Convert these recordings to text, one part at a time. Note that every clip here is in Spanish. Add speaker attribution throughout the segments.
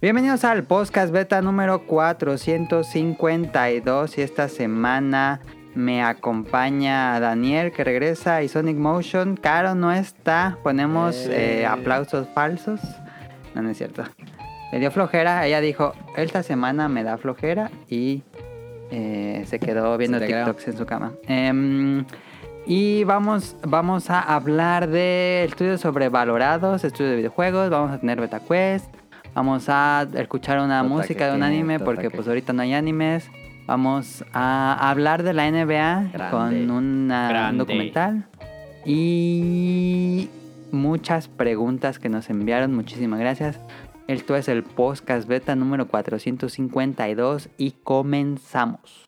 Speaker 1: Bienvenidos al podcast beta número 452 y esta semana me acompaña Daniel que regresa y Sonic Motion. Caro no está, ponemos
Speaker 2: Eh.
Speaker 1: eh, aplausos falsos. No, no es cierto. Me dio flojera, ella dijo, esta semana me da flojera y eh, se quedó viendo
Speaker 2: te creo.
Speaker 1: TikToks en su cama. Em, y vamos, vamos a hablar de estudios sobrevalorados, estudios de videojuegos, vamos a tener Beta Quest, vamos a escuchar una
Speaker 2: Totaque,
Speaker 1: música de un anime
Speaker 2: totaque.
Speaker 1: porque pues ahorita no hay animes. Vamos a hablar de la NBA
Speaker 2: Grande.
Speaker 1: con una- un
Speaker 3: Grande.
Speaker 1: documental y muchas preguntas que nos enviaron. Muchísimas gracias. Esto es el podcast beta número 452 y comenzamos.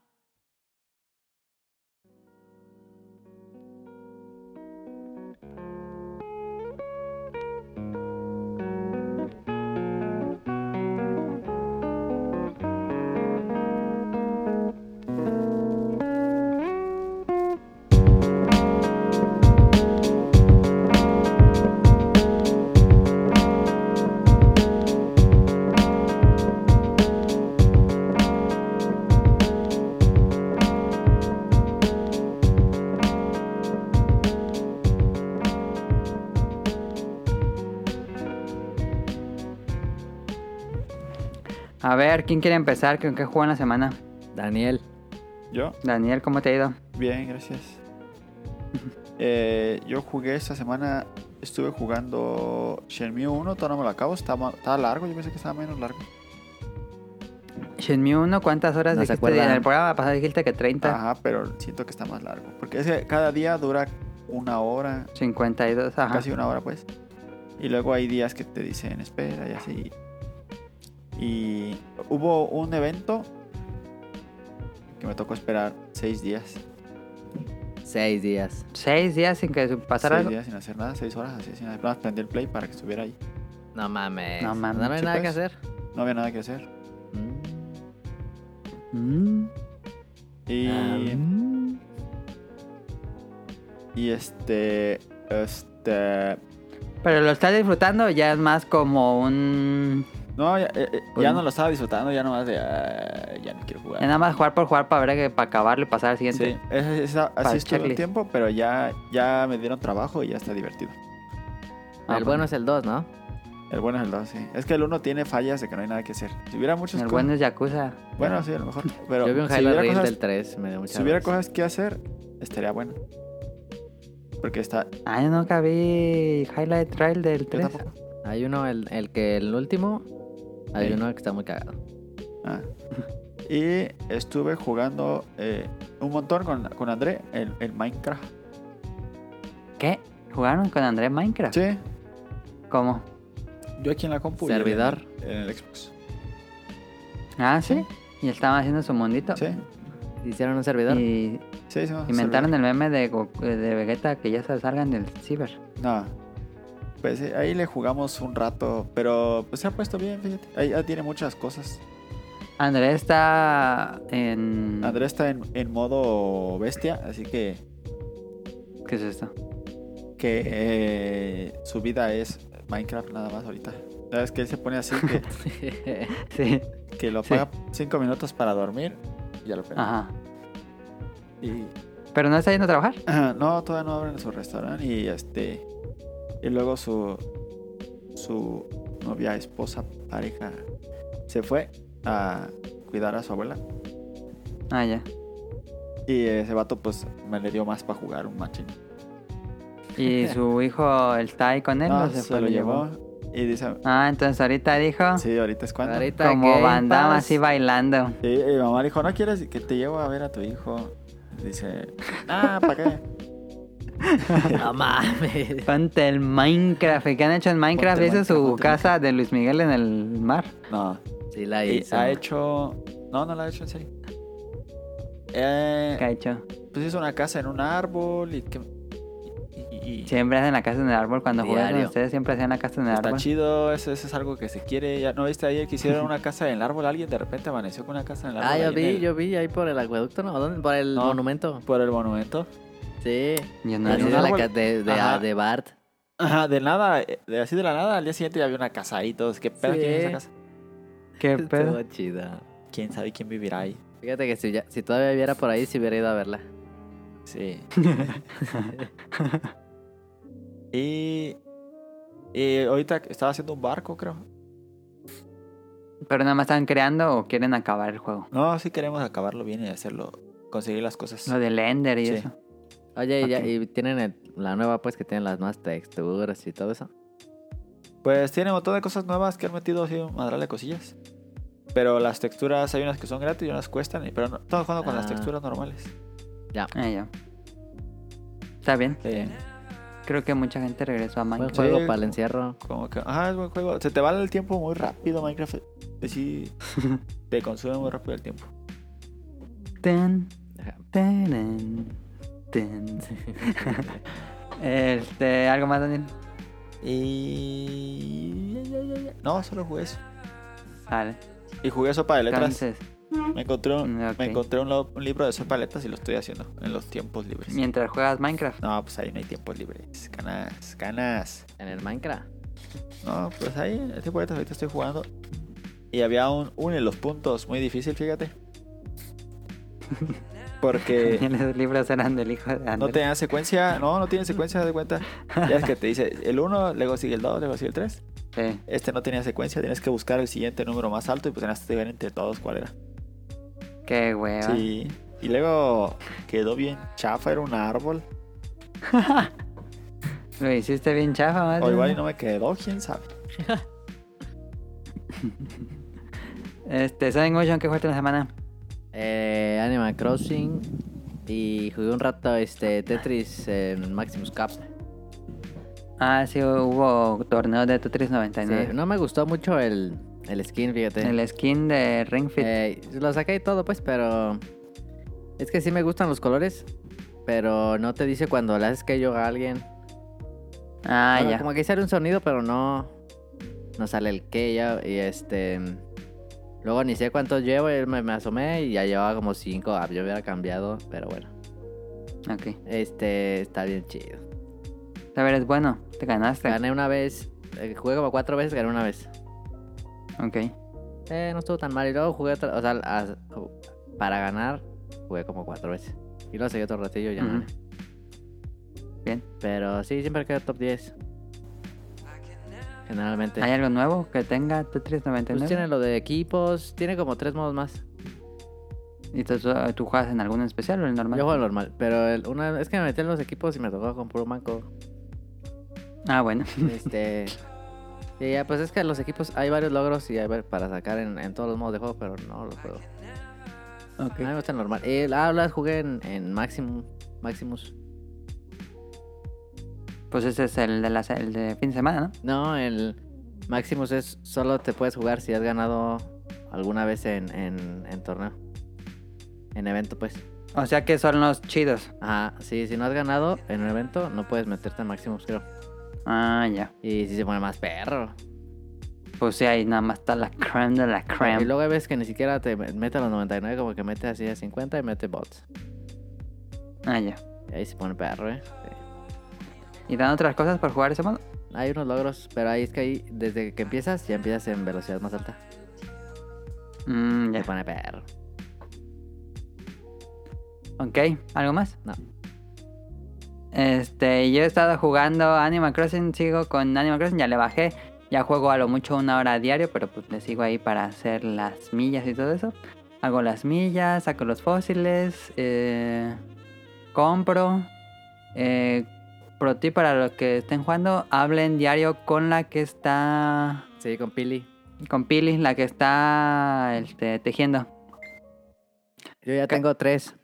Speaker 1: A ver, ¿quién quiere empezar? ¿Con qué jugó en la semana?
Speaker 2: Daniel,
Speaker 3: Yo,
Speaker 1: Daniel, ¿cómo te ha ido?
Speaker 3: bien, gracias. Eh, yo jugué esta semana, estuve jugando Shenmue 1, todavía no me lo acabo, está, ma- está largo, yo pensé que estaba menos largo.
Speaker 1: Shenmue 1, ¿cuántas horas
Speaker 2: No se
Speaker 1: dijiste?
Speaker 2: acuerda. Ah.
Speaker 1: En el programa pasado dijiste que 30,
Speaker 3: Ajá, pero siento que está más largo, porque es que cada día dura una hora,
Speaker 1: 52, ajá.
Speaker 3: casi una hora pues. Y luego hay días que te dicen espera y así. Y hubo un evento que me tocó esperar seis días.
Speaker 2: seis días.
Speaker 1: Seis días sin que pasara
Speaker 3: seis
Speaker 1: algo.
Speaker 3: días sin hacer nada, seis horas así, sin nada más prendí el play para que estuviera ahí.
Speaker 2: No mames.
Speaker 1: Eh, No mames,
Speaker 2: No hay
Speaker 3: sí,
Speaker 2: nada que
Speaker 3: pues.
Speaker 2: hacer.
Speaker 3: No había nada que hacer.
Speaker 2: Mm.
Speaker 1: Mm.
Speaker 3: Y...
Speaker 2: Mm.
Speaker 3: Y este. Este.
Speaker 1: Pero lo estás disfrutando, ya es más como un.
Speaker 3: No, ya, eh, eh,
Speaker 1: Pues
Speaker 3: ya
Speaker 1: no.
Speaker 3: no lo estaba disfrutando, ya nomás de. ah, ya no quiero
Speaker 1: ya
Speaker 3: jugar.
Speaker 1: nada más jugar por jugar para ver que para acabarlo y pasar al
Speaker 3: Sí,
Speaker 1: siguiente.
Speaker 3: es- es- es- así estuve un
Speaker 1: checklist.
Speaker 3: tiempo, pero ya, ya me dieron trabajo y ya está divertido.
Speaker 1: Ah, bueno.
Speaker 2: el bueno es el 2, ¿no?
Speaker 3: El bueno es el 2, sí. Es que el 1 tiene fallas de que no hay nada que hacer. Si hubiera muchas
Speaker 1: el
Speaker 3: cosas.
Speaker 1: bueno es Yakuza.
Speaker 3: Bueno, sí, a lo mejor. Pero
Speaker 2: Yo vi un
Speaker 3: si,
Speaker 2: highlight
Speaker 3: hubiera
Speaker 2: reel
Speaker 3: cosas,
Speaker 2: del 3, me dio mucha
Speaker 3: si hubiera
Speaker 2: risa.
Speaker 3: cosas que hacer, estaría bueno. Porque está.
Speaker 1: Ah, yo nunca vi Highlight Trail del
Speaker 3: Yo
Speaker 1: 3.
Speaker 3: tampoco.
Speaker 2: Hay uno, el, el que el último, hay
Speaker 3: Ey.
Speaker 2: uno que está muy cagado.
Speaker 3: Ah. Y estuve jugando eh, un montón con, con André, el, el Minecraft.
Speaker 1: ¿Qué? ¿Jugaron con Andrés Minecraft?
Speaker 3: Sí,
Speaker 1: ¿Cómo?
Speaker 3: Yo aquí en la compu. y
Speaker 2: Servidor.
Speaker 3: él En el, en el Xbox.
Speaker 1: Ah, sí. Y estaban haciendo su mundito.
Speaker 3: Sí,
Speaker 2: Hicieron un servidor.
Speaker 1: Y
Speaker 3: sí, hicimos
Speaker 1: inventaron el meme de, Goku- de Vegeta que ya se salgan del ciber.
Speaker 3: servidor. No. Pues eh, ahí le jugamos un rato, pero pues, se ha puesto bien, fíjate. Ahí ya tiene muchas cosas.
Speaker 1: Andrés está en...
Speaker 3: Andrés está en, en modo bestia, así que,
Speaker 1: ¿Qué es esto?
Speaker 3: que eh, su vida es Minecraft nada más ahorita. Sabes que él se pone así que,
Speaker 1: Sí.
Speaker 3: que lo
Speaker 1: Sí.
Speaker 3: apaga cinco minutos para dormir y ya lo pega.
Speaker 1: Ajá.
Speaker 3: Y
Speaker 1: Pero no está yendo a trabajar.
Speaker 3: No, todavía no abren su restaurante y este y luego su su novia, esposa, pareja se fue a cuidar a su abuela
Speaker 1: Ah, ya.
Speaker 3: y ese vato pues me le dio más para jugar un machín.
Speaker 1: ¿Y su hijo está ahí con él?
Speaker 3: No,
Speaker 1: o
Speaker 3: Ah, se,
Speaker 1: Ah, fue?
Speaker 3: lo llevó y dice,
Speaker 1: Ah, entonces ahorita dijo
Speaker 3: sí, ahorita es cuando. Y,
Speaker 2: Ahorita
Speaker 1: como
Speaker 2: Game
Speaker 1: bandama
Speaker 2: Pass.
Speaker 1: así bailando.
Speaker 3: y mi mamá dijo, "¿No quieres que te llevo a ver a tu hijo?" Dice, "Ah, ¿para qué?"
Speaker 2: No mames.
Speaker 1: Ponte el Minecraft. ¿Y qué han hecho en Minecraft?
Speaker 3: Ponte el
Speaker 1: Hizo su
Speaker 3: Minecraft, ponte el
Speaker 1: casa de Luis Miguel en el mar.
Speaker 3: No.
Speaker 2: Sí la
Speaker 3: Y
Speaker 2: hizo.
Speaker 3: ha hecho No, no la ha hecho en serio. Eh,
Speaker 1: ¿Qué ha hecho?
Speaker 3: pues hizo una casa en un árbol y que y- y- y-
Speaker 1: Siempre hacen la casa en el árbol. Cuando juegan
Speaker 2: Diario.
Speaker 1: ustedes siempre hacían la casa en el
Speaker 3: está
Speaker 1: árbol.
Speaker 3: chido eso, eso es algo que se quiere ya no viste ayer que hicieron una casa en el árbol alguien de repente amaneció con una casa en el árbol
Speaker 2: Ah, yo
Speaker 3: ahí en
Speaker 2: vi,
Speaker 3: el-
Speaker 2: yo vi ahí por el acueducto, ¿no? ¿Dónde? Por el
Speaker 3: No.
Speaker 2: monumento.
Speaker 3: por el monumento
Speaker 2: Sí.
Speaker 1: Yo no
Speaker 2: Así
Speaker 1: vi.
Speaker 2: de, la
Speaker 3: árbol.
Speaker 2: ca- de, de,
Speaker 3: Ajá.
Speaker 2: de Bart.
Speaker 3: Ajá, de nada eh, de así de la nada al día siguiente ya había una casa ahí todos qué pedo
Speaker 2: Sí.
Speaker 3: quién es esa casa
Speaker 1: ¿Qué pedo?
Speaker 2: Estuvo chida.
Speaker 3: ¿Quién sabe quién vivirá ahí?
Speaker 2: Fíjate que si, ya- si todavía viviera por ahí, sí hubiera ido a verla.
Speaker 3: Sí. y, y ahorita estaba haciendo un barco, creo.
Speaker 1: ¿Pero nada más están creando o quieren acabar el juego?
Speaker 3: No, sí queremos acabarlo bien y hacerlo, conseguir las cosas.
Speaker 1: Lo del Ender y
Speaker 3: Sí.
Speaker 1: eso.
Speaker 2: Oye, y, ya-
Speaker 3: Ok.
Speaker 2: y tienen el- la nueva, pues, que tienen las más texturas y todo eso.
Speaker 3: Pues tiene un montón de cosas nuevas que han metido así un madral de cosillas. Pero las texturas, hay unas que son gratis y unas cuestan. y- Pero no, estamos jugando con las
Speaker 2: Ah.
Speaker 3: texturas normales.
Speaker 1: Ah, ya. Está bien.
Speaker 3: Sí.
Speaker 1: Creo que mucha gente regresó a
Speaker 2: Buen
Speaker 1: Minecraft.
Speaker 2: juego
Speaker 3: Sí.
Speaker 2: para el encierro.
Speaker 3: Como que, ajá, es buen juego. Se te va el tiempo muy rápido, Minecraft. Sí, te consume muy rápido el tiempo.
Speaker 1: Tan,
Speaker 2: Ajá.
Speaker 1: taran, tan. este, ¿Algo más, Daniel?
Speaker 3: Y. No, solo jugué eso.
Speaker 1: Vale.
Speaker 3: Y jugué sopa de letras.
Speaker 1: Entonces,
Speaker 3: Me encontré, un,
Speaker 1: Ok.
Speaker 3: me encontré un, lo- un libro de sopa de letras y lo estoy haciendo en los tiempos libres.
Speaker 1: mientras juegas Minecraft.
Speaker 3: No, pues ahí no hay tiempos libres. Canas, canas.
Speaker 2: En el Minecraft.
Speaker 3: No, pues ahí, en el tiempo de letras ahorita estoy jugando. Y había un, uno en los puntos, muy difícil, fíjate. Porque.
Speaker 1: Los libros eran del hijo de
Speaker 3: No
Speaker 1: Andrés.
Speaker 3: tenía secuencia, no, no tiene secuencia, haz de cuenta. Ya es que te dice el 1, luego sigue el 2, luego sigue el 3.
Speaker 1: Sí.
Speaker 3: Este no tenía secuencia, tienes que buscar el siguiente número más alto y pues tenías que ver entre todos cuál era.
Speaker 1: Qué hueva.
Speaker 3: Sí. Y luego quedó bien chafa, era un árbol.
Speaker 1: Lo hiciste bien chafa, más
Speaker 2: Oh,
Speaker 3: O
Speaker 1: bien.
Speaker 3: igual y no me quedó, quién sabe.
Speaker 1: Este, ¿saben Ocean qué jugaste en la semana?
Speaker 2: Eh, Animal Crossing. Y jugué un rato este Tetris en Maximus Cup.
Speaker 1: Ah, sí, hubo torneo de Tetris
Speaker 2: Sí,
Speaker 1: 99.
Speaker 2: Eh, no me gustó mucho el, el skin, fíjate.
Speaker 1: El skin de Ring Fit.
Speaker 2: Eh, lo saqué y todo, pues, pero. Es que sí me gustan los colores. Pero no te dice cuando le haces que yo a alguien.
Speaker 1: ah,
Speaker 2: Bueno,
Speaker 1: ya.
Speaker 2: Como que sale un sonido, pero no. No sale el que ya. Y este. Luego ni sé cuántos llevo. y me, me asomé y ya llevaba como cinco. ah, Yo hubiera cambiado, pero bueno.
Speaker 1: Ok.
Speaker 2: Este está bien chido.
Speaker 1: A ver, es bueno. Te ganaste.
Speaker 2: Gané una vez. eh, Jugué como cuatro veces, gané una vez.
Speaker 1: Ok.
Speaker 2: Eh, no estuvo tan mal. Y luego jugué otra. O sea, as- para ganar, jugué como cuatro veces. Y luego seguí otro ratillo y ya no
Speaker 1: Ujú.
Speaker 2: gané.
Speaker 1: Bien.
Speaker 2: Pero sí, siempre quedo top 10. Generalmente.
Speaker 1: ¿Hay algo nuevo que tenga Tetris
Speaker 2: Pues
Speaker 1: 99?
Speaker 2: tiene lo de equipos, tiene como tres modos más.
Speaker 1: ¿Y tú, tú- tú juegas en alguno en especial o el normal?
Speaker 2: Yo juego normal, pero el- una es que me metí en los equipos y me tocó con puro manco.
Speaker 1: Ah, bueno.
Speaker 2: Este. y ya, pues es que los equipos hay varios logros y hay var- para sacar en, en todos los modos de juego, pero no los juego. A mí
Speaker 1: Ok.
Speaker 2: me gusta el normal. Eh, ah, las jugué en, en Maximum, Maximus.
Speaker 1: Pues ese es el de, la, se- el de fin de semana, ¿no?
Speaker 2: No, el Maximus es solo te puedes jugar si has ganado alguna vez en, en, en torneo. En evento, pues.
Speaker 1: O sea que son los chidos.
Speaker 2: Ajá, sí, si no has ganado en un evento, no puedes meterte en Maximus, creo.
Speaker 1: Ah, ya.
Speaker 2: Y si se pone más perro.
Speaker 1: Pues sí, ahí nada más está la creme de la
Speaker 2: Y
Speaker 1: creme.
Speaker 2: luego hay veces que ni siquiera te mete a los 99, como que mete así a 50 y mete bots.
Speaker 1: Ah, ya.
Speaker 2: Y ahí se pone perro, eh.
Speaker 1: ¿Y dan otras cosas por jugar ese modo?
Speaker 2: Hay unos logros, pero ahí es que ahí, desde que empiezas, ya empiezas en velocidad más alta.
Speaker 1: Mmm,
Speaker 2: Se
Speaker 1: ya.
Speaker 2: pone perro.
Speaker 1: Ok, ¿algo más?
Speaker 2: No.
Speaker 1: Este, yo he estado jugando Animal Crossing, sigo con Animal Crossing, ya le bajé. Ya juego a lo mucho una hora a diario, pero pues le sigo ahí para hacer las millas y todo eso. Hago las millas, saco los fósiles, eh, compro. Eh, pro tip para los que estén jugando, hablen diario con la que está...
Speaker 2: Sí, con Pili.
Speaker 1: Con Pili, la que está este, tejiendo.
Speaker 2: Yo ya
Speaker 1: Ca-
Speaker 2: tengo tres.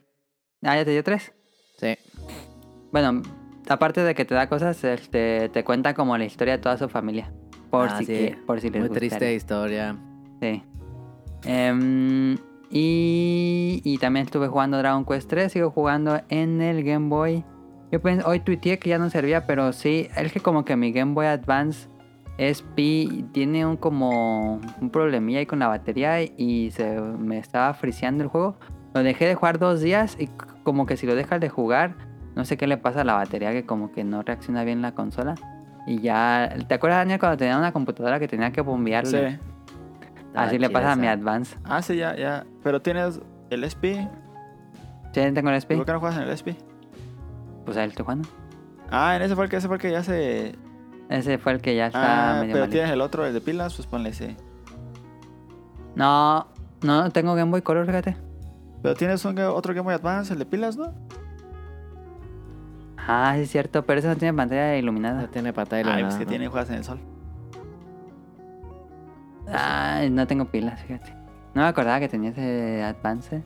Speaker 1: Ah, ya te dio tres.
Speaker 2: Sí.
Speaker 1: Bueno, aparte de que te da cosas, este, te cuenta como la historia de toda su familia. Por,
Speaker 2: Ah,
Speaker 1: si,
Speaker 2: sí.
Speaker 1: que- por si les
Speaker 2: Muy
Speaker 1: gustaría.
Speaker 2: triste historia.
Speaker 1: Sí. Em, y, y también estuve jugando Dragon Quest 3, sigo jugando en el Game Boy. Yo pens- hoy tuiteé que ya no servía, pero sí, es que como que mi Game Boy Advance SP tiene un como un problemilla ahí con la batería y se me estaba friseando el juego. Lo dejé de jugar dos días y c- como que si lo dejas de jugar, no sé qué le pasa a la batería que como que no reacciona bien la consola. Y ya, ¿te acuerdas Daniel cuando tenía una computadora que tenía que bombearle?
Speaker 3: Sí.
Speaker 2: Estaba
Speaker 1: Así Ah, le
Speaker 2: chida
Speaker 1: pasa a mi
Speaker 2: esa.
Speaker 1: Advance.
Speaker 3: Ah, sí, ya, ya. Pero tienes el SP.
Speaker 1: ¿Sí tengo el SP?
Speaker 3: ¿Por qué no juegas en el SP?
Speaker 1: Pues ahí lo estoy jugando.
Speaker 3: Ah, en ese fue el que, ese fue el que ya se.
Speaker 1: Ese fue el que ya está
Speaker 3: Ah,
Speaker 1: medio
Speaker 3: pero
Speaker 1: malito.
Speaker 3: tienes el otro, el de pilas, pues ponle ese.
Speaker 1: No, no tengo Game Boy Color, fíjate.
Speaker 3: Pero tienes un, otro Game Boy Advance, el de pilas, ¿no?
Speaker 1: Ah, sí es cierto, pero ese no tiene pantalla
Speaker 2: No
Speaker 1: iluminada.
Speaker 2: tiene pantalla
Speaker 3: Ah,
Speaker 2: iluminada,
Speaker 3: pues que
Speaker 2: ¿no?
Speaker 3: tiene juegas en el sol.
Speaker 1: Ah, no tengo pilas, fíjate. No me acordaba que tenía ese Advance,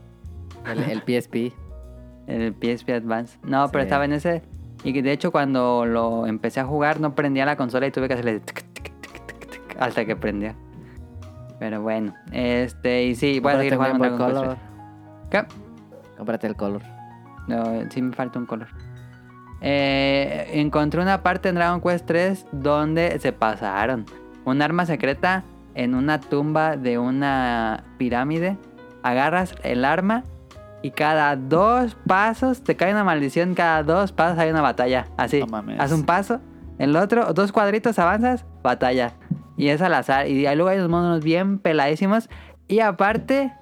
Speaker 2: El, el PSP.
Speaker 1: el PSP Advance. No, pero
Speaker 2: Sí.
Speaker 1: estaba en ese. Y que, de hecho cuando lo empecé a jugar no prendía la consola y tuve que hacerle tic, tic, tic, tic, tic, hasta que prendió. Pero bueno, este, y sí, voy a
Speaker 2: Cómprate
Speaker 1: seguir
Speaker 2: un
Speaker 1: jugando
Speaker 2: Game Boy
Speaker 1: Dragon
Speaker 2: Color.
Speaker 1: Quest tres. ¿Qué?
Speaker 2: Cómprate el color.
Speaker 1: No, sí me falta un color. Eh, encontré una parte en Dragon Quest 3 donde se pasaron. Un arma secreta en una tumba de una pirámide. Agarras el arma y cada dos pasos te cae una maldición. Cada dos pasos hay una batalla. Así.
Speaker 3: No mames.
Speaker 1: Haz un paso, el otro, dos cuadritos avanzas, batalla. Y es al azar. Y ahí luego hay unos monos bien peladísimos. Y aparte,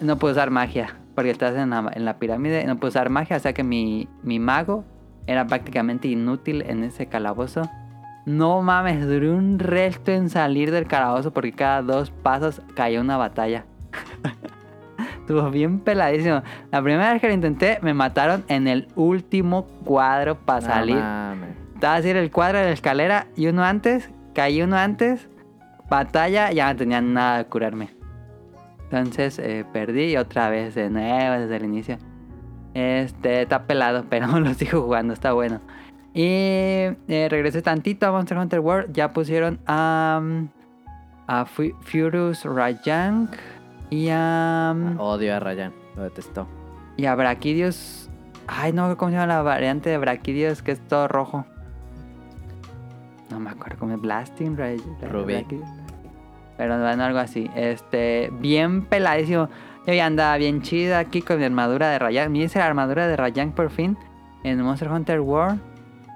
Speaker 1: no puedo usar magia. Porque estás en la, en la pirámide, no puedo usar magia. O sea que mi, mi mago era prácticamente inútil en ese calabozo. No mames, duré un resto en salir del calabozo porque cada dos pasos cayó una batalla. Estuvo bien peladísimo. La primera vez que lo intenté, me mataron en el último cuadro para
Speaker 2: No
Speaker 1: salir.
Speaker 2: mames.
Speaker 1: Estaba así el cuadro de la escalera y uno antes, caí uno antes, batalla, ya no tenía nada de curarme. Entonces eh, perdí y otra vez de nuevo desde el inicio. Este, está pelado, pero lo sigo jugando, está bueno. Y eh, regresé tantito a Monster Hunter World, ya pusieron a, mm, a Fu- Furious Rajang y a, mm,
Speaker 2: Odio a Ryan. Lo detestó.
Speaker 1: y a Braquidios. Ay, no, ¿cómo se llama la variante de Braquidios que es todo rojo? No me acuerdo cómo es Blasting, Ra- Ra-
Speaker 2: Rubí.
Speaker 1: Braquidios. Pero bueno, algo así. Este, bien peladísimo. Yo ya andaba bien chida aquí con mi armadura de Rayang. Me hice la armadura de Rayang por fin en Monster Hunter World.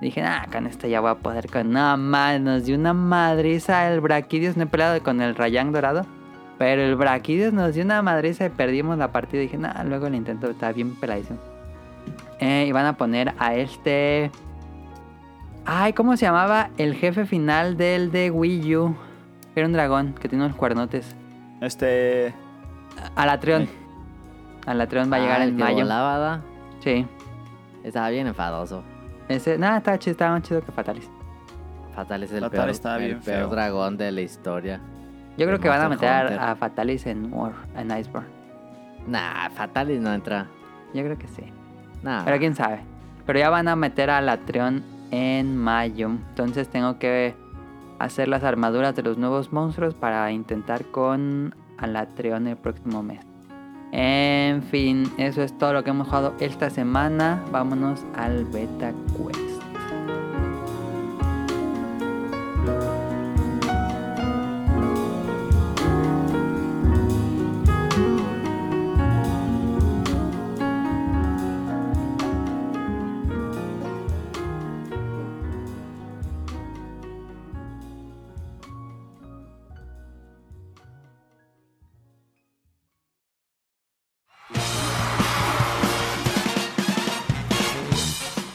Speaker 1: Dije, ah, con esta ya voy a poder con nada más. Nos dio una madriza el Braquidios. No he peleado con el Rayang dorado. Pero el Braquidios nos dio una madriza y perdimos la partida. Dije, nah, luego el intento está bien peladísimo. Eh, y van a poner a este. Ay, ¿cómo se llamaba el jefe final del de Wii U? Era un dragón que tiene unos cuernotes.
Speaker 3: Este.
Speaker 1: Alatreon. Alatreon va a llegar
Speaker 2: Ah,
Speaker 1: en
Speaker 2: el que
Speaker 1: mayo.
Speaker 2: volaba, ¿da?
Speaker 1: Sí.
Speaker 2: Estaba bien enfadoso.
Speaker 1: Ese, nada, estaba chido, estaba más chido que Fatalis.
Speaker 2: Fatal es el
Speaker 3: Fatal
Speaker 2: peor,
Speaker 3: estaba
Speaker 2: el
Speaker 3: bien
Speaker 2: peor
Speaker 3: feo.
Speaker 2: dragón de la historia.
Speaker 1: Yo creo
Speaker 2: El
Speaker 1: que van a
Speaker 2: Monster
Speaker 1: meter
Speaker 2: Hunter.
Speaker 1: a Fatalis en War, en Iceborne.
Speaker 2: Nah, Fatalis no entra.
Speaker 1: Yo creo que sí.
Speaker 2: Nah.
Speaker 1: Pero quién sabe. Pero ya van a meter a Latreon en mayo. Entonces tengo que hacer las armaduras de los nuevos monstruos para intentar con Alatreon el próximo mes. En fin, eso es todo lo que hemos jugado esta semana. Vámonos al Beta Quest.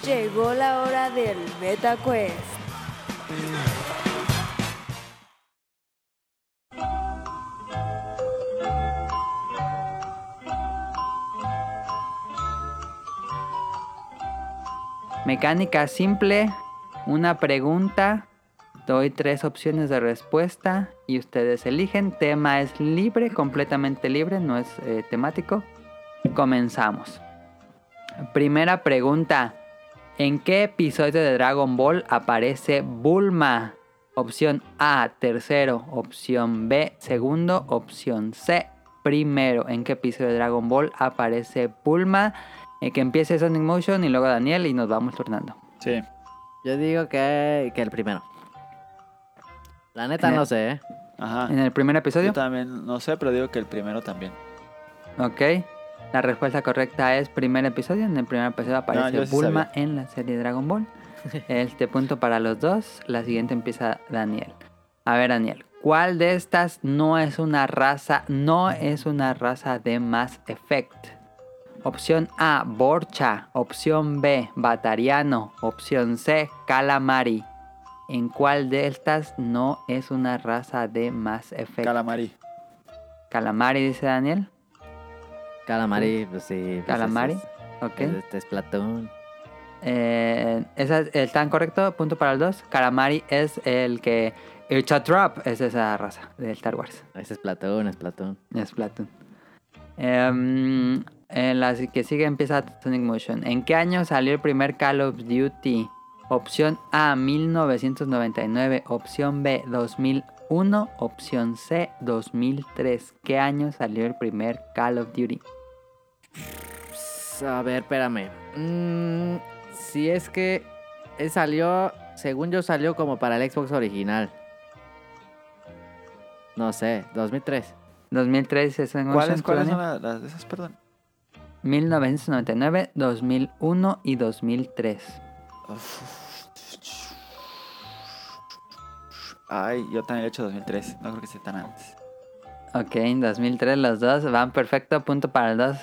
Speaker 4: Llegó la hora del Beta Quest.
Speaker 1: Mecánica simple, una pregunta, doy tres opciones de respuesta y ustedes eligen. Tema es libre, completamente libre, no es eh, temático. Comenzamos. Primera pregunta. ¿En qué episodio de Dragon Ball aparece Bulma? Opción A, tercero. Opción B, segundo. Opción C, primero. ¿En qué episodio de Dragon Ball aparece Bulma? Eh, que empiece Sonic Motion y luego Daniel y nos vamos turnando.
Speaker 3: Sí.
Speaker 2: Yo digo que, que el primero. La neta
Speaker 1: En el-
Speaker 2: no sé, ¿eh?
Speaker 3: Ajá.
Speaker 1: ¿En el primer episodio?
Speaker 3: Yo también, no sé, pero digo que el primero también.
Speaker 1: Ok. La respuesta correcta es primer episodio. En el primer episodio aparece
Speaker 3: yo sí
Speaker 1: Bulma en la serie Dragon Ball. Este punto para los dos. La siguiente empieza Daniel. A ver, Daniel, ¿Cuál de estas no es una raza, no es una raza de Mass Effect? Opción A, Borcha. Opción B, Batariano. Opción C, Calamari. ¿En cuál de estas no es una raza de Mass Effect?
Speaker 3: Calamari.
Speaker 1: Calamari, dice Daniel.
Speaker 2: Calamari, pues sí. pues
Speaker 1: Calamari.
Speaker 2: ese
Speaker 1: Ok.
Speaker 2: es- Este es Platón.
Speaker 1: Eh, ¿esa es- ¿Están correcto? Punto para el 2. Calamari es el que... El Chatrap es esa raza de Star Wars.
Speaker 2: Ese es Platón, es Platón.
Speaker 1: Es Platón. Em, en la que sigue empieza Sonic Motion. ¿En qué año salió el primer Call of Duty? Opción A, 1999. Opción B, 2001. Opción C, 2003. ¿Qué año salió el primer Call of Duty?
Speaker 2: Pues, A ver, espérame. Mm, si es que eh, salió, según yo salió como para el Xbox original. No sé, 2003.
Speaker 1: 2003 es Sonic Motion.
Speaker 3: ¿Cuáles, cuáles
Speaker 1: Tony.
Speaker 3: son las, las de esas? Perdón.
Speaker 1: 1999, 2001 y 2003.
Speaker 3: Ay, yo también he hecho 2003. No creo que esté tan antes.
Speaker 1: Ok, en 2003 los dos van perfecto, punto para el 2.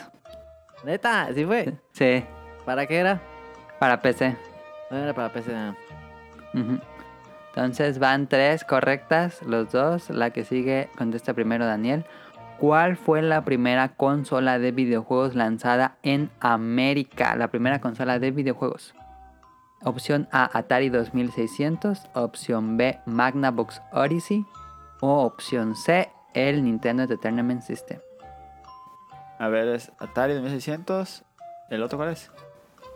Speaker 2: Neta, sí fue.
Speaker 1: Sí,
Speaker 2: ¿Para qué era?
Speaker 1: para PC.
Speaker 2: No era para PC. nada.
Speaker 1: Ujú. Entonces van tres correctas, los dos. La que sigue contesta primero Daniel. ¿Cuál fue la primera consola de videojuegos lanzada en América? La primera consola de videojuegos. Opción A, Atari 2600. Opción B, Magnavox Odyssey. O opción C, el Nintendo Entertainment System.
Speaker 3: A ver, es Atari 2600. ¿El otro cuál es?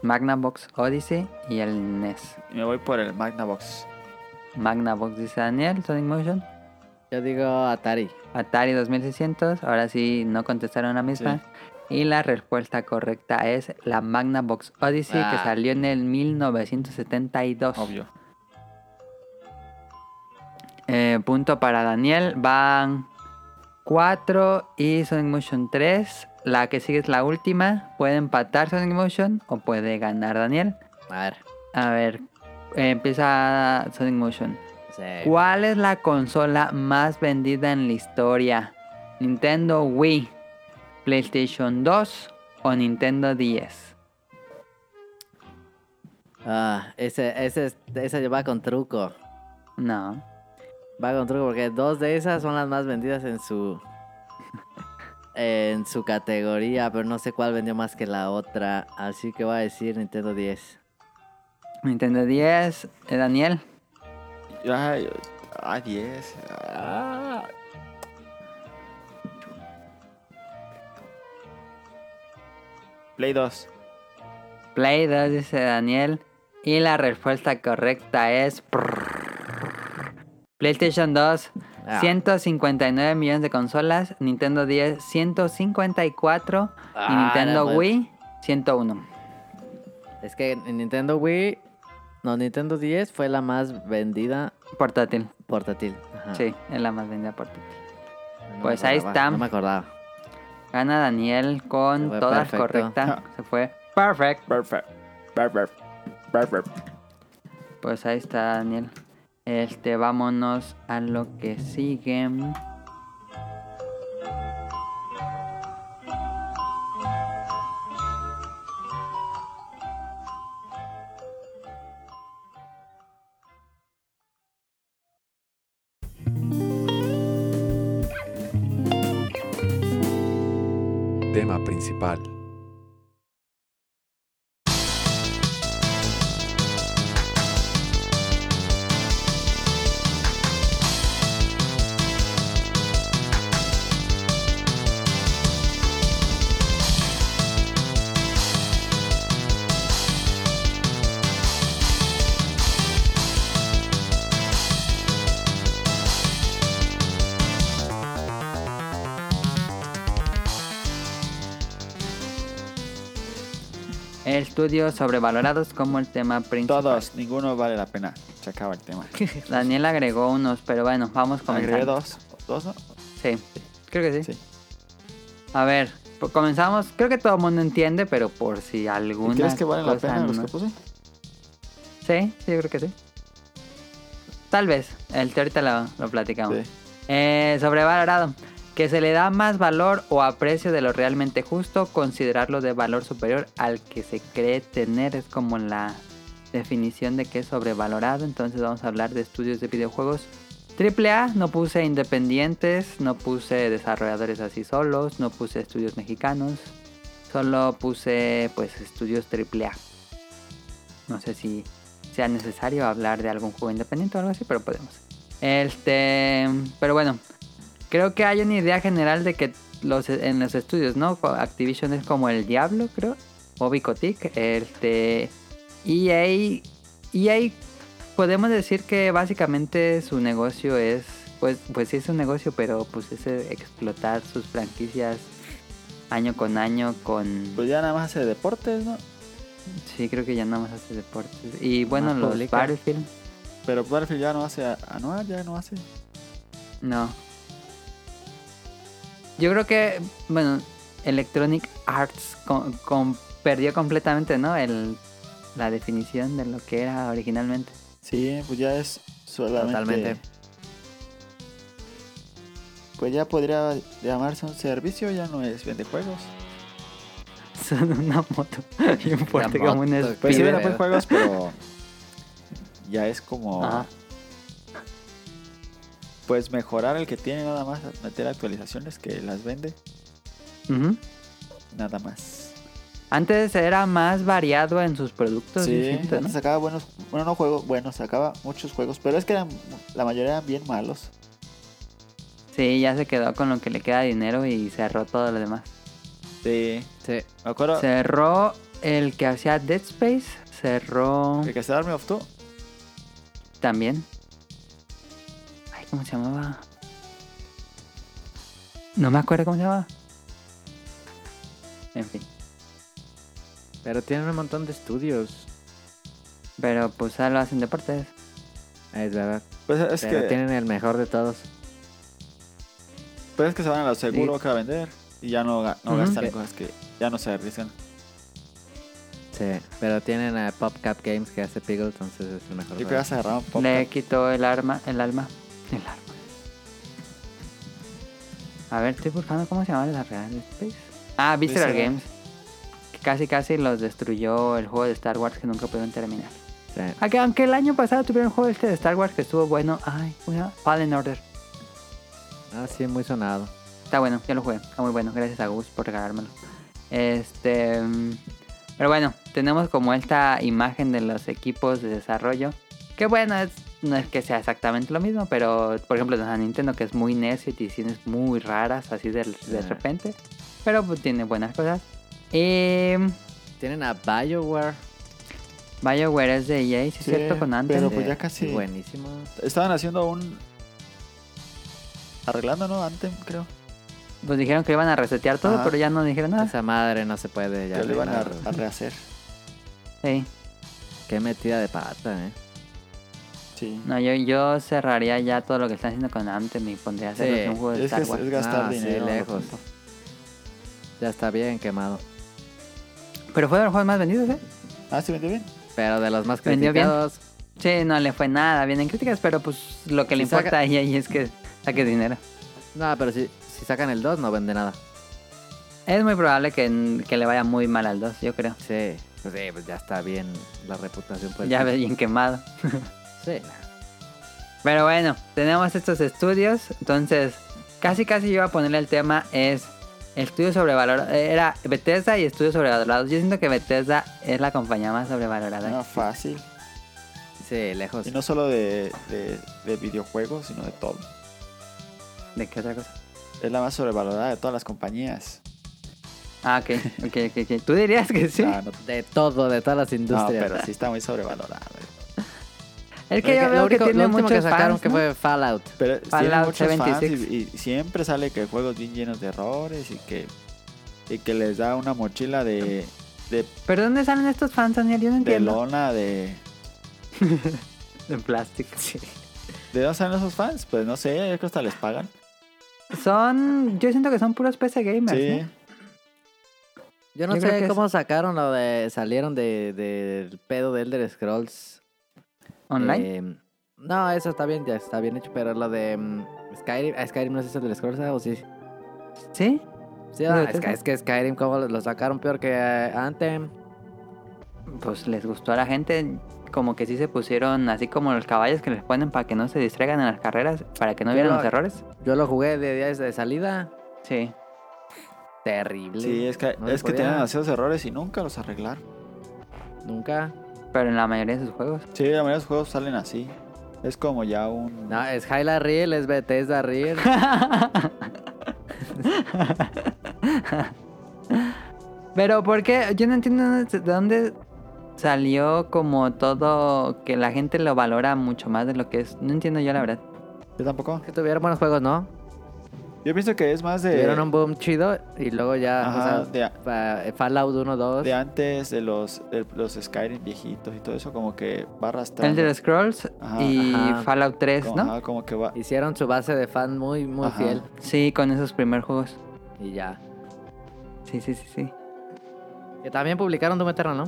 Speaker 1: Magnavox Odyssey y el E NES.
Speaker 3: Y me voy por el Magnavox.
Speaker 1: Magnavox dice Daniel, Sonic Motion.
Speaker 2: Yo digo Atari.
Speaker 1: Atari 2600, ahora sí no contestaron la misma. Y la respuesta correcta es la Magnavox Odyssey que
Speaker 2: Ah.
Speaker 1: salió en el 1972.
Speaker 3: Obvio.
Speaker 1: Eh, punto para Daniel, van 4 y Sonic Motion 3. La que sigue es la última. Puede empatar Sonic Motion o puede ganar Daniel.
Speaker 2: A ver.
Speaker 1: A ver, eh, empieza Sonic Motion.
Speaker 2: sí.
Speaker 1: ¿Cuál es la consola más vendida en la historia? ¿Nintendo Wii, PlayStation 2 o Nintendo 10?
Speaker 2: Ah, ese, ese, es- ese va con truco.
Speaker 1: No.
Speaker 2: Va con truco porque dos de esas son las más vendidas en su. En su categoría, pero no sé cuál vendió más que la otra. Así que voy a decir Nintendo 10.
Speaker 1: Nintendo 10, eh, Daniel.
Speaker 3: Ay, ay, 10. Ah. Play 2.
Speaker 1: Play 2, dice Daniel. Y la respuesta correcta es... PlayStation 2,
Speaker 2: Ah.
Speaker 1: 159 millones de consolas. Nintendo 10, 154. y
Speaker 2: Ah,
Speaker 1: Nintendo
Speaker 2: era mal.
Speaker 1: Wii, 101.
Speaker 2: Es que en Nintendo Wii. No, Nintendo 10 fue la más vendida
Speaker 1: Portátil.
Speaker 2: portátil. Ajá.
Speaker 1: Sí, es la más vendida portátil.
Speaker 2: No me
Speaker 1: Pues ahí
Speaker 2: acordaba,
Speaker 1: está.
Speaker 2: No me acordaba.
Speaker 1: Gana Daniel
Speaker 2: Se
Speaker 1: con
Speaker 2: fue
Speaker 1: todas
Speaker 2: perfecto.
Speaker 1: correctas.
Speaker 3: Ah.
Speaker 1: Se fue perfect.
Speaker 3: Perfect. Perfect. Perfect.
Speaker 1: Pues ahí está Daniel. Este, vámonos a lo que sigue.
Speaker 5: Tema principal.
Speaker 1: Estudios sobrevalorados como el tema principal.
Speaker 3: Todos, ninguno vale la pena. Se acaba el tema.
Speaker 1: Daniel agregó unos, pero bueno, vamos
Speaker 3: Agregué
Speaker 1: comenzando.
Speaker 3: dos. ¿Dos no?
Speaker 1: Sí, creo que sí.
Speaker 3: Sí.
Speaker 1: A ver, pues comenzamos. Creo que todo el mundo entiende, pero por si alguna.
Speaker 3: ¿Crees que vale la
Speaker 1: cosa
Speaker 3: pena los
Speaker 1: no-
Speaker 3: que puse?
Speaker 1: Sí, sí, yo creo que sí. Tal vez. El ahorita lo, lo platicamos.
Speaker 3: Sí.
Speaker 1: Eh, sobrevalorado. Que se le da más valor o aprecio de lo realmente justo, considerarlo de valor superior al que se cree tener. Es como la definición de que es sobrevalorado. Entonces vamos a hablar de estudios de videojuegos. Triple A, no puse independientes, no puse desarrolladores así solos, no puse estudios mexicanos, solo puse pues estudios triple A. No sé si sea necesario hablar de algún juego independiente o algo así, pero podemos. Este, pero bueno, creo que hay una idea general de que los en los estudios, ¿no? Activision es como el diablo, creo, o Bicotic, este EA EA podemos decir que básicamente su negocio es pues pues sí es un negocio, pero pues es eh, explotar sus franquicias año con año con
Speaker 3: Pues ya nada más hace deportes, ¿no?
Speaker 1: sí, creo que ya nada más hace deportes. Y bueno,
Speaker 2: Más
Speaker 1: los
Speaker 2: publica.
Speaker 1: Battlefield
Speaker 3: Pero Battlefield ya no hace a- anual, ya no hace.
Speaker 1: No. Yo creo que, bueno, Electronic Arts con- con- perdió completamente, ¿no? El, la definición de lo que era originalmente.
Speaker 3: Sí, pues ya es solamente.
Speaker 2: Totalmente.
Speaker 3: Pues ya podría llamarse un servicio, ya no es vende juegos.
Speaker 1: Son una moto bien fuerte,
Speaker 2: Una
Speaker 1: como un
Speaker 2: moto,
Speaker 3: Pues sí,
Speaker 2: Pide,
Speaker 1: speed.
Speaker 3: vende
Speaker 2: ¿verdad?
Speaker 3: juegos, pero. Ya es como.
Speaker 1: Ajá.
Speaker 3: Pues mejorar el que tiene, nada más. Meter actualizaciones que las vende,
Speaker 1: Ujú.
Speaker 3: nada más.
Speaker 1: Antes era más variado en sus productos, yo
Speaker 3: Sí,
Speaker 1: siento, ¿no?
Speaker 3: antes sacaba buenos. Bueno, no juegos, bueno, sacaba muchos juegos, pero es que eran, la mayoría eran bien malos.
Speaker 1: Sí, ya se quedó con lo que le queda de dinero y cerró todo lo demás.
Speaker 3: Sí.
Speaker 2: Sí.
Speaker 3: Me acuerdo
Speaker 1: Cerró el que hacía Dead Space, cerró
Speaker 3: el que se Army of Two.
Speaker 1: También. Ay, ¿cómo se llamaba? No me acuerdo cómo se llamaba. En fin.
Speaker 2: Pero tienen un montón de estudios.
Speaker 1: Pero pues ahora lo hacen deportes.
Speaker 2: Es verdad.
Speaker 3: Pues es
Speaker 2: Pero
Speaker 3: que.
Speaker 2: tienen el mejor de todos.
Speaker 3: Pues es que se van a lo seguro que va a vender y ya no, ga- no
Speaker 1: Ujú.
Speaker 3: gastan
Speaker 2: Ve-
Speaker 3: cosas que ya no se arriesgan.
Speaker 2: Sí. Pero tienen a PopCap Games que hace Pickle, entonces es el mejor. de
Speaker 3: Yo creo que pues ya
Speaker 2: todos.
Speaker 3: se agarraron poco.
Speaker 1: Le quitó el arma, el alma. El arma. A ver, estoy buscando cómo se llamaba la real Space. Ah, Visceral
Speaker 3: Visceral.
Speaker 1: Games. Que casi casi los destruyó el juego de Star Wars que nunca pudieron terminar.
Speaker 2: Sí.
Speaker 1: Aunque, aunque el año pasado tuvieron un juego este de Star Wars que estuvo bueno. Ay, ¿cómo se llama? Fallen Order.
Speaker 2: Ah, sí, muy sonado.
Speaker 1: Está bueno, ya lo jugué. Está muy bueno. Gracias a Gus por regalármelo. Este. mm, Pero bueno, tenemos como esta imagen de los equipos de desarrollo. Que bueno, es- no es que sea exactamente lo mismo, pero por ejemplo, tenemos a Nintendo que es muy necio y decisiones muy raras así de, de
Speaker 2: Sí.
Speaker 1: repente. Pero pues, tiene buenas cosas. Eh,
Speaker 2: Tienen a BioWare.
Speaker 1: BioWare es de EA, ¿sí es
Speaker 3: Sí,
Speaker 1: cierto, con antes.
Speaker 3: Pero pues
Speaker 2: Sí,
Speaker 3: ya casi-
Speaker 2: Buenísimo.
Speaker 3: Estaban haciendo un. Arreglando, ¿no? Antes, creo.
Speaker 1: Pues dijeron que iban a resetear todo,
Speaker 3: Ajá.
Speaker 1: pero ya no dijeron nada.
Speaker 2: Esa madre no se puede. Ya
Speaker 3: que lo iban a,
Speaker 2: arreglar.
Speaker 3: a rehacer.
Speaker 1: Sí.
Speaker 2: Qué metida de pata, eh.
Speaker 3: Sí.
Speaker 1: No, yo, yo cerraría ya todo lo que están haciendo con Anthem y pondría a hacerlo
Speaker 2: Sí,
Speaker 1: en un juego de
Speaker 3: es que
Speaker 1: Star
Speaker 3: es,
Speaker 1: Wars.
Speaker 3: es gastar
Speaker 2: Ah, sí,
Speaker 3: dinero.
Speaker 2: lejos.
Speaker 3: tonto.
Speaker 2: Ya está bien quemado.
Speaker 1: Pero fue de los juegos más vendidos, ¿eh?
Speaker 3: Ah, sí, vendió bien.
Speaker 2: Pero de los más
Speaker 1: Vendió bien.
Speaker 2: criticados.
Speaker 1: Sí, no le fue nada bien en críticas, pero pues lo que le
Speaker 2: Si saca-
Speaker 1: importa a EA es que saque dinero.
Speaker 2: No, pero si, si sacan el 2 no vende nada.
Speaker 1: Es muy probable que, que le vaya muy mal al 2, yo creo.
Speaker 2: Sí. Pues sí, pues ya está bien la reputación. Pues,
Speaker 1: ya ve bien quemado.
Speaker 2: Sí.
Speaker 1: Pero bueno, tenemos estos estudios, entonces casi casi yo iba a ponerle el tema es estudio sobrevalorado, era Bethesda y estudios sobrevalorados. Yo siento que Bethesda es la compañía más sobrevalorada.
Speaker 3: No, fácil.
Speaker 2: Sí, lejos.
Speaker 3: Y no solo de, de, de videojuegos, sino de todo.
Speaker 1: ¿De qué otra cosa?
Speaker 3: Es la más sobrevalorada de todas las compañías.
Speaker 1: Ah, ok, ok, ok. ok. ¿Tú dirías que sí?
Speaker 3: Ah, no,
Speaker 2: De todo, de todas las
Speaker 3: no,
Speaker 2: industrias.
Speaker 3: pero sí está muy sobrevalorada.
Speaker 1: Es
Speaker 2: Lo
Speaker 1: que yo
Speaker 2: lo
Speaker 1: veo
Speaker 2: único-
Speaker 1: que tiene
Speaker 2: lo último
Speaker 1: muchos
Speaker 2: que sacaron
Speaker 1: fans,
Speaker 2: que
Speaker 1: ¿no?
Speaker 2: fue Fallout.
Speaker 3: Pero tiene
Speaker 1: Fallout
Speaker 3: muchos fans
Speaker 1: 76.
Speaker 3: y, y siempre sale que el juego es bien lleno de errores y que, y que les da una mochila de, de,
Speaker 1: ¿Pero dónde salen estos fans, Daniel? Yo no
Speaker 3: de
Speaker 1: entiendo.
Speaker 3: lona de...
Speaker 1: De plástico.
Speaker 3: ¿De dónde salen esos fans? Pues no sé, yo creo que hasta les pagan.
Speaker 1: Son... Yo siento que son puros PC gamers,
Speaker 3: Sí,
Speaker 1: ¿no?
Speaker 2: Yo no
Speaker 1: Yo creo que
Speaker 2: sé
Speaker 1: es-
Speaker 2: cómo sacaron lo de. Salieron de- del pedo de Elder Scrolls
Speaker 1: Online.
Speaker 2: Eh, no, eso está bien, ya está bien hecho, pero lo de mm, Skyrim, ah, Skyrim no es ese del Scrolls, ¿ah? ¿o sí?
Speaker 1: ¿Sí?
Speaker 2: Sí,
Speaker 1: ¿No
Speaker 2: ah,
Speaker 1: de
Speaker 2: es, que,
Speaker 1: Bethesda?
Speaker 2: es que Skyrim como lo, lo sacaron peor que eh, Anthem.
Speaker 1: Pues les gustó a la gente. Como que sí se pusieron así como los caballos que les ponen para que no se distraigan en las carreras, para que no
Speaker 2: Yo
Speaker 1: vieran
Speaker 2: lo-
Speaker 1: los errores.
Speaker 2: Yo lo jugué de días de salida.
Speaker 1: Sí.
Speaker 2: Terrible.
Speaker 1: Mm,
Speaker 3: Sí, es que,
Speaker 2: No se
Speaker 3: es que
Speaker 2: podía.
Speaker 3: tenían demasiados errores y nunca los arreglaron.
Speaker 2: Nunca.
Speaker 1: Pero en la mayoría de sus juegos.
Speaker 3: Sí, la mayoría de los juegos salen así. Es como ya un.
Speaker 2: No, es Hyla Real, es Bethesda Real.
Speaker 1: Pero ¿por qué? Yo no entiendo dónde- de dónde salió como todo que la gente lo valora mucho más de lo que es. No entiendo yo la verdad.
Speaker 3: Yo tampoco.
Speaker 2: que tuvieron buenos juegos, ¿no?
Speaker 3: Yo pienso que es más
Speaker 2: Tuvieron
Speaker 3: de,
Speaker 2: un boom chido y luego ya
Speaker 3: Ajá,
Speaker 2: o sea, fa- Fallout 1, 2.
Speaker 3: de antes, de los, de los Skyrim viejitos y todo eso, como que va arrastrando.
Speaker 1: Elder Scrolls
Speaker 3: Ajá.
Speaker 1: y
Speaker 2: Ajá.
Speaker 1: Fallout 3,
Speaker 3: como,
Speaker 1: ¿no?
Speaker 3: ajá, como que va.
Speaker 2: Hicieron su base de fan muy, muy
Speaker 3: Ajá.
Speaker 2: fiel.
Speaker 1: Sí, con esos primeros juegos.
Speaker 2: Y ya.
Speaker 1: Sí, sí, sí, sí.
Speaker 2: Que también publicaron Doom Eternal, ¿no?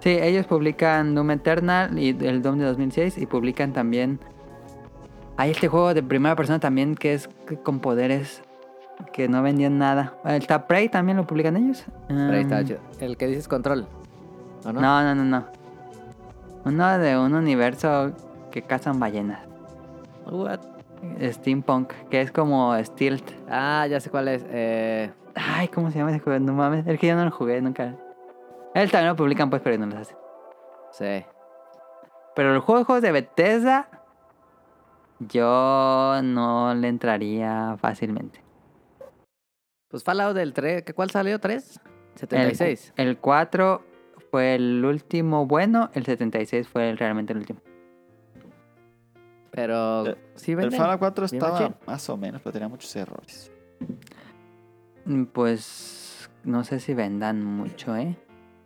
Speaker 1: Sí, ellos publican Doom Eternal y el Doom de 2006 y publican también... Hay este juego de primera persona también que es que- con poderes que no vendían nada. Está Prey también lo publican ellos.
Speaker 2: Pero ahí está
Speaker 1: Um,
Speaker 2: chido. El que dices Control. ¿O no?
Speaker 1: No, no, no, no. Uno de un universo que cazan ballenas.
Speaker 2: What?
Speaker 1: Steampunk, que es como Stilt.
Speaker 2: Ah, ya sé cuál es. Eh,
Speaker 1: Ay, ¿cómo se llama ese juego? No mames, es que yo no lo jugué nunca. Él también lo publican, pues, pero no lo hace.
Speaker 2: sí.
Speaker 1: Pero los juegos de Bethesda, yo no le entraría fácilmente.
Speaker 2: Pues Fallout del 3. ¿Cuál salió? ¿3?
Speaker 1: El,
Speaker 2: 76.
Speaker 1: el 4 fue el último bueno, el 76 fue el- realmente el último.
Speaker 2: Pero.
Speaker 3: Eh,
Speaker 2: sí,
Speaker 3: El
Speaker 2: venden.
Speaker 3: Fallout 4
Speaker 2: Bien
Speaker 3: estaba
Speaker 2: machín.
Speaker 3: más o menos, pero tenía muchos errores.
Speaker 1: Mm, Pues no sé si vendan mucho, ¿eh?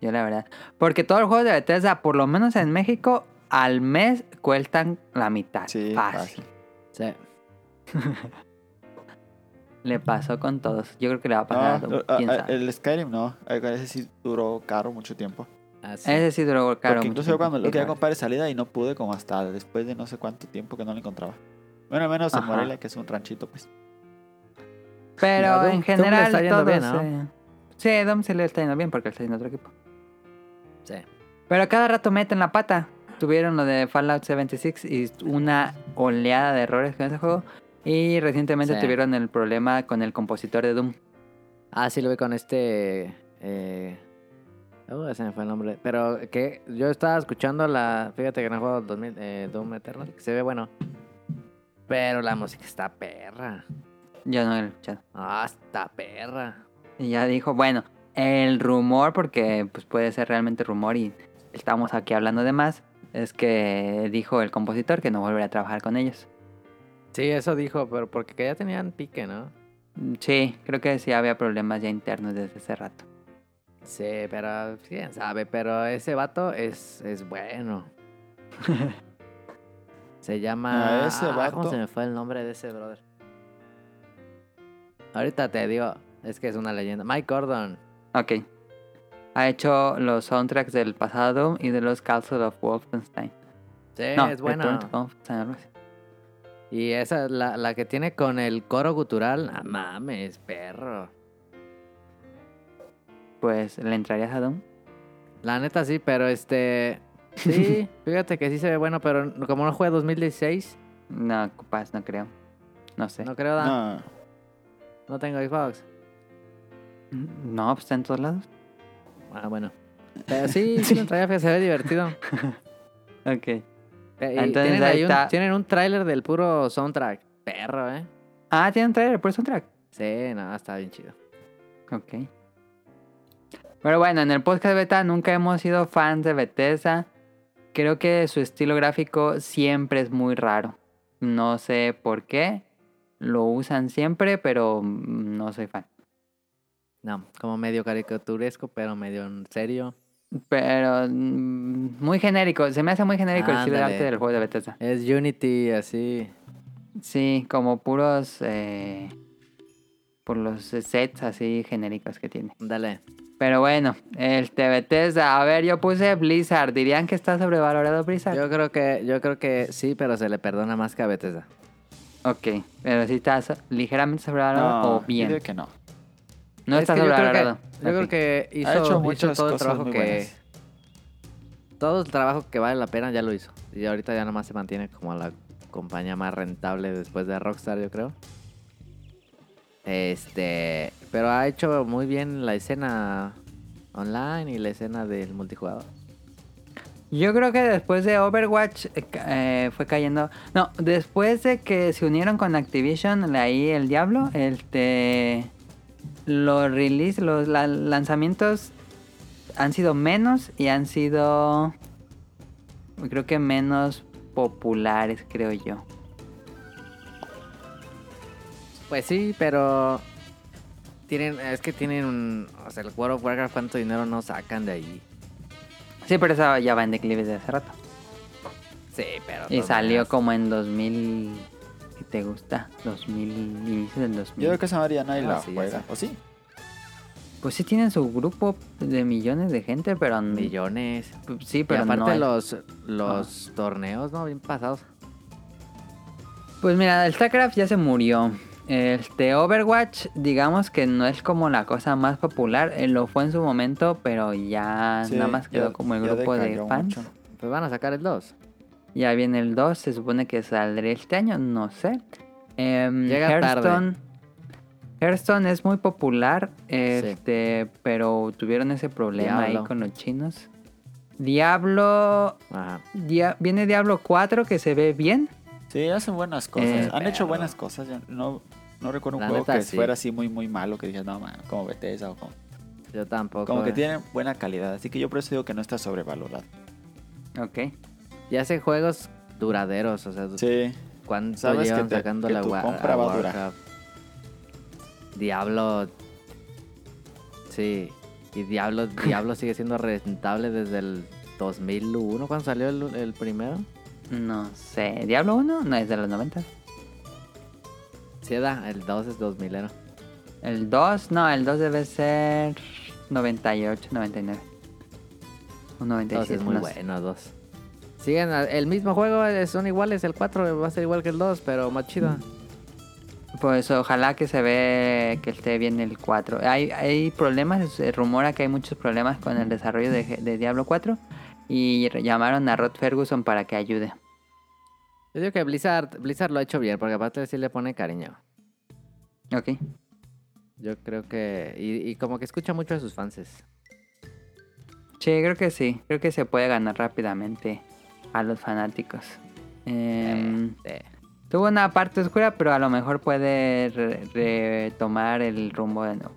Speaker 1: Yo la verdad. Porque todos los juegos de Bethesda, por lo menos en México, al mes cuestan la mitad.
Speaker 3: Sí,
Speaker 1: fácil.
Speaker 3: fácil.
Speaker 2: Sí.
Speaker 1: Le pasó con todos. Yo creo que le va a
Speaker 3: No,
Speaker 1: pasar a Doom,
Speaker 3: a- a-
Speaker 1: quién sabe.
Speaker 3: el Skyrim no. Ese sí duró caro mucho tiempo.
Speaker 2: Así.
Speaker 1: Ese sí duró caro.
Speaker 3: Porque
Speaker 1: mucho
Speaker 3: incluso yo cuando
Speaker 1: tiempo.
Speaker 3: lo quería comprar de salida y no pude como hasta después de no sé cuánto tiempo que no lo encontraba. Bueno, al menos en
Speaker 1: Ajá.
Speaker 3: Morelia, que es un ranchito, pues.
Speaker 1: Pero
Speaker 2: No, Doom- Doom
Speaker 1: en
Speaker 2: le está
Speaker 1: general
Speaker 2: yendo
Speaker 1: todo
Speaker 2: bien, ¿no?
Speaker 1: Sí, a Doom se le está yendo bien porque le está yendo a otro equipo.
Speaker 2: Sí.
Speaker 1: Pero cada rato meten la pata. Tuvieron lo de Fallout 76 y una oleada de errores con ese juego. Y recientemente
Speaker 2: Sí.
Speaker 1: tuvieron el problema con el compositor de Doom.
Speaker 2: Ah, sí, lo vi con este. Eh... Uh, se me fue el nombre. Pero que yo estaba escuchando la. Fíjate que no he jugado 2000, eh, Doom Eternal. Que se ve bueno. Pero la música está perra.
Speaker 1: Yo no lo he escuchado.
Speaker 2: Ah, está perra.
Speaker 1: Y ya dijo, bueno, el rumor, porque pues puede ser realmente rumor y estamos aquí hablando de más, es que dijo el compositor que no volverá a trabajar con ellos.
Speaker 2: Sí, eso dijo, pero porque que ya tenían pique, ¿no?
Speaker 1: Mm, Sí, creo que sí había problemas ya internos desde ese rato.
Speaker 2: Sí, pero quién sabe, pero ese vato es, es bueno. se llama.
Speaker 3: A ese
Speaker 2: Ah, ¿Cómo
Speaker 3: vato.
Speaker 2: se me fue el nombre de ese brother? Ahorita te digo, es que es una leyenda. Mike Gordon.
Speaker 1: Ok. Ha hecho los soundtracks del pasado Doom y de los Castle of Wolfenstein.
Speaker 2: Sí,
Speaker 1: no,
Speaker 2: es bueno.
Speaker 1: Return to Wolfenstein, algo así.
Speaker 2: Y esa, la, la que tiene con el coro gutural. No mames, perro.
Speaker 1: Pues le entrarías a Doom.
Speaker 2: La neta sí, pero este. Sí, fíjate que sí se ve bueno, pero como no juega 2016,
Speaker 1: No, capaz, no creo. No sé.
Speaker 2: no creo, Dan.
Speaker 3: No,
Speaker 2: no tengo Xbox.
Speaker 1: No, pues está en todos lados.
Speaker 2: Ah, bueno. Pero sí, sí lo traía, fíjate, se ve divertido.
Speaker 1: Ok.
Speaker 2: Eh, y
Speaker 1: Entonces,
Speaker 2: tienen,
Speaker 1: ahí
Speaker 2: ahí un-
Speaker 1: está.
Speaker 2: tienen un tráiler del puro soundtrack. Perro, ¿eh?
Speaker 1: Ah, tiene un trailer, por soundtrack.
Speaker 2: Sí, no, está bien chido.
Speaker 1: Ok. Pero bueno, en el podcast beta nunca hemos sido fans de Bethesda. Creo que su estilo gráfico siempre es muy raro. No sé por qué. Lo usan siempre, pero mm, no soy fan.
Speaker 2: No, como medio caricaturesco, pero medio en serio.
Speaker 1: Pero mm, muy genérico. Se me hace muy genérico el estilo de
Speaker 2: Ándale.
Speaker 1: arte del juego de Bethesda.
Speaker 2: Es Unity, así.
Speaker 1: Sí, como puros... eh, por los sets así genéricos que tiene.
Speaker 2: Dale.
Speaker 1: Pero bueno, este Bethesda. A ver, yo puse Blizzard. ¿Dirían que está sobrevalorado Blizzard?
Speaker 2: Yo creo que, yo creo que sí, pero se le perdona más que a Bethesda.
Speaker 1: Ok, pero si estás ligeramente sobrevalorado o bien.
Speaker 3: yo digo que no.
Speaker 1: No
Speaker 2: Es
Speaker 1: estás
Speaker 2: que yo creo que-
Speaker 1: sobrevalorado.
Speaker 2: Yo creo
Speaker 1: Ok.
Speaker 2: que hizo,
Speaker 3: Ha hecho
Speaker 2: hizo
Speaker 3: muchas
Speaker 2: todo el
Speaker 3: cosas
Speaker 2: trabajo
Speaker 3: muy
Speaker 2: que.
Speaker 3: buenas.
Speaker 2: Todo el trabajo que vale la pena ya lo hizo. Y ahorita ya nomás se mantiene como la compañía más rentable después de Rockstar, yo creo. Este. Pero ha hecho muy bien la escena online y la escena del multijugador.
Speaker 1: Yo creo que después de Overwatch eh, ca- eh, fue cayendo. No, después de que se unieron con Activision, la- ahí el Diablo, este. Los release, los la- lanzamientos han sido menos y han sido. Creo que menos populares, creo yo.
Speaker 2: Pues sí, pero. Tienen, es que tienen un. O sea, el World of Warcraft, ¿cuánto dinero no sacan de ahí?
Speaker 1: Sí, pero esa ya va en declive desde hace rato.
Speaker 2: Sí, pero. de
Speaker 1: Y
Speaker 2: todas
Speaker 1: salió
Speaker 2: maneras-
Speaker 1: como en 2000. ¿Qué te gusta? 2000, inicio del 2000.
Speaker 3: Yo creo que esa María nadie
Speaker 2: Ah,
Speaker 3: la
Speaker 2: sí,
Speaker 3: juega.
Speaker 2: sí.
Speaker 3: ¿O sí?
Speaker 1: Pues sí tienen su grupo de millones de gente, pero n- pues
Speaker 2: Millones.
Speaker 1: sí,
Speaker 2: Pero
Speaker 1: pero no.
Speaker 2: aparte
Speaker 1: es-
Speaker 2: los,
Speaker 3: Ah.
Speaker 2: los torneos, ¿no? Bien pasados.
Speaker 1: Pues mira, el StarCraft ya se murió. Este Overwatch, digamos que no es como la cosa más popular, eh, lo fue en su momento, pero ya
Speaker 3: Sí,
Speaker 1: Ah, nada más quedó
Speaker 3: ya-
Speaker 1: como el
Speaker 3: ya
Speaker 1: grupo de
Speaker 3: decayó
Speaker 1: fans.
Speaker 3: mucho.
Speaker 2: Pues van a sacar el 2.
Speaker 1: Ya viene el 2, se supone que saldrá este año, no sé. Em,
Speaker 2: Llega tarde.
Speaker 1: Hearthstone es muy popular, este, pero tuvieron ese problema ahí
Speaker 2: Diablo.
Speaker 1: con los chinos. Diablo
Speaker 2: Ajá.
Speaker 1: Dia- viene Diablo 4 que se ve bien.
Speaker 3: Sí, hacen buenas cosas.
Speaker 1: Eh,
Speaker 3: Han hecho
Speaker 2: pero-
Speaker 3: buenas cosas. yo no, no recuerdo un
Speaker 2: La
Speaker 3: juego
Speaker 2: neta,
Speaker 3: que
Speaker 2: sí.
Speaker 3: fuera así muy, muy malo. Que dije, no, man, como Bethesda o como.
Speaker 2: Yo tampoco.
Speaker 3: Como que
Speaker 2: eh.
Speaker 3: tienen buena calidad. Así que yo por eso digo que no está sobrevalorado.
Speaker 1: Ok.
Speaker 2: Y hacen juegos duraderos. O sea,
Speaker 3: Sí.
Speaker 2: ¿cuánto
Speaker 3: Sabes que
Speaker 2: llevan
Speaker 3: te-
Speaker 2: sacando
Speaker 3: que
Speaker 2: la
Speaker 3: tu
Speaker 2: wa-
Speaker 3: compra
Speaker 2: a
Speaker 3: va a durar.
Speaker 2: Warcraft? Diablo. Sí. Y Diablo, Diablo sigue siendo rentable desde el 2001. ¿Cuándo salió el, el primero?
Speaker 1: No sé. ¿Diablo 1? No, es de los 90.
Speaker 2: Sí, da. El 2 es 2000. era.
Speaker 1: ¿El 2? No, el 2 debe ser 98, 99. O 96.
Speaker 2: Dos es muy
Speaker 1: no sé.
Speaker 2: bueno, dos. Siguen a- el mismo juego, eh, son iguales, el 4 va a ser igual que el 2, pero más chido.
Speaker 1: Pues ojalá que se ve que esté bien el 4. Hay, hay problemas, se rumora que hay muchos problemas con el desarrollo de, de Diablo 4. Y llamaron a Rod Ferguson para que ayude.
Speaker 2: Yo digo que Blizzard, Blizzard lo ha hecho bien, porque aparte sí le pone cariño.
Speaker 1: Ok.
Speaker 2: Yo creo que... Y, y como que escucha mucho a sus fans. Este,
Speaker 1: Sí, creo que sí. Creo que se puede ganar rápidamente a los fanáticos. Em,
Speaker 2: Este,
Speaker 1: Tuvo una parte oscura, pero a lo mejor puede re- retomar el rumbo de nuevo.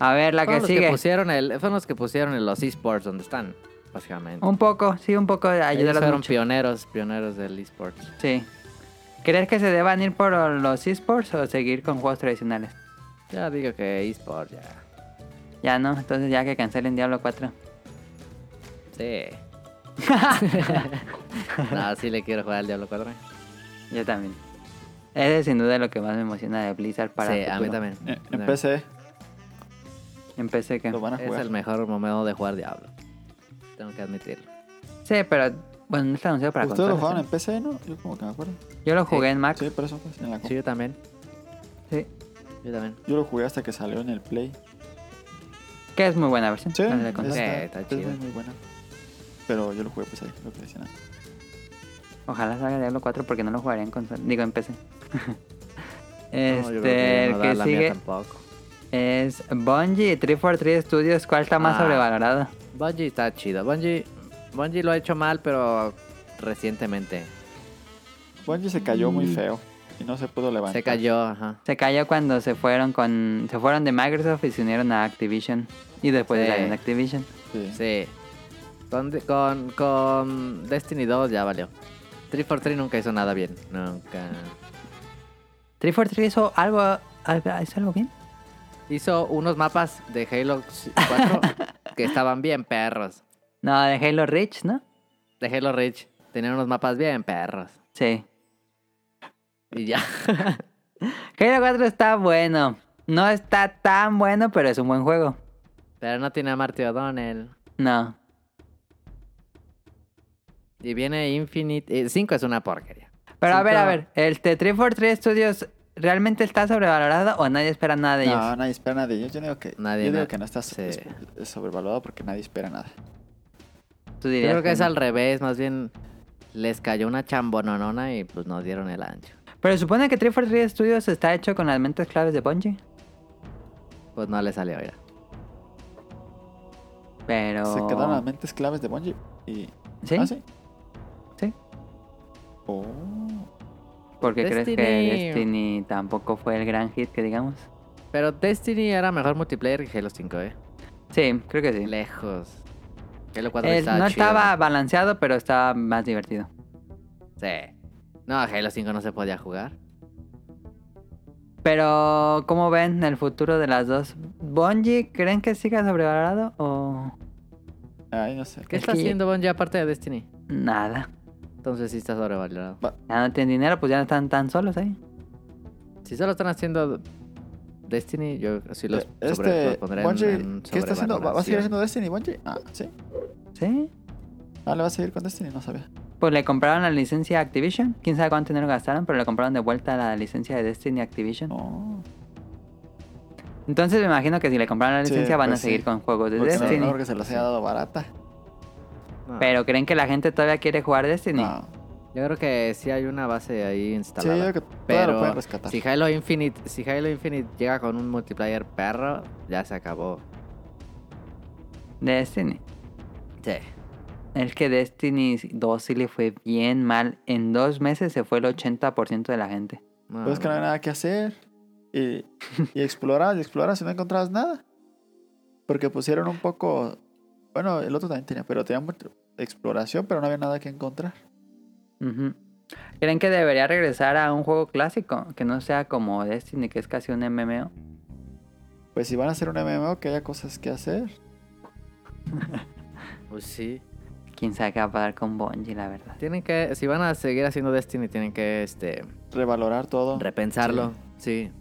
Speaker 1: A ver, la
Speaker 2: fueron
Speaker 1: que
Speaker 2: los
Speaker 1: sigue.
Speaker 2: que pusieron el, fueron los que pusieron en los esports donde están, básicamente.
Speaker 1: Un poco, sí, un poco
Speaker 2: Ellos
Speaker 1: ayudaron
Speaker 2: fueron
Speaker 1: mucho.
Speaker 2: pioneros, pioneros del esports.
Speaker 1: Sí. ¿Crees que se deban ir por los esports o seguir con juegos tradicionales?
Speaker 2: Ya digo que esports, ya.
Speaker 1: Ya no, entonces ya que cancelen Diablo 4.
Speaker 2: Sí. no, sí le quiero jugar al Diablo 4.
Speaker 1: Yo también. Ese es sin duda lo que más me emociona de Blizzard para
Speaker 2: sí, a mí
Speaker 1: futuro.
Speaker 2: también.
Speaker 3: Eh,
Speaker 2: O
Speaker 3: En
Speaker 2: sea,
Speaker 3: PC
Speaker 1: Empecé que...
Speaker 3: lo van a
Speaker 2: Es
Speaker 3: jugar.
Speaker 2: el mejor momento de jugar Diablo. Tengo que admitirlo.
Speaker 1: Sí, pero... Bueno, no está anunciado para
Speaker 3: Pues ¿Ustedes lo
Speaker 1: consolas.
Speaker 3: jugaban en
Speaker 1: ¿eh?
Speaker 3: PC, no? Yo como que me acuerdo.
Speaker 1: Yo lo jugué en Mac.
Speaker 3: Sí, por eso pues, en la compu.
Speaker 2: Sí, yo también.
Speaker 1: sí.
Speaker 2: Yo también.
Speaker 3: Yo lo jugué hasta que salió en el Play.
Speaker 1: Que es muy buena versión.
Speaker 3: Sí,
Speaker 1: la de
Speaker 3: esa
Speaker 1: consola.
Speaker 2: Sí, está
Speaker 3: está, es
Speaker 2: chido.
Speaker 3: muy, muy buena. Pero yo lo jugué pues ahí, lo que decían. antes.
Speaker 1: Ojalá salga Diablo 4 porque no lo jugaré en consola. Digo, en PC.
Speaker 2: No,
Speaker 1: este,
Speaker 2: yo creo que ya no
Speaker 1: el
Speaker 2: da
Speaker 1: que
Speaker 2: la mía
Speaker 1: sigue
Speaker 2: tampoco.
Speaker 1: es Bungie y 343 Studios. ¿Cuál está más
Speaker 2: Ah.
Speaker 1: sobrevalorado?
Speaker 2: Bungie está chido. Bungie, Bungie lo ha hecho mal, pero recientemente.
Speaker 3: Bungie se cayó muy feo y no se pudo levantar.
Speaker 2: Mm. Se cayó, ajá.
Speaker 1: Se cayó cuando se fueron con se fueron de Microsoft y se unieron a Activision. Y después
Speaker 2: Sí.
Speaker 1: de salieron de Activision.
Speaker 3: Sí.
Speaker 2: Sí. Con, con, con Destiny 2 ya valió. 343 nunca hizo nada bien. Nunca.
Speaker 1: 343 hizo algo, algo- ¿hizo algo bien.
Speaker 2: Hizo unos mapas de Halo 4 que estaban bien perros.
Speaker 1: No, de Halo Reach, ¿no?
Speaker 2: De Halo Reach. Tenían unos mapas bien perros.
Speaker 1: Sí.
Speaker 2: Y ya.
Speaker 1: Halo 4 está bueno. No está tan bueno, pero es un buen juego.
Speaker 2: Pero no tiene a Marty O'Donnell.
Speaker 1: No.
Speaker 2: Y viene Infinite. 5 es Eh, una porquería.
Speaker 1: Pero a ver, a
Speaker 3: Siento-
Speaker 1: ver, este 343 Studios realmente está sobrevalorado o nadie espera nada de ellos.
Speaker 3: No, nadie espera nada de ellos. Yo digo que,
Speaker 2: Nadie,
Speaker 3: yo digo
Speaker 2: na-
Speaker 3: que no está
Speaker 2: sí.
Speaker 3: es- es sobrevaluado porque nadie espera nada.
Speaker 1: Tú
Speaker 2: Yo
Speaker 1: dirías
Speaker 2: creo que es
Speaker 1: no.
Speaker 2: al revés, más bien les cayó una chambononona y pues nos dieron el ancho.
Speaker 1: Pero supone que 343 Studios está hecho con las mentes claves de Bungie.
Speaker 2: Pues no le salió, mira.
Speaker 1: Pero.
Speaker 3: Se quedaron las mentes claves de Bungie y...
Speaker 1: ¿Sí?
Speaker 3: ¿Ah, sí?
Speaker 1: Sí.
Speaker 3: Oh.
Speaker 1: Porque crees que
Speaker 2: Destiny.
Speaker 1: Destiny tampoco fue el gran hit que digamos.
Speaker 2: Pero Destiny era mejor multiplayer que Halo 5, ¿eh?
Speaker 1: Sí, creo que sí.
Speaker 2: Lejos. Halo 4
Speaker 1: Eh,
Speaker 2: estaba
Speaker 1: no
Speaker 2: chido.
Speaker 1: estaba balanceado, pero estaba más divertido.
Speaker 2: Sí. No, Halo 5 no se podía jugar.
Speaker 1: Pero, ¿cómo ven el futuro de las dos? ¿Bungie creen que siga sobrevalorado o
Speaker 3: Ay, no sé.
Speaker 2: ¿Qué
Speaker 1: Es
Speaker 2: está
Speaker 1: que-
Speaker 2: haciendo Bungie aparte de Destiny?
Speaker 1: nada?
Speaker 2: Entonces sí está sobrevalorado.
Speaker 1: Ya no tienen dinero, pues ya no están tan solos ahí.
Speaker 2: Si solo están haciendo Destiny, yo sí los, sobre,
Speaker 3: Este,
Speaker 2: los pondré en-
Speaker 3: Bungie,
Speaker 2: en
Speaker 3: ¿qué está haciendo? ¿Va, va a seguir haciendo
Speaker 2: sobrevaloración.
Speaker 3: Destiny, Bungie? Ah, sí.
Speaker 1: ¿Sí?
Speaker 3: Ah, ¿le va a seguir con Destiny? No sabía.
Speaker 1: Pues le compraron la licencia a Activision. Quién sabe cuánto dinero gastaron, pero le compraron de vuelta la licencia de Destiny a Activision.
Speaker 3: Oh.
Speaker 1: Entonces me imagino que si le compraron la
Speaker 3: Sí,
Speaker 1: licencia van a
Speaker 3: pues sí.
Speaker 1: seguir con juegos de
Speaker 3: Porque no,
Speaker 1: Destiny.
Speaker 3: no, porque se las haya dado barata.
Speaker 2: No,
Speaker 1: Pero creen que la gente todavía quiere jugar Destiny.
Speaker 3: No.
Speaker 2: Yo creo que sí hay una base ahí
Speaker 3: Sí, yo
Speaker 2: instalada.
Speaker 3: creo que todavía lo
Speaker 2: pero
Speaker 3: pueden rescatar.
Speaker 2: si Halo Infinite, si Halo Infinite llega con un multiplayer perro, ya se acabó.
Speaker 1: Destiny.
Speaker 2: Sí.
Speaker 1: Es que Destiny 2 sí le fue bien mal. En dos meses se fue el 80% de la gente.
Speaker 2: No,
Speaker 3: Pero Pues es que no
Speaker 1: Ah.
Speaker 3: había nada que hacer. Y, y explorabas y explorabas y no encontrabas nada. Porque pusieron un poco. Bueno, el otro también tenía, pero tenía mucha exploración, pero no había nada que encontrar.
Speaker 1: Ujú. ¿Creen que debería regresar a un juego clásico? Que no sea como Destiny, que es casi un MMO.
Speaker 3: Pues si van a hacer un MMO, que haya cosas que hacer.
Speaker 2: Pues sí.
Speaker 1: Quién sabe qué va a pasar con Bungie, la verdad.
Speaker 2: Tienen que, si van a seguir haciendo Destiny, tienen que este
Speaker 3: Revalorar todo.
Speaker 2: repensarlo. Sí.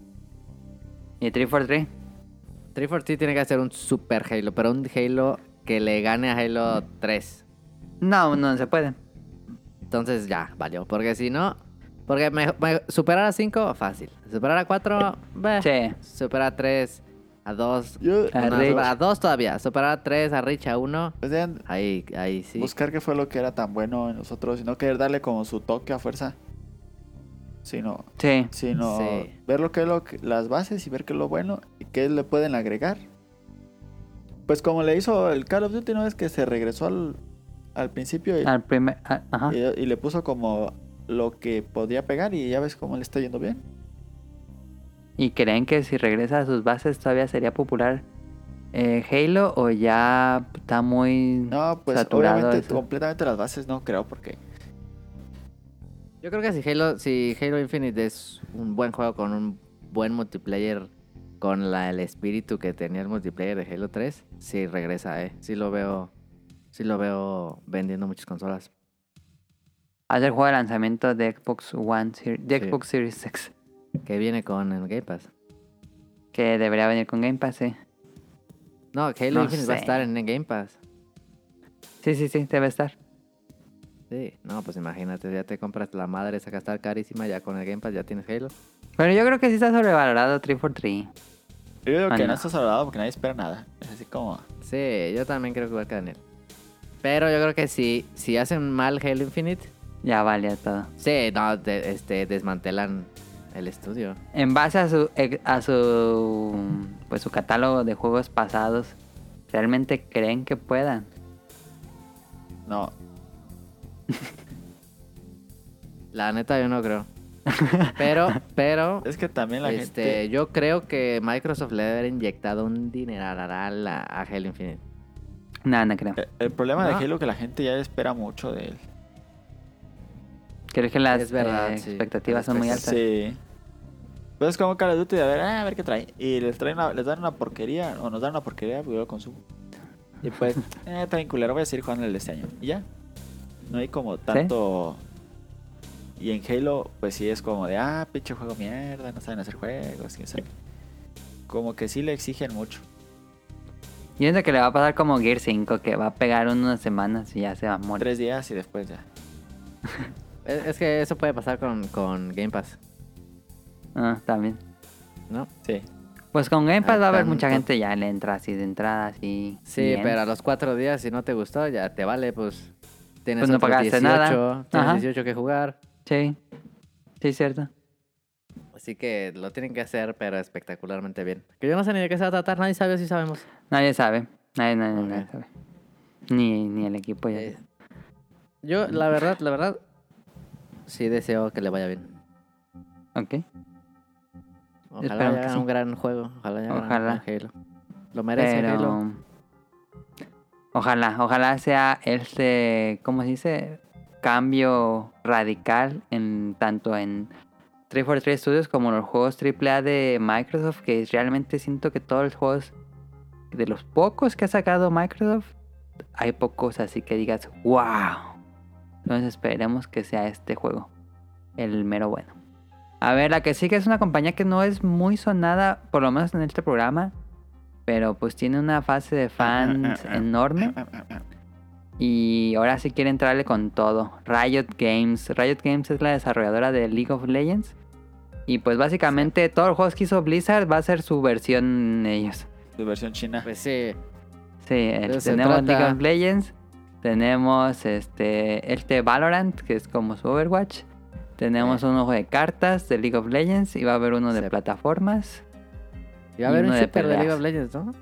Speaker 1: ¿Y 343?
Speaker 2: 343 tiene que hacer un super Halo, pero un Halo que le gane a Halo 3.
Speaker 1: No, no se puede.
Speaker 2: Entonces ya, valió. Porque si no, porque me- me- superar a 5, fácil. Superar a 4,
Speaker 1: Sí.
Speaker 2: Superar a 3, a 2,
Speaker 3: Yo,
Speaker 1: Ah. A
Speaker 2: no,
Speaker 1: Rich.
Speaker 2: superar a 2 todavía. Superar a 3, a Rich a 1.
Speaker 3: pues deben
Speaker 2: Ahí, ahí sí.
Speaker 3: buscar qué fue lo que era tan bueno en nosotros y no querer darle como su toque a fuerza. Sino,
Speaker 1: Sí.
Speaker 3: sino
Speaker 2: Sí.
Speaker 3: ver lo que es lo que- las bases y ver qué es lo bueno y qué le pueden agregar. Pues como le hizo el Call of Duty, no es que se regresó al, al principio y,
Speaker 1: Al primer. a- Ajá.
Speaker 3: y- y le puso como lo que podía pegar y ya ves cómo le está yendo bien.
Speaker 1: ¿Y creen que si regresa a sus bases todavía sería popular eh, Halo o ya está muy...
Speaker 3: No, pues
Speaker 1: Saturado
Speaker 3: obviamente
Speaker 1: eso.
Speaker 3: completamente las bases no creo porque
Speaker 2: Yo creo que si Halo, si Halo Infinite es un buen juego con un buen multiplayer, con la, el espíritu que tenía el multiplayer de Halo 3, sí regresa, eh. Sí lo veo, sí lo veo vendiendo muchas consolas.
Speaker 1: Hace el juego de lanzamiento de Xbox One, Ser- de
Speaker 2: Sí.
Speaker 1: Xbox Series X,
Speaker 2: Que viene con el Game Pass.
Speaker 1: que debería venir con Game Pass, sí.
Speaker 2: No, Halo
Speaker 1: No
Speaker 2: Infinite va a
Speaker 1: sé.
Speaker 2: estar en el Game Pass.
Speaker 1: Sí, sí, sí, debe estar.
Speaker 2: Sí, no, pues imagínate, ya te compras la madre, esa que está carísima, ya con el Game Pass ya tienes Halo.
Speaker 1: Pero yo creo que sí está sobrevalorado 343.
Speaker 3: yo digo
Speaker 1: Ah,
Speaker 3: que no.
Speaker 1: no.
Speaker 3: está saludado porque nadie espera nada. Es así como
Speaker 2: Sí, yo también creo que igual que Daniel. Pero yo creo que si, si hacen mal Halo Infinite,
Speaker 1: Ya valía todo.
Speaker 2: sí, no, de- este, desmantelan el estudio.
Speaker 1: En base a su, ex- a su, pues su catálogo de juegos pasados, ¿realmente creen que puedan?
Speaker 3: no,
Speaker 2: La neta yo no creo. Pero, pero,
Speaker 3: es que también la
Speaker 2: este,
Speaker 3: gente
Speaker 2: yo creo que Microsoft le debe haber inyectado un dineral a, a Halo Infinite.
Speaker 1: No, no creo.
Speaker 3: el- el problema
Speaker 2: No.
Speaker 3: de Halo que la gente ya espera mucho de él.
Speaker 1: Creo que las
Speaker 2: es verdad,
Speaker 1: eh,
Speaker 2: sí.
Speaker 1: expectativas son muy altas.
Speaker 3: Sí. Pues es como Call of Duty, a ver, ah, a ver qué trae. Y les, traen una- les dan una porquería, o nos dan una porquería, porque yo lo consumo. Y pues, eh, traen culero, voy a seguir jugando el de este año. Y ya. No hay como tanto. Y en Halo, pues sí es como de, ah, pinche juego mierda, no saben hacer juegos, quién sabe. Como que sí le exigen mucho.
Speaker 1: Yo siento que le va a pasar como Gear 5, que va a pegar unas semanas y ya se va a morir.
Speaker 3: Tres días y después ya.
Speaker 2: E, Es, es que eso puede pasar con, con Game Pass,
Speaker 1: Ah, también.
Speaker 2: ¿no?
Speaker 3: Sí.
Speaker 1: Pues con Game Pass va a haber
Speaker 2: Tanto.
Speaker 1: mucha gente ya le entra así de entrada, así.
Speaker 2: Sí,
Speaker 1: bien.
Speaker 2: pero a los cuatro días, si no te gustó, ya te vale, pues. Tienes
Speaker 1: Pues no
Speaker 2: otros
Speaker 1: pagaste nada.
Speaker 2: 18, tienes
Speaker 1: Ajá.
Speaker 2: 18 que jugar.
Speaker 1: Sí. Sí, es cierto.
Speaker 2: Así que lo tienen que hacer, pero espectacularmente bien. Que yo no sé ni de qué se va a tratar, nadie sabe si sabemos.
Speaker 1: Nadie sabe. Nadie, nadie,
Speaker 2: Ok.
Speaker 1: nadie sabe. Ni, ni el equipo ya.
Speaker 2: Eh, yo, la verdad, la verdad, sí deseo que le vaya bien.
Speaker 1: Ok.
Speaker 2: Ojalá
Speaker 1: Espero que
Speaker 2: hagan
Speaker 1: sí.
Speaker 2: un gran juego. Ojalá hagan un
Speaker 1: Ojalá.
Speaker 2: gran Halo. Lo merece Halo.
Speaker 1: Pero. Ojalá, ojalá sea este, ¿cómo se dice? Cambio radical en tanto en 343 Studios como en los juegos AAA de Microsoft, que realmente siento que todos los juegos, de los pocos que ha sacado Microsoft, hay pocos así que digas, wow. Entonces esperemos que sea este juego el mero bueno. A ver, la que sigue es una compañía que no es muy sonada, por lo menos en este programa, pero pues tiene una fase
Speaker 2: Ah,
Speaker 1: de fans enorme. Y ahora sí quiere entrarle con todo. Riot Games. Riot Games es la desarrolladora de League of Legends. Y pues básicamente todos los juegos que hizo Blizzard va a ser su versión ellos.
Speaker 3: Su versión china.
Speaker 2: Pues sí.
Speaker 1: Sí, el-
Speaker 2: eso se
Speaker 1: tenemos
Speaker 2: trata.
Speaker 1: League of Legends, tenemos este este Valorant, que es como su Overwatch,
Speaker 2: Eh.
Speaker 1: tenemos un ojo de cartas de League of Legends y va a haber uno de
Speaker 2: Se-
Speaker 1: plataformas.
Speaker 2: Y va a
Speaker 1: Y
Speaker 2: haber un
Speaker 1: uno de
Speaker 2: shooter de, League
Speaker 1: peleas.
Speaker 2: of Legends, ¿no?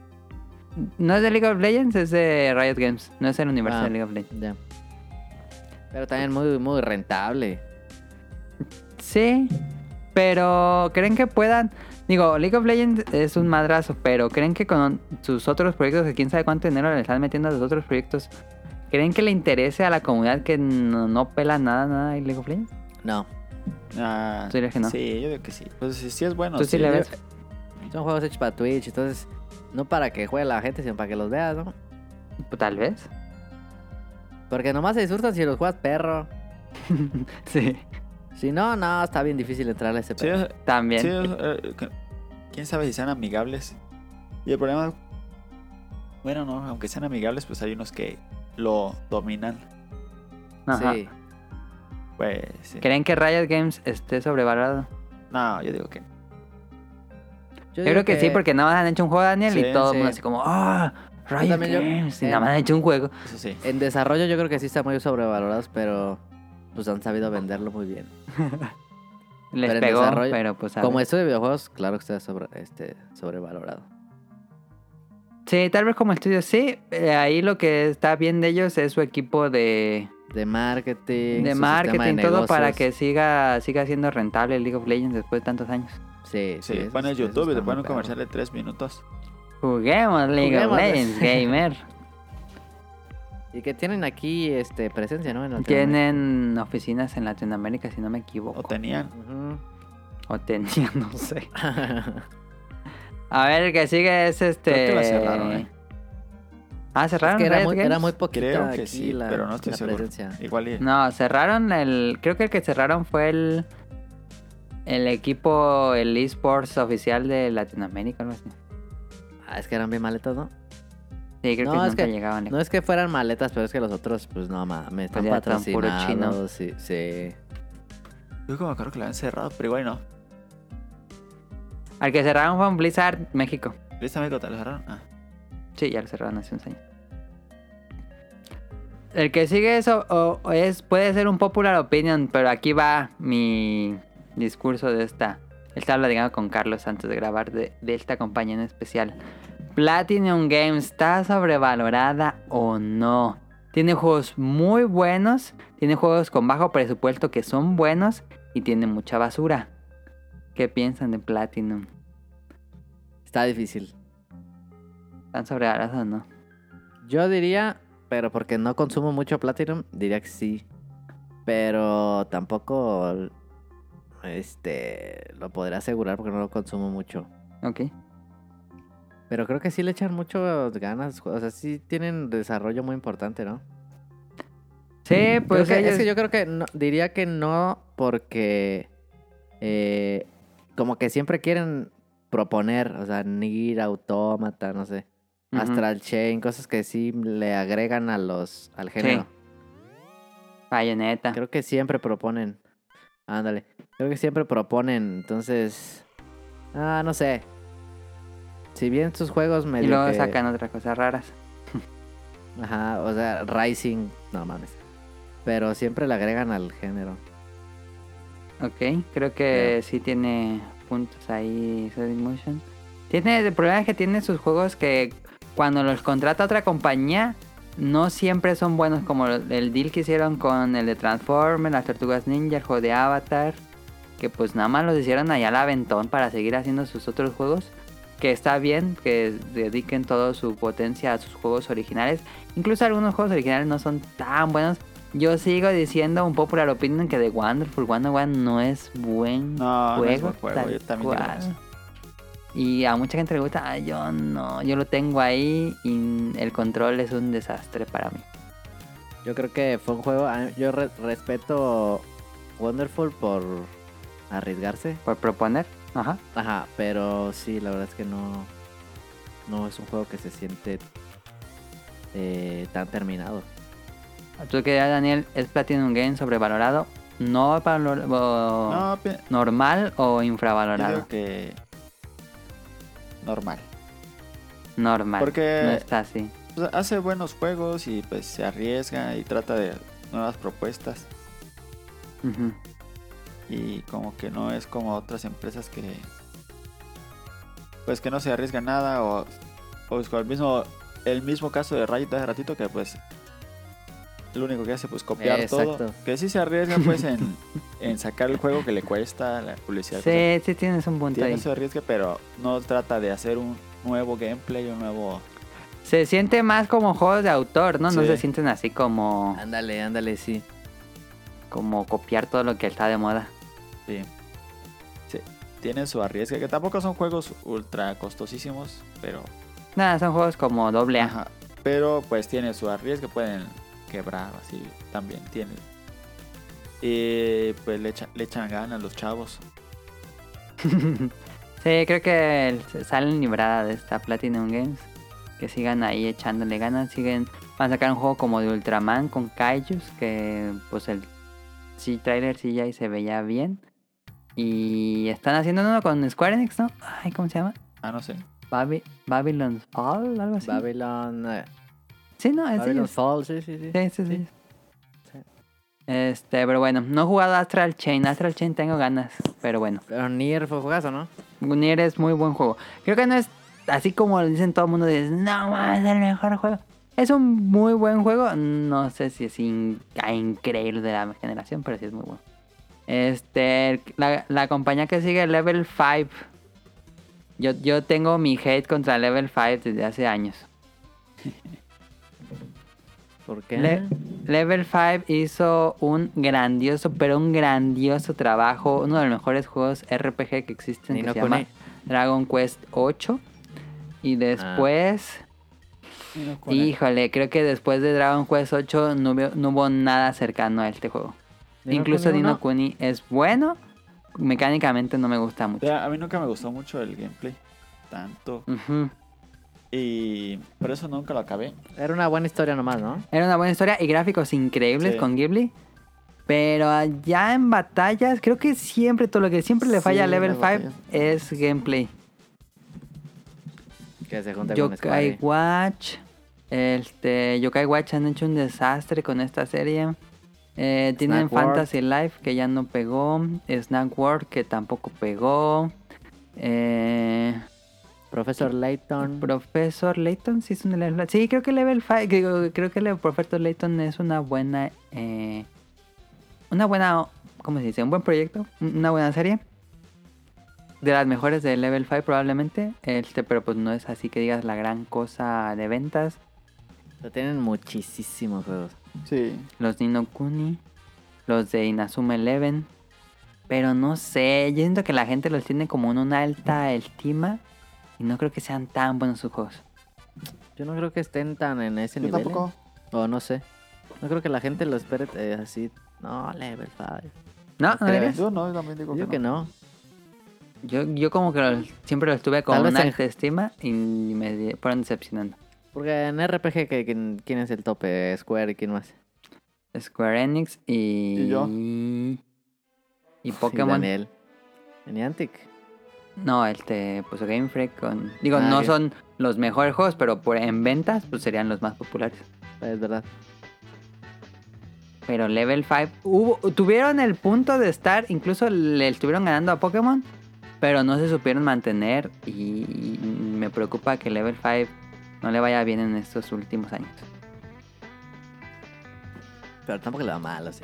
Speaker 1: No es de League of Legends, es de Riot Games, no es el universo
Speaker 2: Ah.
Speaker 1: de League of Legends.
Speaker 2: Ya. Pero también muy, muy rentable.
Speaker 1: Sí, pero ¿creen que puedan? Digo, League of Legends es un madrazo, pero ¿creen que con sus otros proyectos, que quién sabe cuánto dinero le están metiendo a sus otros proyectos, ¿creen que le interese a la comunidad que no, no pela nada, nada en League of Legends?
Speaker 2: No.
Speaker 3: Ah,
Speaker 1: ¿Tú dirías que no?
Speaker 3: Sí, yo digo que sí. Pues sí, sí es bueno.
Speaker 1: ¿Tú sí le
Speaker 3: yo-
Speaker 1: ves?
Speaker 2: Son juegos hechos para Twitch, entonces. No para que juegue la gente, sino para que los veas, ¿no?
Speaker 1: Tal vez.
Speaker 2: Porque nomás se disfrutan si los juegas perro.
Speaker 1: Sí,
Speaker 2: Si no, no, está bien difícil entrar a ese
Speaker 3: Sí,
Speaker 2: perro.
Speaker 3: es-
Speaker 1: también.
Speaker 3: sí, es- eh, que- quién sabe si sean amigables. Y el problema. Bueno, no, aunque sean amigables, pues hay unos que lo dominan.
Speaker 1: Ajá.
Speaker 2: Sí.
Speaker 3: Pues sí.
Speaker 1: ¿Creen que Riot Games esté sobrevalorado?
Speaker 3: No, yo digo que.
Speaker 1: Yo,
Speaker 2: digo
Speaker 1: creo que, sí, porque nada más han hecho un juego, Daniel,
Speaker 3: Sí,
Speaker 1: y todo
Speaker 2: sí.
Speaker 1: el mundo así como, ¡ah! Riot
Speaker 2: también yo-
Speaker 1: Games, y
Speaker 2: eh.
Speaker 1: nada más han hecho un juego.
Speaker 3: Eso sí.
Speaker 2: En desarrollo yo creo que sí están muy sobrevalorados, pero pues han sabido venderlo muy bien.
Speaker 1: Les
Speaker 2: Pero en
Speaker 1: pegó,
Speaker 2: desarrollo,
Speaker 1: pero pues a
Speaker 2: Como
Speaker 1: ver.
Speaker 2: esto de videojuegos, claro que está sobre, este, sobrevalorado.
Speaker 1: Sí, tal vez como estudio, sí. eh, ahí lo que está bien de ellos es su equipo de,
Speaker 2: De marketing.
Speaker 1: de
Speaker 2: su
Speaker 1: marketing,
Speaker 2: sistema de
Speaker 1: todo para que
Speaker 2: negocios.
Speaker 1: siga siga siendo rentable el League of Legends después de tantos años.
Speaker 2: Sí,
Speaker 3: Sí,
Speaker 2: sí. eso
Speaker 3: pones
Speaker 2: sí, eso
Speaker 3: YouTube y
Speaker 2: está
Speaker 3: te
Speaker 2: muy
Speaker 3: ponen un
Speaker 2: perro.
Speaker 3: comercial de 3 minutos.
Speaker 1: Juguemos League of
Speaker 2: Juguemos.
Speaker 1: Legends, gamer.
Speaker 2: Y que tienen aquí este, presencia, ¿no? En Latinoamérica.
Speaker 1: Tienen oficinas en Latinoamérica, si no me
Speaker 3: O
Speaker 1: equivoco.
Speaker 3: tenían.
Speaker 2: Ujú.
Speaker 1: O tenían, no sé. A ver, el que sigue es este.
Speaker 3: Creo que la cerraron, ¿eh?
Speaker 1: Ah, cerraron.
Speaker 2: que era
Speaker 1: Riot
Speaker 2: muy,
Speaker 1: Games?
Speaker 2: era muy poquita
Speaker 3: Creo que
Speaker 2: aquí
Speaker 3: sí,
Speaker 2: la,
Speaker 3: pero no estoy
Speaker 2: la
Speaker 3: seguro.
Speaker 2: presencia.
Speaker 3: Igual y.
Speaker 1: No, cerraron el. Creo que el que cerraron fue el. El equipo, el esports oficial de Latinoamérica, algo así.
Speaker 2: Ah, es que eran bien maletas, ¿no?
Speaker 1: Sí, creo
Speaker 2: No,
Speaker 1: que
Speaker 2: es
Speaker 1: nunca
Speaker 2: que-
Speaker 1: llegaban.
Speaker 2: No es que fueran maletas, pero es que los otros, pues no, me
Speaker 1: Pues
Speaker 2: están
Speaker 1: ya están puro
Speaker 2: patrocinados. Sí, sí.
Speaker 3: Yo como creo que lo habían cerrado, pero igual y no.
Speaker 1: Al que cerraron fue un Blizzard México.
Speaker 3: ¿Viste, amigo? ¿Te lo cerraron? Ah.
Speaker 1: Sí, ya lo cerraron hace un año. El que sigue eso o- o es, puede ser un popular opinion, pero aquí va mi discurso de esta. Estaba platicando con Carlos antes de grabar de, de esta compañía en especial. Platinum Games, ¿está sobrevalorada o no? Tiene juegos muy buenos, tiene juegos con bajo presupuesto que son buenos y tiene mucha basura. ¿Qué piensan de Platinum?
Speaker 2: Está difícil.
Speaker 1: ¿Están sobrevaloradas o no?
Speaker 2: Yo diría, pero porque no consumo mucho Platinum, diría que sí. Pero tampoco este lo podría asegurar porque no lo consumo mucho.
Speaker 1: Ok.
Speaker 2: Mm, Pero creo que sí le echan mucho ganas. O sea, sí tienen desarrollo muy importante, ¿no?
Speaker 1: Sí, pues
Speaker 2: Creo que-
Speaker 1: ellos-
Speaker 2: Es que yo creo que no- diría que no porque eh, como que siempre quieren proponer, o sea, Nier, Autómata, no sé,
Speaker 1: Ujú.
Speaker 2: Astral Chain, cosas que sí le agregan a los al género.
Speaker 1: Bayoneta.
Speaker 2: Creo que siempre proponen. Ándale. Creo que siempre proponen. Entonces. Ah, no sé. Si bien sus juegos me
Speaker 1: Y luego sacan otras cosas raras.
Speaker 2: Ajá, o sea, Rising. No mames. Pero siempre le agregan al género.
Speaker 1: Ok, creo que sí tiene puntos ahí Sonic Motion. Tiene, el problema es que tiene sus juegos que cuando los contrata otra compañía, no siempre son buenos como el deal que hicieron con el de Transformers, las Tortugas Ninja, el juego de Avatar, que pues nada más los hicieron allá al aventón para seguir haciendo sus otros juegos. Que está bien que dediquen toda su potencia a sus juegos originales. Incluso algunos juegos originales no son tan buenos. Yo sigo diciendo un popular opinion que The Wonderful 101 no es buen
Speaker 3: No, no
Speaker 1: juego.
Speaker 3: es buen juego,
Speaker 1: tal
Speaker 3: yo también digo
Speaker 1: cual.
Speaker 3: eso.
Speaker 1: Y a mucha gente le gusta, "Ah, yo no, yo lo tengo ahí y el control es un desastre para mí.
Speaker 2: Yo creo que fue un juego. ah, Yo re- respeto Wonderful por arriesgarse.
Speaker 1: Por proponer, ajá.
Speaker 2: Ajá, pero sí, la verdad es que no. No es un juego que se siente eh, tan terminado.
Speaker 1: Tú que ya, Daniel, ¿es Platinum Game sobrevalorado? No, valor- o-
Speaker 3: No, pi-
Speaker 1: normal o
Speaker 3: yo
Speaker 1: infravalorado.
Speaker 3: digo que. Normal.
Speaker 1: Normal.
Speaker 3: Porque-
Speaker 1: No está así.
Speaker 3: Pues, hace buenos juegos y pues se arriesga y trata de nuevas propuestas.
Speaker 1: Ujú.
Speaker 3: Y como que no es como otras empresas que. Pues que no se arriesga nada. O, o es con el mismo, el mismo caso de Riot de hace ratito que pues. Lo único que hace pues copiar todo.
Speaker 2: Exacto.
Speaker 3: Que sí se arriesga pues en, en sacar el juego que le cuesta la publicidad. que
Speaker 1: Sí, sí tienes un punto
Speaker 3: Tiene
Speaker 1: ahí.
Speaker 3: su arriesgue, pero no trata de hacer un nuevo gameplay, un nuevo...
Speaker 1: Se siente más como juegos de autor, ¿no? No
Speaker 3: Sí.
Speaker 1: se sienten así como,
Speaker 2: Ándale, ándale, sí.
Speaker 1: como copiar todo lo que está de moda.
Speaker 3: Sí. Sí, Tiene su arriesgue, que tampoco son juegos ultra costosísimos, pero...
Speaker 1: Nada, son juegos como doble A.
Speaker 3: Ajá. Pero pues tiene su arriesgue, pueden quebrar, así también tiene. Y pues le, echa- le echan ganas los chavos.
Speaker 1: Sí, creo que el- se- salen libradas de esta Platinum Games. Que sigan ahí echándole ganas. Siguen. Van a sacar un juego como de Ultraman con Kaijus. Que pues el sí, trailer sí ya y se veía bien. Y están haciendo uno con Square Enix, ¿no? Ay, ¿cómo se llama?
Speaker 3: Ah, no sé.
Speaker 1: Babi- Babylon's Fall, algo así.
Speaker 2: Babylon. eh,
Speaker 1: sí, no, Ah, es de
Speaker 2: Babylon
Speaker 1: ellos.
Speaker 2: Fall, sí, sí, sí.
Speaker 1: Sí, sí, sí.
Speaker 2: Sí.
Speaker 1: Este, pero bueno, no he jugado Astral Chain. Astral Chain tengo ganas, pero bueno.
Speaker 2: Pero Nier fue jugazo, ¿no?
Speaker 1: Nier es muy buen juego. Creo que no es así como dicen todo el mundo, dices, no, ma, es el mejor juego. Es un muy buen juego. No sé si es in- ah, increíble de la generación, pero sí es muy bueno. Este, la, la compañía que sigue Level 5. Yo, yo tengo mi hate contra Level 5 desde hace años.
Speaker 2: ¿Por qué?
Speaker 1: Le- Level 5 hizo un grandioso, pero un grandioso trabajo, uno de los mejores juegos RPG que existen, que
Speaker 2: Ni no
Speaker 1: se
Speaker 2: Kuni.
Speaker 1: llama Dragon Quest 8.
Speaker 2: Ah.
Speaker 1: Y después, híjole, creo que después de Dragon Quest 8 no hubo, no hubo nada cercano a este juego.
Speaker 2: Ni no
Speaker 1: Incluso
Speaker 2: Kuni
Speaker 1: Dino
Speaker 2: uno.
Speaker 1: Kuni es bueno, mecánicamente no me gusta
Speaker 3: O
Speaker 1: mucho.
Speaker 3: sea, a mí nunca me gustó mucho el gameplay. Tanto.
Speaker 1: Ujú.
Speaker 3: Y por eso nunca lo acabé.
Speaker 2: Era una buena historia nomás, ¿no?
Speaker 1: Era una buena historia y gráficos increíbles
Speaker 3: Sí.
Speaker 1: con Ghibli. Pero allá en batallas, creo que siempre, todo lo que siempre le falla a
Speaker 3: Sí,
Speaker 1: Level
Speaker 3: las
Speaker 1: 5
Speaker 3: batallas.
Speaker 1: es gameplay.
Speaker 2: Que se junta con
Speaker 1: Yokai
Speaker 2: Square.
Speaker 1: Watch. Este, Yokai Watch han hecho un desastre con esta serie. Eh, tienen
Speaker 2: Snack World.
Speaker 1: Fantasy Life que ya no pegó. Snack World que tampoco pegó. Eh,
Speaker 2: Profesor Layton.
Speaker 1: Profesor Layton sí es un level Sí, creo que level 5. Creo, creo que el Profesor Layton es una buena. eh, una buena. ¿Cómo se dice? Un buen proyecto. un- Una buena serie. De las mejores de level 5 probablemente. Este, pero pues no es así que digas la gran cosa de ventas.
Speaker 2: O sea, tienen muchísimos juegos.
Speaker 3: Sí.
Speaker 1: Los Nino Kuni. Los de Inazuma Eleven. Pero no sé. Yo siento que la gente los tiene como en una alta estima. Y no creo que sean tan buenos sus juegos.
Speaker 2: Yo no creo que estén tan en ese
Speaker 3: Yo
Speaker 2: nivel.
Speaker 3: tampoco.
Speaker 2: ¿eh? O no sé. No creo que la gente lo espere eh, así. No, level 5.
Speaker 1: ¿No?
Speaker 2: No
Speaker 1: ¿No
Speaker 2: creo.
Speaker 1: dirías?
Speaker 3: Yo no, yo también digo
Speaker 2: Digo
Speaker 3: que
Speaker 2: que
Speaker 3: no.
Speaker 2: no.
Speaker 1: Yo, yo como que lo- siempre lo estuve con
Speaker 2: Tal vez
Speaker 1: una
Speaker 2: en-
Speaker 1: alta estima y me di- fueron decepcionando.
Speaker 2: Porque en RPG, que- que- ¿quién es el tope? Square y quién más.
Speaker 1: Square Enix y.
Speaker 3: ¿Y yo?
Speaker 1: y
Speaker 2: Sí,
Speaker 1: Pokémon.
Speaker 2: Daniel. En Niantic.
Speaker 1: no, este, pues Game Freak con. Digo,
Speaker 2: Ah,
Speaker 1: no
Speaker 2: bien.
Speaker 1: son los mejores juegos, pero por, en ventas, pues serían los más populares.
Speaker 2: Es verdad.
Speaker 1: Pero Level 5 hubo, tuvieron el punto de estar, incluso le estuvieron ganando a Pokémon, pero no se supieron mantener y me preocupa que Level 5 no le vaya bien en estos últimos años.
Speaker 2: Pero tampoco le va mal, así.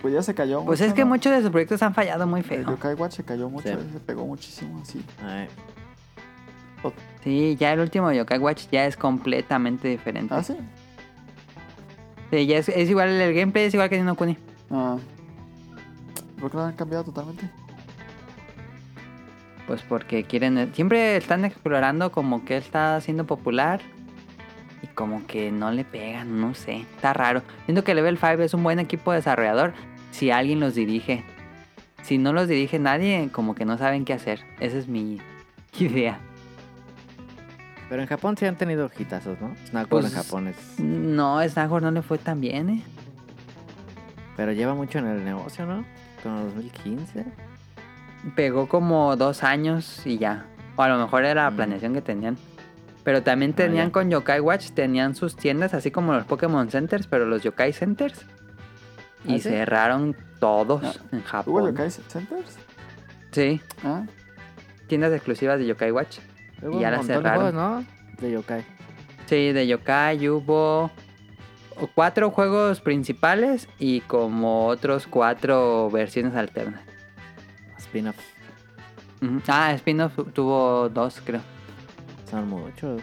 Speaker 3: Pues ya se cayó.
Speaker 1: Pues
Speaker 3: mucho,
Speaker 1: es que
Speaker 3: ¿no?
Speaker 1: muchos de sus proyectos han fallado muy
Speaker 3: El
Speaker 1: feo.
Speaker 3: Yokai Watch se cayó mucho,
Speaker 2: Sí.
Speaker 3: se pegó muchísimo así.
Speaker 2: Ay,
Speaker 1: Sí, ya el último Yokai Watch ya es completamente diferente.
Speaker 3: ¿Ah, sí?
Speaker 1: Sí, ya es, es igual, el gameplay es igual que Nino Kuni.
Speaker 3: Ah. ¿Por qué lo han cambiado totalmente?
Speaker 1: Pues porque quieren, siempre están explorando como que está siendo popular y como que no le pegan, no sé, está raro. Siento que Level 5 es un buen equipo desarrollador si alguien los dirige. Si no los dirige nadie, como que no saben qué hacer. Esa es mi idea.
Speaker 2: Pero en Japón sí han tenido hitazos, ¿no? Snackball
Speaker 1: Pues-
Speaker 2: en Japón es...
Speaker 1: No, Snagor no le fue tan bien, ¿eh?
Speaker 2: Pero lleva mucho en el negocio, ¿no? Como 2015.
Speaker 1: Pegó como dos años y ya. O a lo mejor era la
Speaker 2: Mm.
Speaker 1: planeación que tenían. Pero también tenían
Speaker 2: ya.
Speaker 1: con Yokai Watch, tenían sus tiendas, así como los Pokémon Centers, pero los Yokai Centers. Y
Speaker 2: ¿Ah, sí?
Speaker 1: cerraron todos
Speaker 3: Ah.
Speaker 1: en
Speaker 3: ¿Hubo
Speaker 1: Japón.
Speaker 3: Yokai Centers?
Speaker 1: Sí,
Speaker 3: Ah.
Speaker 1: tiendas exclusivas de Yokai Watch.
Speaker 2: Hubo
Speaker 1: Y ya
Speaker 2: un
Speaker 1: la
Speaker 2: montón de
Speaker 1: cerraron.
Speaker 2: juegos, ¿no? De Yokai.
Speaker 1: Sí, de Yokai hubo cuatro juegos principales y como otros cuatro versiones alternas.
Speaker 2: Spin-off.
Speaker 1: Ujú. Ah, Spin-off tuvo dos, creo.
Speaker 2: Son muchos.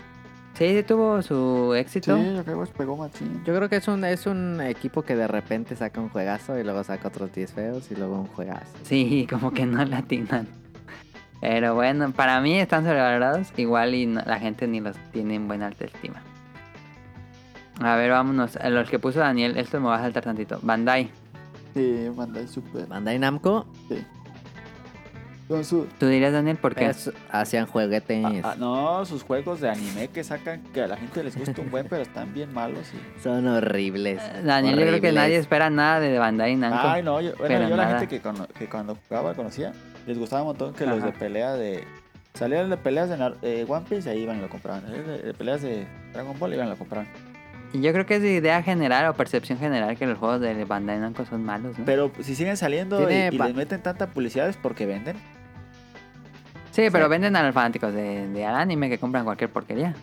Speaker 1: Sí, sí tuvo su
Speaker 3: Sí,
Speaker 1: éxito.
Speaker 3: Yokai Watch pegó machín.
Speaker 2: Yo creo que es un, es un equipo que de repente saca un juegazo y luego saca otros 10 feos y luego un juegazo.
Speaker 1: Sí, como que no latinan. Pero bueno, para mí están sobrevalorados igual y no- la gente ni los tiene en buena autoestima. A ver, vámonos. A los que puso Daniel, esto me va a saltar tantito. Bandai,
Speaker 3: Sí, Bandai Super.
Speaker 2: Bandai Namco
Speaker 3: Con su-
Speaker 1: ¿tú dirías Daniel por qué?
Speaker 2: es- hacían juguetes.
Speaker 3: Ah, no, sus juegos de anime que sacan que a la gente les gusta un buen, pero están bien malos. y-
Speaker 2: Son horribles.
Speaker 1: ah. Eh, Daniel, yo creo que
Speaker 2: horribles.
Speaker 1: nadie espera nada de Bandai Namco.
Speaker 3: Ay, no, yo, bueno,
Speaker 1: Pero
Speaker 3: yo la
Speaker 1: nada.
Speaker 3: gente que, cono- que cuando jugaba conocía, les gustaba un montón que los
Speaker 1: Ajá.
Speaker 3: de pelea de. Salían de peleas de Nar- eh, One Piece, ahí iban y lo compraban. Salían De, de peleas de Dragon Ball, iban y lo compraban.
Speaker 1: Y Yo creo que es idea general o percepción general que los juegos de Bandai Namco son malos, ¿no?
Speaker 3: Pero si siguen saliendo y,
Speaker 2: Tiene
Speaker 3: y
Speaker 2: pa-
Speaker 3: les meten tanta publicidad es porque venden.
Speaker 1: sí, pero
Speaker 2: sí.
Speaker 1: venden a los fanáticos de, de anime que compran cualquier porquería.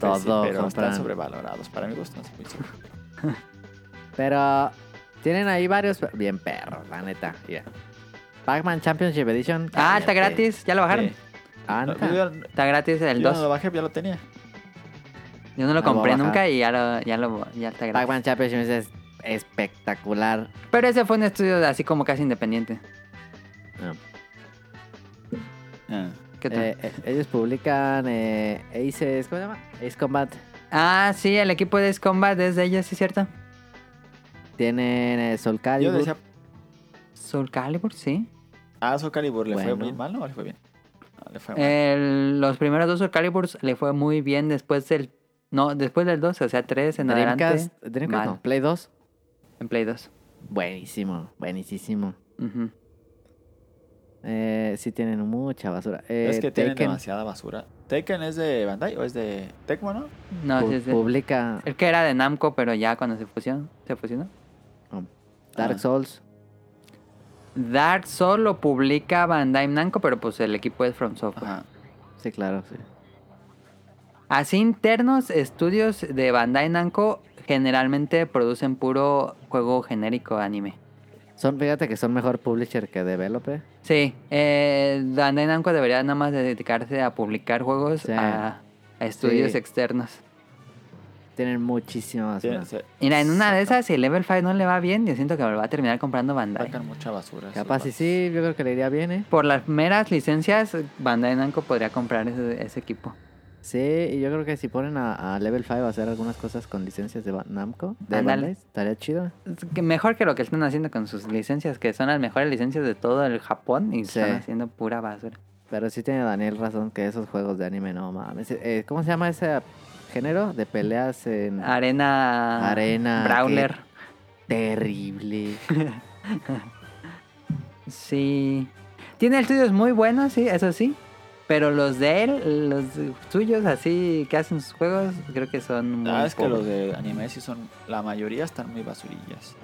Speaker 2: Todo
Speaker 3: Pues sí, pero están
Speaker 2: compran.
Speaker 3: sobrevalorados. Para mi gusto, no sé, mucho.
Speaker 2: Pero tienen ahí varios bien perros, la neta. Mira. Pac-Man Championship Edition.
Speaker 1: Ah, está
Speaker 2: cállate.
Speaker 1: gratis, ya lo bajaron.
Speaker 3: Sí.
Speaker 2: Ah,
Speaker 3: No,
Speaker 2: neta.
Speaker 3: yo, yo
Speaker 1: Está gratis el 2.
Speaker 3: no lo bajé, ya lo tenía.
Speaker 1: Yo no lo
Speaker 2: Ah, voy a
Speaker 1: compré
Speaker 2: bajar. Ah,
Speaker 1: nunca y ya lo, ya lo ya está gratis.
Speaker 2: Pac-Man Championship es espectacular.
Speaker 1: Pero ese fue un estudio de- así como casi independiente.
Speaker 3: Ah.
Speaker 1: ¿Qué tal?
Speaker 2: Eh, eh, ellos publican eh, Aces, ¿cómo se llama? Ace Combat.
Speaker 1: Ah, sí, el equipo de Ace Combat es de ellos, sí, cierto.
Speaker 2: Tienen eh, Soul
Speaker 3: Yo
Speaker 2: Calibur.
Speaker 3: decía,
Speaker 1: Soul Calibur, sí.
Speaker 3: ah, Soul Calibur le fue
Speaker 2: Bueno.
Speaker 3: muy mal, ¿no? Le fue bien. No, le
Speaker 1: Eh,
Speaker 2: Ah,
Speaker 3: fue mal.
Speaker 1: El- los primeros dos Soul Caliburs le fue muy bien después del. No, después del 2, o sea, 3 en adelante.
Speaker 2: Dreamcast, Dreamcast
Speaker 1: mal.
Speaker 2: no, Play 2.
Speaker 1: En Play 2.
Speaker 2: Buenísimo, buenísimo.
Speaker 1: Ujú.
Speaker 2: Eh, sí tienen mucha basura. Eh,
Speaker 3: es que tienen
Speaker 2: Taken
Speaker 3: demasiada basura. ¿Taken es de Bandai o es de Tecmo, no?
Speaker 1: No,
Speaker 2: pu-
Speaker 1: sí, es de-
Speaker 2: publica
Speaker 1: El que era de Namco, pero ya cuando se fusionó. ¿Se fusionó?
Speaker 2: Dark
Speaker 3: Ah.
Speaker 2: Souls.
Speaker 1: Dark Souls lo publica Bandai Namco, pero pues el equipo es From Software.
Speaker 3: Ajá.
Speaker 2: Sí, claro, sí.
Speaker 1: Así internos, estudios de Bandai Namco generalmente producen puro juego genérico anime.
Speaker 2: Son, fíjate que son mejor publisher que developer.
Speaker 1: Sí, eh, Bandai Namco debería nada más dedicarse a publicar juegos
Speaker 2: Sí.
Speaker 1: a, a estudios
Speaker 2: Sí.
Speaker 1: externos.
Speaker 2: Tienen muchísima basura.
Speaker 3: Tienen- se-
Speaker 1: Mira, en una de esas, si el Level 5 no le va bien, yo siento que me va a terminar comprando Bandai.
Speaker 3: Sacan mucha basura. esos
Speaker 2: Capaz y
Speaker 3: vatos.
Speaker 2: sí, yo creo que le iría bien, ¿eh?
Speaker 1: Por las meras licencias, Bandai Namco podría comprar ese, ese equipo.
Speaker 2: Sí, y yo creo que si ponen a, a Level 5 a hacer algunas cosas con licencias de Ba- Namco, de
Speaker 1: Ándale.
Speaker 2: Bandai, estaría chido.
Speaker 1: Es que mejor que lo que están haciendo con sus licencias, que son las mejores licencias de todo el Japón y
Speaker 2: Sí.
Speaker 1: están haciendo pura basura.
Speaker 2: Pero sí tiene Daniel razón que esos juegos de anime, no mames. Eh, ¿Cómo se llama ese género de peleas en
Speaker 1: Arena.
Speaker 2: Arena,
Speaker 1: Brawler.
Speaker 2: que- terrible.
Speaker 1: Sí. Tiene estudios muy buenos, sí, eso sí. Pero los de él, los suyos, así que hacen sus juegos, creo que son muy.
Speaker 3: Ah, es que
Speaker 1: pobres.
Speaker 3: los de anime sí son. La mayoría están muy basurillas.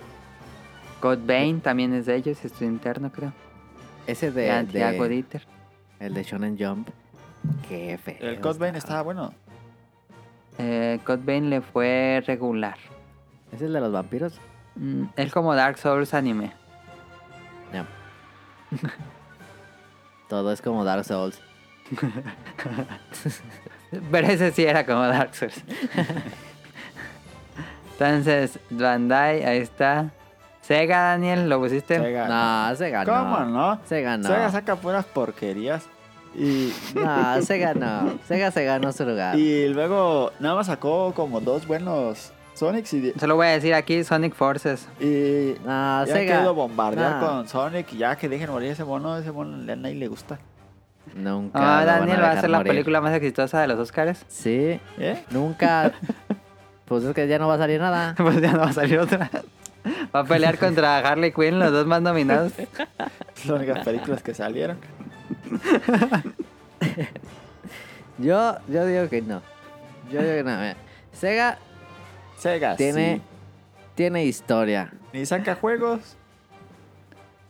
Speaker 1: Code Vein también es de ellos, es estudio interno, creo.
Speaker 2: Ese
Speaker 1: De,
Speaker 2: de, de-
Speaker 1: Santiago Dieter.
Speaker 2: el de Shonen Jump. Qué feo.
Speaker 3: El Cosbane estaba bueno.
Speaker 1: Eh, Code Vein le fue regular.
Speaker 2: ¿Es el de los vampiros?
Speaker 1: Mm, es como Dark Souls anime.
Speaker 2: No. Todo es como Dark Souls.
Speaker 1: Pero ese sí era como Dark Souls. Entonces, Bandai, ahí está. Sega, Daniel, ¿lo pusiste?
Speaker 3: Sega.
Speaker 2: Ah, No, se ganó.
Speaker 3: ¿Cómo no?
Speaker 2: Se ganó.
Speaker 3: Sega saca puras porquerías. Y,
Speaker 2: No, se ganó. Sega se ganó su lugar.
Speaker 3: y luego nada más sacó como dos buenos Sonics y,
Speaker 1: Se lo voy a decir aquí, Sonic Forces.
Speaker 3: y
Speaker 2: No,
Speaker 3: ya
Speaker 2: Sega.
Speaker 3: quedó bombardear
Speaker 2: no,
Speaker 3: con Sonic y ya que dejen morir ese mono, ese mono a nadie le gusta.
Speaker 2: Nunca.
Speaker 1: Ah,
Speaker 2: lo van
Speaker 1: Daniel va a
Speaker 2: dejar
Speaker 1: ser la
Speaker 2: morir.
Speaker 1: película más exitosa de los Oscars.
Speaker 2: Sí,
Speaker 3: ¿Eh?
Speaker 2: nunca. Pues es que ya no va a salir nada.
Speaker 1: Pues ya no va a salir otra. Va a pelear contra Harley Quinn, los dos más nominados.
Speaker 3: Son las únicas películas que salieron.
Speaker 2: Yo, yo digo que no. Yo digo que no. mira. Sega
Speaker 3: Sega,
Speaker 2: tiene,
Speaker 3: Ah, sí.
Speaker 2: tiene historia.
Speaker 3: Ni saca juegos.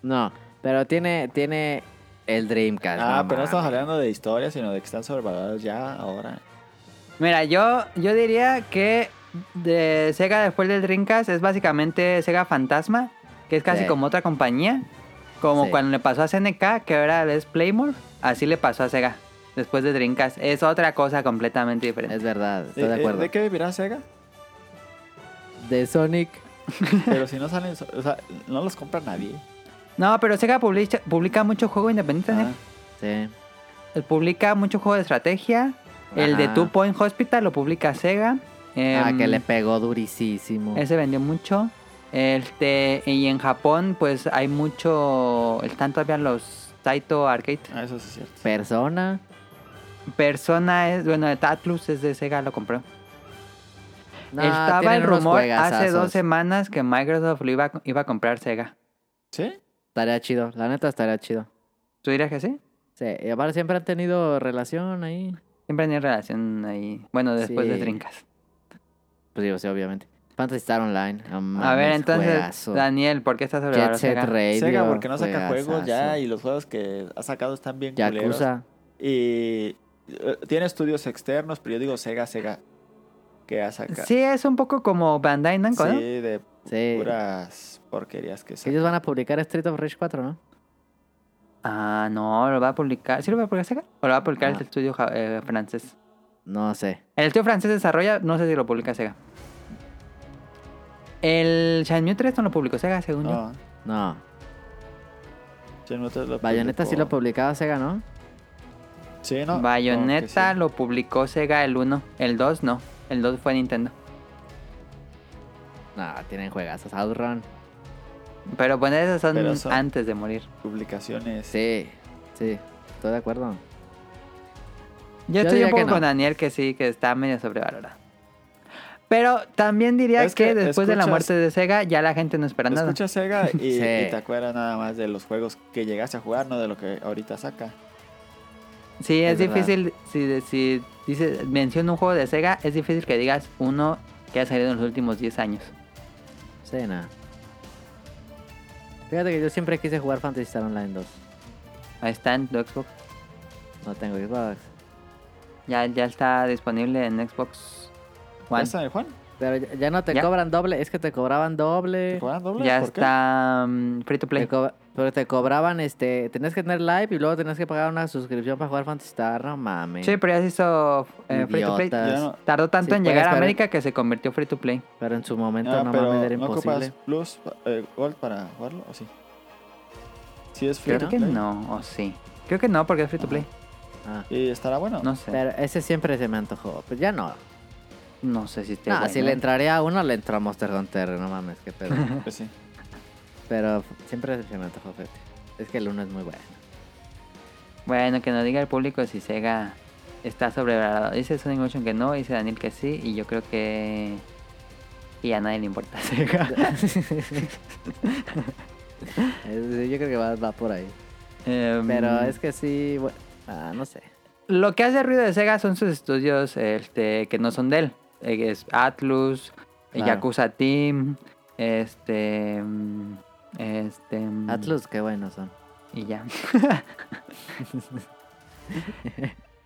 Speaker 2: No, pero tiene, tiene el Dreamcast.
Speaker 3: Ah, pero no
Speaker 2: mames.
Speaker 3: estamos hablando de historia, sino de que están sobrevalorados ya ahora.
Speaker 1: Mira, yo, yo diría que de Sega después del Dreamcast es básicamente Sega Fantasma, que es casi
Speaker 2: Sí.
Speaker 1: como otra compañía. Como
Speaker 2: Sí.
Speaker 1: cuando le pasó a CNK, que ahora es Playmore, así le pasó a Sega después de Dreamcast. Es otra cosa completamente diferente.
Speaker 2: Es verdad, estoy
Speaker 3: Eh,
Speaker 2: de
Speaker 3: eh,
Speaker 2: acuerdo.
Speaker 3: ¿De qué vivirá Sega?
Speaker 2: De Sonic.
Speaker 3: Pero si no salen, so- o sea, no los compra nadie.
Speaker 1: No, pero Sega publica, publica mucho juego independiente. ¿eh?
Speaker 3: Ah,
Speaker 2: Sí.
Speaker 1: Él Publica mucho juego de estrategia. El de
Speaker 2: Ajá.
Speaker 1: Two Point Hospital lo publica Sega.
Speaker 2: ah,
Speaker 1: Em,
Speaker 2: que le pegó durísimo.
Speaker 1: Ese vendió mucho. Este, y en Japón, pues hay mucho. Están todavía los Taito Arcade.
Speaker 3: ah, eso sí es cierto.
Speaker 2: Persona.
Speaker 1: Persona es. Bueno, Tatlus es de Sega, lo compró.
Speaker 2: No,
Speaker 1: Estaba
Speaker 2: Ah, tienen
Speaker 1: el
Speaker 2: unos
Speaker 1: rumor hace
Speaker 2: juegazos.
Speaker 1: dos semanas que Microsoft lo iba, a- iba a comprar Sega.
Speaker 3: ¿Sí?
Speaker 2: Estaría chido, la neta estaría chido.
Speaker 1: ¿Tú dirías que sí?
Speaker 2: Sí, y aparte siempre han tenido relación ahí.
Speaker 1: Siempre tenía relación ahí. Bueno, después de
Speaker 2: Sí.
Speaker 1: Trincas.
Speaker 2: Pues digo, sí, obviamente. Fantasy Star Online. no
Speaker 1: a ver,
Speaker 2: mames,
Speaker 1: entonces,
Speaker 2: juegazo.
Speaker 1: Daniel, ¿por qué estás
Speaker 2: Jet
Speaker 1: sobre
Speaker 2: Set
Speaker 1: Sega?
Speaker 2: Radio.
Speaker 3: Sega porque no saca
Speaker 2: juegazazo.
Speaker 3: juegos ya y los juegos que ha sacado están bien culeros.
Speaker 2: Yakuza.
Speaker 3: Y eh, tiene estudios externos, pero yo digo Sega, Sega, que ha sacado.
Speaker 1: Sí, es un poco como Bandai Namco,
Speaker 3: Sí,
Speaker 1: ¿no?
Speaker 3: de
Speaker 2: Sí.
Speaker 3: puras porquerías que saca.
Speaker 2: Eh, Ellos van a publicar Street of Rage 4, ¿no?
Speaker 1: Ah, no, lo va a publicar. ¿Sí lo va a publicar Sega? ¿O lo va a publicar
Speaker 2: Ah.
Speaker 1: el estudio ja- eh, francés?
Speaker 2: No sé.
Speaker 1: El estudio francés desarrolla, no sé si lo publica Sega. El Shenmue 3 no lo publicó Sega, según yo.
Speaker 3: No,
Speaker 2: No.
Speaker 3: Shenmue tres lo
Speaker 2: Bayonetta sí lo
Speaker 3: publicó.
Speaker 2: publicaba Sega, ¿no?
Speaker 3: Sí, no.
Speaker 1: Bayonetta
Speaker 3: no,
Speaker 1: lo publicó Sega el 1. El 2 no. El 2 fue Nintendo.
Speaker 2: No, tienen juegazos. Outrun.
Speaker 1: Pero bueno, esos son,
Speaker 3: Pero son-
Speaker 1: antes de morir.
Speaker 3: que sí. Publicaciones.
Speaker 2: Sí. Sí. Estoy de acuerdo.
Speaker 1: Yo,
Speaker 2: Yo
Speaker 1: estoy un
Speaker 2: diría que
Speaker 1: poco
Speaker 2: no.
Speaker 1: con Daniel que sí, que está medio sobrevalorado. Pero también diría
Speaker 3: Es
Speaker 1: que,
Speaker 3: que
Speaker 1: después de la
Speaker 3: escuchas-
Speaker 1: muerte de Sega ya la gente no espera nada.
Speaker 3: Escucha Sega y,
Speaker 2: Sí.
Speaker 3: y te acuerdas nada más de los juegos que llegaste a jugar, no de lo que ahorita saca.
Speaker 1: Sí, es,
Speaker 2: Es verdad.
Speaker 1: difícil. Si, si dices, menciono un juego de Sega, es difícil que digas uno que ha salido en los últimos 10 años.
Speaker 2: Sí, nada. Fíjate que yo siempre quise jugar Fantasy Star Online 2.
Speaker 1: Ahí está en tu Xbox.
Speaker 2: No tengo Xbox.
Speaker 1: Ya, ya está disponible en Xbox
Speaker 3: ¿Ya
Speaker 1: One.
Speaker 3: está el Juan?
Speaker 2: Pero ya, ya no te
Speaker 1: ¿Ya?
Speaker 2: cobran doble. Es que te cobraban
Speaker 3: ¿Te
Speaker 2: doble.
Speaker 3: juegan doble?
Speaker 1: Ya
Speaker 3: ¿Por qué?
Speaker 1: está mm, free to
Speaker 2: Te
Speaker 1: play.
Speaker 2: co- pero te cobraban, este, tenías que tener live y luego tenías que pagar una suscripción para jugar Fantasy Star, no mames.
Speaker 1: Sí, pero ya se hizo eh, free to play.
Speaker 2: Idiota.
Speaker 3: Ya no,
Speaker 1: Tardó tanto
Speaker 2: Sí,
Speaker 1: en
Speaker 2: puedes
Speaker 1: llegar a
Speaker 2: pagar-
Speaker 1: América que se convirtió free to play.
Speaker 2: Pero en su momento
Speaker 3: Ah,
Speaker 2: no
Speaker 3: pero
Speaker 2: mames, era
Speaker 3: ¿no
Speaker 2: imposible.
Speaker 3: ocupas Plus, eh, Gold para jugarlo o sí? Sí es free
Speaker 1: Creo
Speaker 3: to
Speaker 1: que
Speaker 3: play.
Speaker 1: no, o sí. Creo que no, porque es free to play.
Speaker 2: Ah,
Speaker 3: ¿Y estará bueno?
Speaker 1: No sé.
Speaker 2: pero ese siempre se me antojó. Pues ya no.
Speaker 1: No sé si te.
Speaker 2: No, si le entraría a uno, le entró a Monster Hunter, no mames, qué pedo.
Speaker 3: Pues sí.
Speaker 2: pero siempre se me antojó, fíjate. Es que el uno es muy bueno.
Speaker 1: Bueno, que nos diga el público si Sega está sobrevalorado. Dice Sonic Motion que no, dice Daniel que sí, y yo creo que Y a nadie le importa Sega.
Speaker 2: Eh, Yo creo que va, va por ahí.
Speaker 1: Em,
Speaker 2: Pero es que sí, bu- ah, no sé.
Speaker 1: Lo que hace ruido de Sega son sus estudios este, que no son de él. Eh, Es Atlus, eh,
Speaker 2: Claro.
Speaker 1: Yakuza Team, este... mm, Este... mm,
Speaker 2: Atlus, qué buenos son.
Speaker 1: Y ya.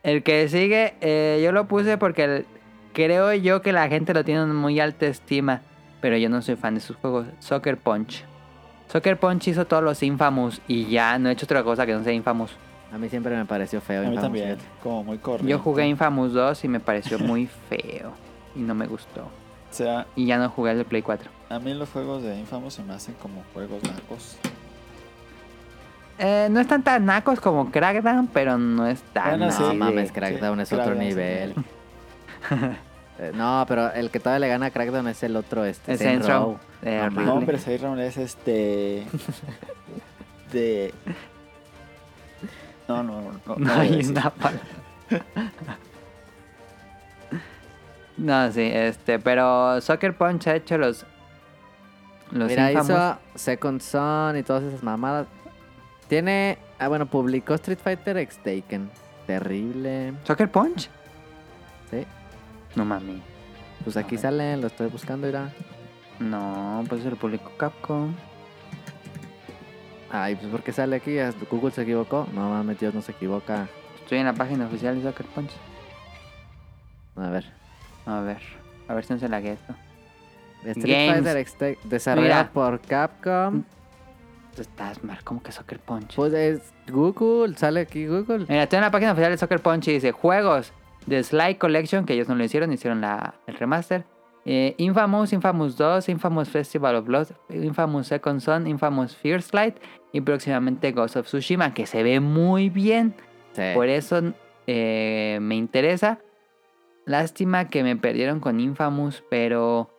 Speaker 1: el que sigue, eh, yo lo puse porque el- creo yo que la gente lo tiene en muy alta estima. Pero yo no soy fan de sus juegos. Soccer Punch. Soccer Punch hizo todos los Infamous y ya no he hecho otra cosa que no sea Infamous.
Speaker 2: A mí siempre me pareció feo.
Speaker 3: A mí
Speaker 2: Infamous,
Speaker 3: también,
Speaker 2: fíjate.
Speaker 3: como muy corriente.
Speaker 1: Yo jugué Infamous 2 y me pareció muy feo. Y no me gustó.
Speaker 3: O sea,
Speaker 1: Y ya no jugué el de Play 4.
Speaker 3: a mí los juegos de Infamous se me hacen como juegos blancos.
Speaker 1: Eh, no están tan nacos como Crackdown, pero Ah, no están.
Speaker 3: Bueno,
Speaker 2: no
Speaker 1: así
Speaker 3: sí.
Speaker 1: de-
Speaker 2: mames, Crackdown
Speaker 3: sí,
Speaker 2: es otro
Speaker 3: Crackdown, sí.
Speaker 2: nivel. Eh, no, pero el que todavía le gana a Crackdown es el otro, este.
Speaker 1: El
Speaker 2: Saints
Speaker 1: Saints Row. Eh,
Speaker 2: No
Speaker 1: horrible.
Speaker 3: No, hombre, Seiron es este. de. No, no, no. no,
Speaker 1: No
Speaker 3: voy a
Speaker 1: hay
Speaker 3: decir.
Speaker 1: una pala. No, sí, este, pero Soccer Punch ha hecho los. Los
Speaker 2: Mira,
Speaker 1: Infamous.
Speaker 2: hizo Second Son y todas esas mamadas. Tiene. Ah, bueno, publicó Street Fighter X Taken. Terrible.
Speaker 1: ¿Soccer Punch?
Speaker 2: Sí.
Speaker 1: No mami.
Speaker 2: Pues aquí
Speaker 3: Ajá.
Speaker 2: sale, lo estoy buscando, irá.
Speaker 1: No, pues el público Capcom.
Speaker 2: Ay, pues ¿por qué sale aquí? Hasta Google se equivocó. No mames, Dios no se equivoca.
Speaker 1: Estoy en la página oficial de Soccer Punch.
Speaker 2: A ver.
Speaker 1: A ver, a ver si no se lague esto.
Speaker 2: Street
Speaker 1: Games.
Speaker 2: Fighter X Taken, desarrollado
Speaker 1: Mira.
Speaker 2: por Capcom.
Speaker 1: Tú estás mal, como que Soccer Punch.
Speaker 2: Pues es Google, sale aquí Google.
Speaker 1: Mira, estoy en la página oficial de Soccer Punch y dice juegos de Sly Collection, que ellos no lo hicieron, hicieron la, el remaster. Eh, Infamous, Infamous 2, Infamous Festival of Blood, Infamous Second Son, Infamous First Light y próximamente Ghost of Tsushima, que se ve muy bien.
Speaker 2: Sí.
Speaker 1: Por eso eh, me interesa. Lástima que me perdieron con Infamous, pero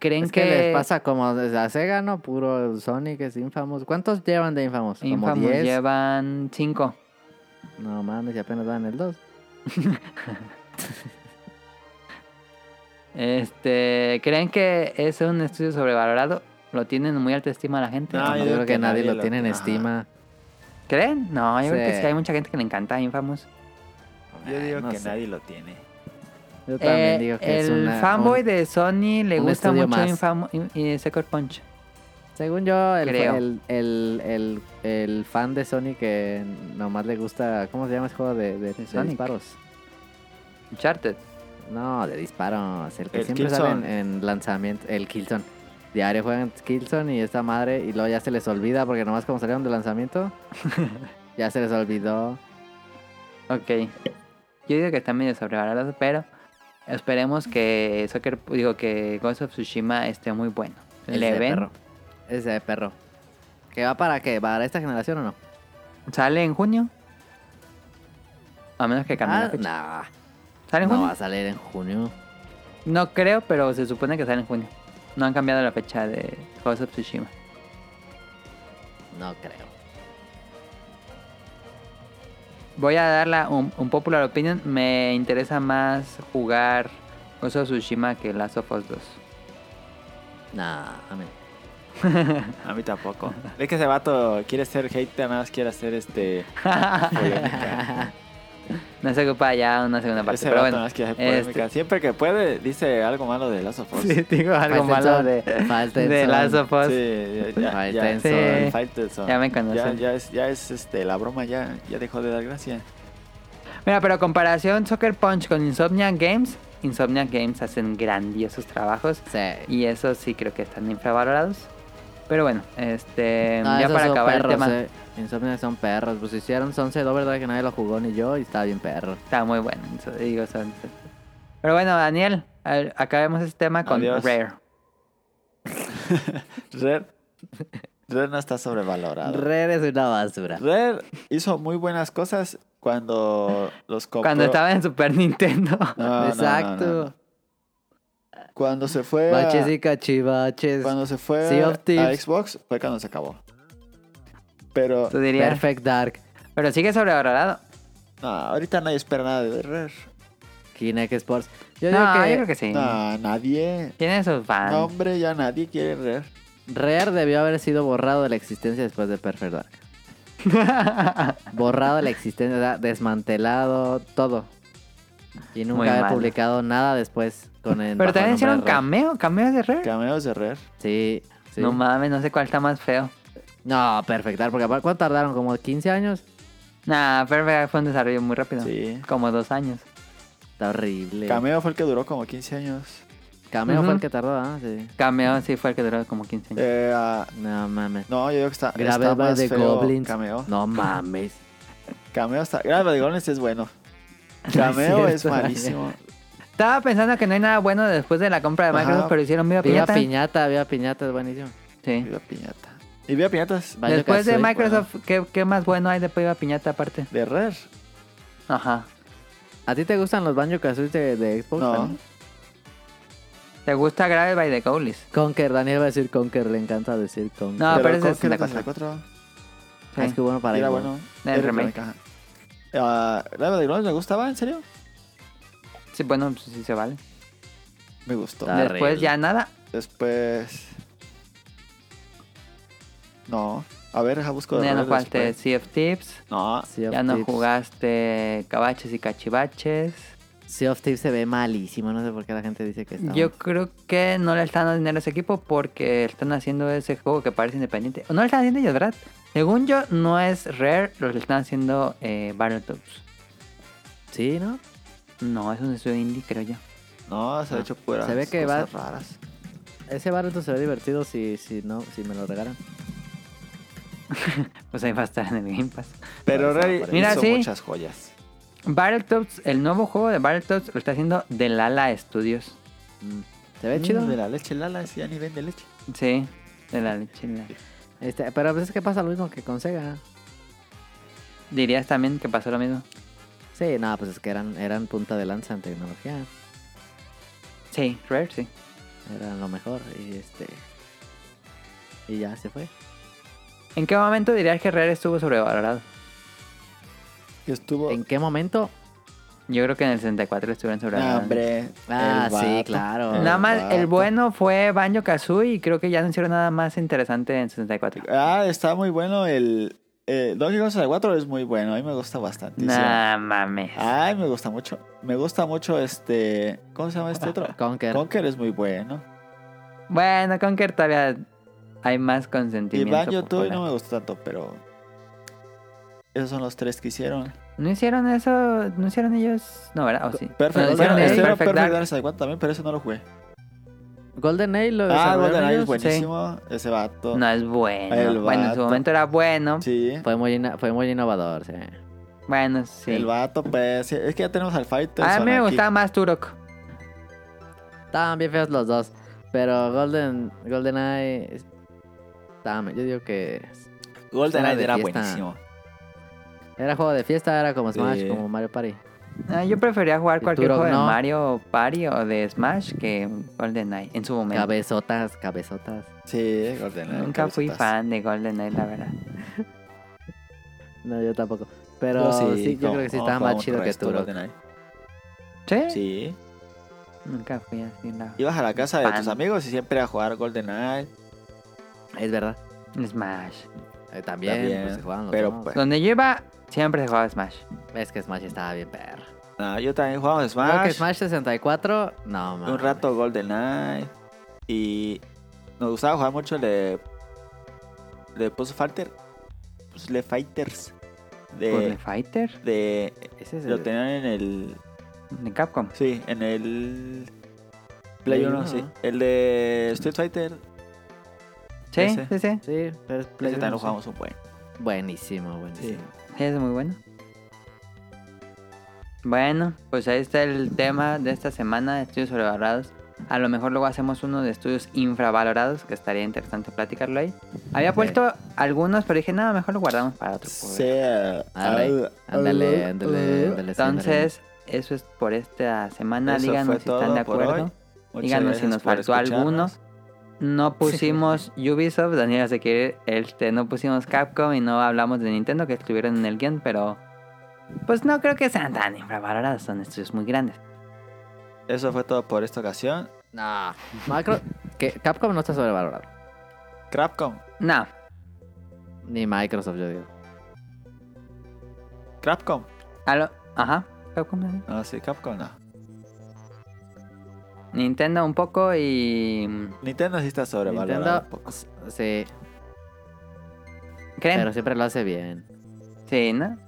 Speaker 1: creen
Speaker 2: Es que... les pasa como desde a Sega, ¿no? Puro Sonic es Infamous. ¿Cuántos llevan de Infamous? ¿Como
Speaker 1: Infamous
Speaker 2: 10?
Speaker 1: llevan 5.
Speaker 2: No mames, y apenas van el 2.
Speaker 1: Este, ¿creen que es un estudio sobrevalorado? ¿Lo tienen en muy alta estima la gente?
Speaker 3: No,
Speaker 2: No, yo creo que, nadie lo tiene en
Speaker 3: ajá.
Speaker 2: estima.
Speaker 1: ¿Creen? No, yo creo que
Speaker 2: Sí.
Speaker 1: sí hay mucha gente que le encanta Infamous.
Speaker 3: Yo
Speaker 2: Ay,
Speaker 3: digo
Speaker 2: Ah, no
Speaker 3: que
Speaker 2: sé.
Speaker 3: nadie lo tiene.
Speaker 2: Yo también
Speaker 1: Eh,
Speaker 2: digo que
Speaker 1: el
Speaker 2: es una,
Speaker 1: fanboy
Speaker 2: un-
Speaker 1: de Sony le
Speaker 2: un
Speaker 1: gusta
Speaker 2: estudio
Speaker 1: mucho
Speaker 2: más.
Speaker 1: Infamous y Sucker Punch.
Speaker 2: Según yo, el,
Speaker 1: Creo.
Speaker 2: el, el, el, el fan de Sony que nomás le gusta... ¿Cómo se llama ese juego de, de- de
Speaker 1: Sonic.
Speaker 2: disparos?
Speaker 1: Uncharted.
Speaker 2: No, de disparos. El que
Speaker 3: El
Speaker 2: siempre sale en,
Speaker 3: Killzone.
Speaker 2: en lanzamiento. El Killzone. Diario juegan Killzone y esta madre. Y luego ya se les olvida porque nomás como salieron de lanzamiento. ya se les olvidó.
Speaker 1: Ok. Yo digo que está medio sobrevalorado, pero esperemos que Soccer, digo que Ghost of Tsushima esté muy bueno. Le
Speaker 2: Ese
Speaker 1: ven.
Speaker 2: perro. Ese perro. ¿Que va para qué? ¿Para esta generación o no?
Speaker 1: ¿Sale en junio? A menos que cambie la
Speaker 2: Ah,
Speaker 1: fecha.
Speaker 2: nah,
Speaker 1: ¿Sale en
Speaker 2: no
Speaker 1: junio?
Speaker 2: va a salir en junio.
Speaker 1: No creo, pero se supone que sale en junio. No han cambiado la fecha de Ghost of Tsushima.
Speaker 2: No creo.
Speaker 1: Voy a dar la un, un popular opinion. Me interesa más jugar Ghost of Tsushima que Last of Us 2.
Speaker 2: Nah, a mí.
Speaker 3: A mí tampoco. Es que ese vato quiere ser hater, nada más quiere hacer este. polémica.
Speaker 1: No se ocupa ya una segunda parte.
Speaker 3: ese
Speaker 1: pero
Speaker 3: vato
Speaker 1: bueno,
Speaker 3: nada más quiere hacer polémica. Siempre que puede, dice algo malo de Last of Us.
Speaker 1: sí, digo algo
Speaker 2: Falta el
Speaker 1: malo
Speaker 2: sol,
Speaker 1: de,
Speaker 2: falta el
Speaker 1: de
Speaker 2: sol.
Speaker 1: Last of Us.
Speaker 3: Sí, ya, ya, ya,
Speaker 2: Faitelson.
Speaker 1: Sí.
Speaker 3: Faitelson.
Speaker 1: Ya me conocen.
Speaker 3: Ya, ya es, ya es este, la broma, ya, ya dejó de dar gracia.
Speaker 1: Mira, pero comparación Soccer Punch con Insomniac Games. Insomniac Games hacen grandiosos trabajos.
Speaker 2: Sí.
Speaker 1: Y eso sí creo que están infravalorados. Pero bueno, este
Speaker 2: No,
Speaker 1: ya
Speaker 2: Ah, esos
Speaker 1: para
Speaker 2: son
Speaker 1: acabar
Speaker 2: perros,
Speaker 1: el tema.
Speaker 2: eh. Insomniac son perros. Pues hicieron Sunset Overdrive que nadie lo jugó ni yo y estaba bien perro.
Speaker 1: Está muy bueno. eso- digo, son- son- Pero bueno, Daniel, a ver, acabemos este tema con
Speaker 3: Adiós.
Speaker 1: Rare.
Speaker 3: Red, Red no está sobrevalorado. Red.
Speaker 2: Rare es una basura.
Speaker 3: hizo muy buenas cosas cuando los compró.
Speaker 1: Cuando estaba en Super Nintendo.
Speaker 3: No, no, no, no,
Speaker 2: Exacto.
Speaker 3: no, no. Cuando se
Speaker 1: Eh,
Speaker 3: fue. a-
Speaker 2: Baches y cachivaches.
Speaker 3: Cuando se fue
Speaker 2: Sea of
Speaker 3: a
Speaker 2: Thieves.
Speaker 3: Xbox fue cuando se acabó. Pero
Speaker 1: Tú dirías.
Speaker 2: Perfect Dark.
Speaker 1: Pero sigue sobrevalorado.
Speaker 3: no, ahorita nadie espera nada de Rare.
Speaker 2: Kinect Sports. Yo
Speaker 1: no,
Speaker 2: digo
Speaker 1: yo
Speaker 2: que
Speaker 1: creo que sí. Ah.
Speaker 3: No, nadie.
Speaker 1: Tiene sus fans.
Speaker 3: No, hombre, ya nadie quiere leer.
Speaker 2: Rare debió haber sido borrado de la existencia después de Perfect Dark. borrado de la existencia, o sea, desmantelado, todo. Y
Speaker 1: Muy
Speaker 2: nunca haber
Speaker 1: mal.
Speaker 2: publicado nada después con el.
Speaker 1: Pero
Speaker 2: bajo el
Speaker 1: también hicieron
Speaker 2: nombre de Rare.
Speaker 1: cameo, cameos de Rare.
Speaker 3: Cameos de Rare.
Speaker 2: Sí, sí.
Speaker 1: No
Speaker 2: No,
Speaker 1: mames, no sé cuál está más feo.
Speaker 2: Perfect Dark, porque aparte, ¿cuánto tardaron? ¿Como 15 años?
Speaker 1: Nah, pero fue un desarrollo muy rápido.
Speaker 3: Sí.
Speaker 1: Como dos años.
Speaker 2: Está horrible.
Speaker 3: Cameo fue el que duró como 15 años.
Speaker 2: Cameo fue
Speaker 1: Ujú.
Speaker 2: el que tardó, ¿ah? Sí.
Speaker 1: Cameo sí fue el que duró como 15 años.
Speaker 3: Eh, ah,
Speaker 2: No mames.
Speaker 3: no, yo digo que está.
Speaker 2: Grabé
Speaker 3: está
Speaker 2: by
Speaker 3: más
Speaker 2: the
Speaker 3: feo
Speaker 2: Goblins.
Speaker 3: Cameo.
Speaker 2: No mames.
Speaker 3: Cameo está. Grabé by the Goblins es bueno. Cameo es,
Speaker 2: cierto.
Speaker 3: malísimo.
Speaker 1: Estaba pensando que no hay nada bueno después de la compra de
Speaker 3: Ajá.
Speaker 1: Microsoft, pero hicieron Viva
Speaker 2: Viva
Speaker 1: Piñata.
Speaker 2: piñata, viva piñata, es buenísimo.
Speaker 1: Sí.
Speaker 3: Viva Piñata. Y Viva Piñatas.
Speaker 2: Banjo
Speaker 1: después de
Speaker 2: Kazooie,
Speaker 1: Microsoft, ¿qué, qué más bueno hay después de Viva Piñata aparte?
Speaker 3: De Rare.
Speaker 1: Ajá.
Speaker 2: ¿A ti te gustan los Banjo Kazooie de, de Xbox?
Speaker 3: No.
Speaker 2: también?
Speaker 1: ¿Te gusta Grave by the Goalies?
Speaker 2: Conker, Daniel va a decir Conker, le encanta decir Conker.
Speaker 1: No, pero ese
Speaker 3: con
Speaker 1: es
Speaker 3: que era
Speaker 1: 64.
Speaker 3: 64.
Speaker 2: Ah, es que bueno para
Speaker 3: Era
Speaker 2: Xbox.
Speaker 3: bueno.
Speaker 1: El remake.
Speaker 3: ajá. Ah, Grabé by the Goblins me gustaba, ¿en serio?
Speaker 1: Sí, bueno, pues sí se vale.
Speaker 3: Me gustó.
Speaker 2: Está
Speaker 1: después
Speaker 2: horrible.
Speaker 1: ya nada.
Speaker 3: Después. No. A ver, deja busco de
Speaker 1: Ya no
Speaker 3: Rare
Speaker 1: jugaste
Speaker 3: después.
Speaker 1: Sea of Tips.
Speaker 3: No.
Speaker 2: Sea of
Speaker 1: Ya no
Speaker 2: Thieves.
Speaker 1: jugaste Cabaches y Cachivaches.
Speaker 2: Sea of Thieves se ve malísimo, no sé por qué la gente dice que está
Speaker 1: Yo
Speaker 2: mal.
Speaker 1: creo que no le están dando dinero a ese equipo porque están haciendo ese juego que parece independiente. O No le están haciendo ellos, ¿verdad? Según yo, no es Rare lo que le están haciendo eh, Battletoads.
Speaker 2: Sí, ¿no?
Speaker 1: No, es un estudio indie, creo yo.
Speaker 3: No, se ha
Speaker 2: Ah.
Speaker 3: hecho puras
Speaker 2: Se ve que va-
Speaker 3: cosas raras.
Speaker 2: Ese Barreto se ve divertido si, si, no, si me lo regalan.
Speaker 1: Pues ahí va a estar en el Game Pass.
Speaker 3: Pero
Speaker 2: Parece-
Speaker 3: Rare
Speaker 1: Mira,
Speaker 3: hizo
Speaker 1: sí.
Speaker 3: muchas joyas.
Speaker 1: Battletoads, el nuevo juego de Battletoads lo está haciendo Delala Studios.
Speaker 2: Mm. Se ve
Speaker 3: Mm,
Speaker 2: chido.
Speaker 3: De la leche Lala, si ya ni vende leche.
Speaker 1: Sí, de la leche. la-
Speaker 2: Este, pero a veces que pasa lo mismo que con Sega.
Speaker 1: ¿Dirías también que pasó lo mismo?
Speaker 2: Sí, no, pues es que eran, eran punta de lanza en tecnología.
Speaker 1: Sí, Rare, sí.
Speaker 2: Eran lo mejor. Y este. Y ya se fue.
Speaker 1: ¿En qué momento dirías que Rare estuvo sobrevalorado?
Speaker 3: Y estuvo.
Speaker 2: ¿En qué momento?
Speaker 1: Yo creo que en el 64 estuvieron
Speaker 3: Ah,
Speaker 1: sobrevalorados.
Speaker 3: hombre.
Speaker 2: Ah,
Speaker 3: el
Speaker 2: sí,
Speaker 3: vato.
Speaker 2: claro.
Speaker 1: Nada más, el
Speaker 3: vato.
Speaker 1: bueno fue Banjo Kazooie y creo que ya no hicieron nada más interesante en 64.
Speaker 3: Ah, está muy bueno el. Eh, Donkey Kong 64 es muy bueno, a mí me gusta bastante.
Speaker 1: Nah, mames.
Speaker 3: Ay, me gusta mucho. Me gusta mucho este. ¿Cómo se llama este otro?
Speaker 2: Conker.
Speaker 3: Conker es muy bueno.
Speaker 1: Bueno, Conker todavía hay más
Speaker 3: Y
Speaker 1: consentimiento.
Speaker 3: Banjo Tooie
Speaker 1: popular.
Speaker 3: no me gusta tanto, pero. Esos son los tres que hicieron.
Speaker 1: no hicieron eso, no hicieron ellos. No, ¿verdad? ¿O sí?
Speaker 3: Perfect,
Speaker 1: No,
Speaker 3: bueno,
Speaker 1: hicieron el
Speaker 3: este era
Speaker 1: Perfect
Speaker 3: Perfect
Speaker 1: Dark.
Speaker 3: Dark 64 también, pero ese no lo jugué.
Speaker 2: Golden Ale lo
Speaker 3: Ah,
Speaker 2: desarrollaron
Speaker 3: GoldenEye es
Speaker 2: ellos.
Speaker 3: buenísimo. Ese vato.
Speaker 1: No es bueno.
Speaker 3: El
Speaker 1: Bueno, en su
Speaker 3: vato.
Speaker 1: momento era bueno.
Speaker 3: Sí.
Speaker 2: Fue muy, inno- fue muy innovador, sí.
Speaker 1: Bueno, Pues sí.
Speaker 3: El vato, pues. sí, Es que ya tenemos al Fighter.
Speaker 1: A mí me gustaba más Turok.
Speaker 2: Estaban bien feos los dos. Pero Golden, Golden Eye. yo digo que. Era
Speaker 3: GoldenEye
Speaker 2: de
Speaker 3: era
Speaker 2: fiesta.
Speaker 3: buenísimo.
Speaker 2: Era juego de fiesta, era como Smash,
Speaker 3: Sí.
Speaker 2: como Mario Party.
Speaker 1: Ah, yo prefería jugar
Speaker 2: Y
Speaker 1: cualquier
Speaker 2: Turok
Speaker 1: juego
Speaker 2: no.
Speaker 1: de Mario Party o de Smash que GoldenEye en su momento.
Speaker 2: Cabezotas, cabezotas.
Speaker 3: Sí, GoldenEye.
Speaker 1: Nunca fui
Speaker 3: cabezas.
Speaker 1: fan de GoldenEye, la verdad.
Speaker 2: No, yo tampoco. Pero sí, yo
Speaker 3: no,
Speaker 2: creo que sí
Speaker 3: no,
Speaker 2: estaba más
Speaker 3: jugamos
Speaker 2: chido que
Speaker 3: resto
Speaker 2: Turok.
Speaker 3: GoldenEye.
Speaker 1: ¿Sí?
Speaker 3: Sí.
Speaker 1: Nunca fui así, la...
Speaker 3: Ibas a la casa de
Speaker 1: Fan.
Speaker 3: tus amigos y siempre a jugar GoldenEye.
Speaker 2: Es verdad.
Speaker 1: Smash.
Speaker 2: Eh, también,
Speaker 3: También,
Speaker 2: pues, se jugaban los
Speaker 3: pero
Speaker 2: dos.
Speaker 3: pues-
Speaker 1: Donde yo iba, siempre se jugaba Smash.
Speaker 2: Es que Smash estaba bien perro.
Speaker 3: No, yo también jugamos
Speaker 2: Creo que
Speaker 3: Smash.
Speaker 2: Smash 64, no, mames.
Speaker 3: un rato GoldenEye. Y nos gustaba jugar mucho el de. de Puzzle Fighter. Puzzle Fighters.
Speaker 1: Puzzle
Speaker 3: De.
Speaker 1: Fighter
Speaker 3: de
Speaker 2: Ese es
Speaker 3: lo
Speaker 2: el-
Speaker 3: tenían en el.
Speaker 1: de Capcom.
Speaker 3: Sí, en el. Play
Speaker 2: Play
Speaker 3: 1,
Speaker 2: uno,
Speaker 3: sí.
Speaker 2: ¿no?
Speaker 3: El de Street Fighter.
Speaker 1: Sí,
Speaker 3: Ese.
Speaker 1: sí, sí.
Speaker 2: Sí, pero es
Speaker 3: Play
Speaker 2: Play
Speaker 3: también
Speaker 2: uno,
Speaker 3: lo
Speaker 2: sí.
Speaker 3: jugamos un buen.
Speaker 2: Buenísimo, buenísimo.
Speaker 1: Sí, es muy bueno. Bueno, pues ahí está el tema de esta semana de estudios sobrevalorados. A lo mejor luego hacemos uno de estudios infravalorados, que estaría interesante platicarlo ahí. Había puesto algunos, pero dije, nada, mejor lo guardamos para otro. programa.
Speaker 3: Sí.
Speaker 2: Arre,
Speaker 3: ah,
Speaker 2: Ándale,
Speaker 3: ah,
Speaker 2: ándale, ándale. sí,
Speaker 1: Entonces, eso es por esta semana.
Speaker 3: Eso
Speaker 1: Díganos
Speaker 3: fue
Speaker 1: si están
Speaker 3: todo
Speaker 1: de
Speaker 3: por
Speaker 1: acuerdo.
Speaker 3: hoy.
Speaker 1: Díganos
Speaker 3: Muchas
Speaker 1: si
Speaker 3: gracias
Speaker 1: nos
Speaker 3: por
Speaker 1: faltó
Speaker 3: escucharnos.
Speaker 1: alguno. No pusimos Ubisoft, Daniela se quiere, este, no pusimos Capcom y no hablamos de Nintendo que estuvieron en el guión, pero pues no creo que sean tan infravalorados, son estudios muy grandes.
Speaker 3: Eso fue todo por esta ocasión.
Speaker 2: No. Macro- que Capcom no está sobrevalorado.
Speaker 3: Crapcom.
Speaker 1: No,
Speaker 2: Ni Microsoft, yo digo.
Speaker 3: Crapcom.
Speaker 1: aló, ajá. Capcom, ¿no?
Speaker 3: No, sí, Capcom no.
Speaker 1: Nintendo un poco y...
Speaker 3: Nintendo sí está sobrevalorado
Speaker 2: Nintendo,
Speaker 3: un poco.
Speaker 2: Sí,
Speaker 1: ¿Creen?
Speaker 2: pero siempre lo hace bien.
Speaker 1: Sí, ¿no?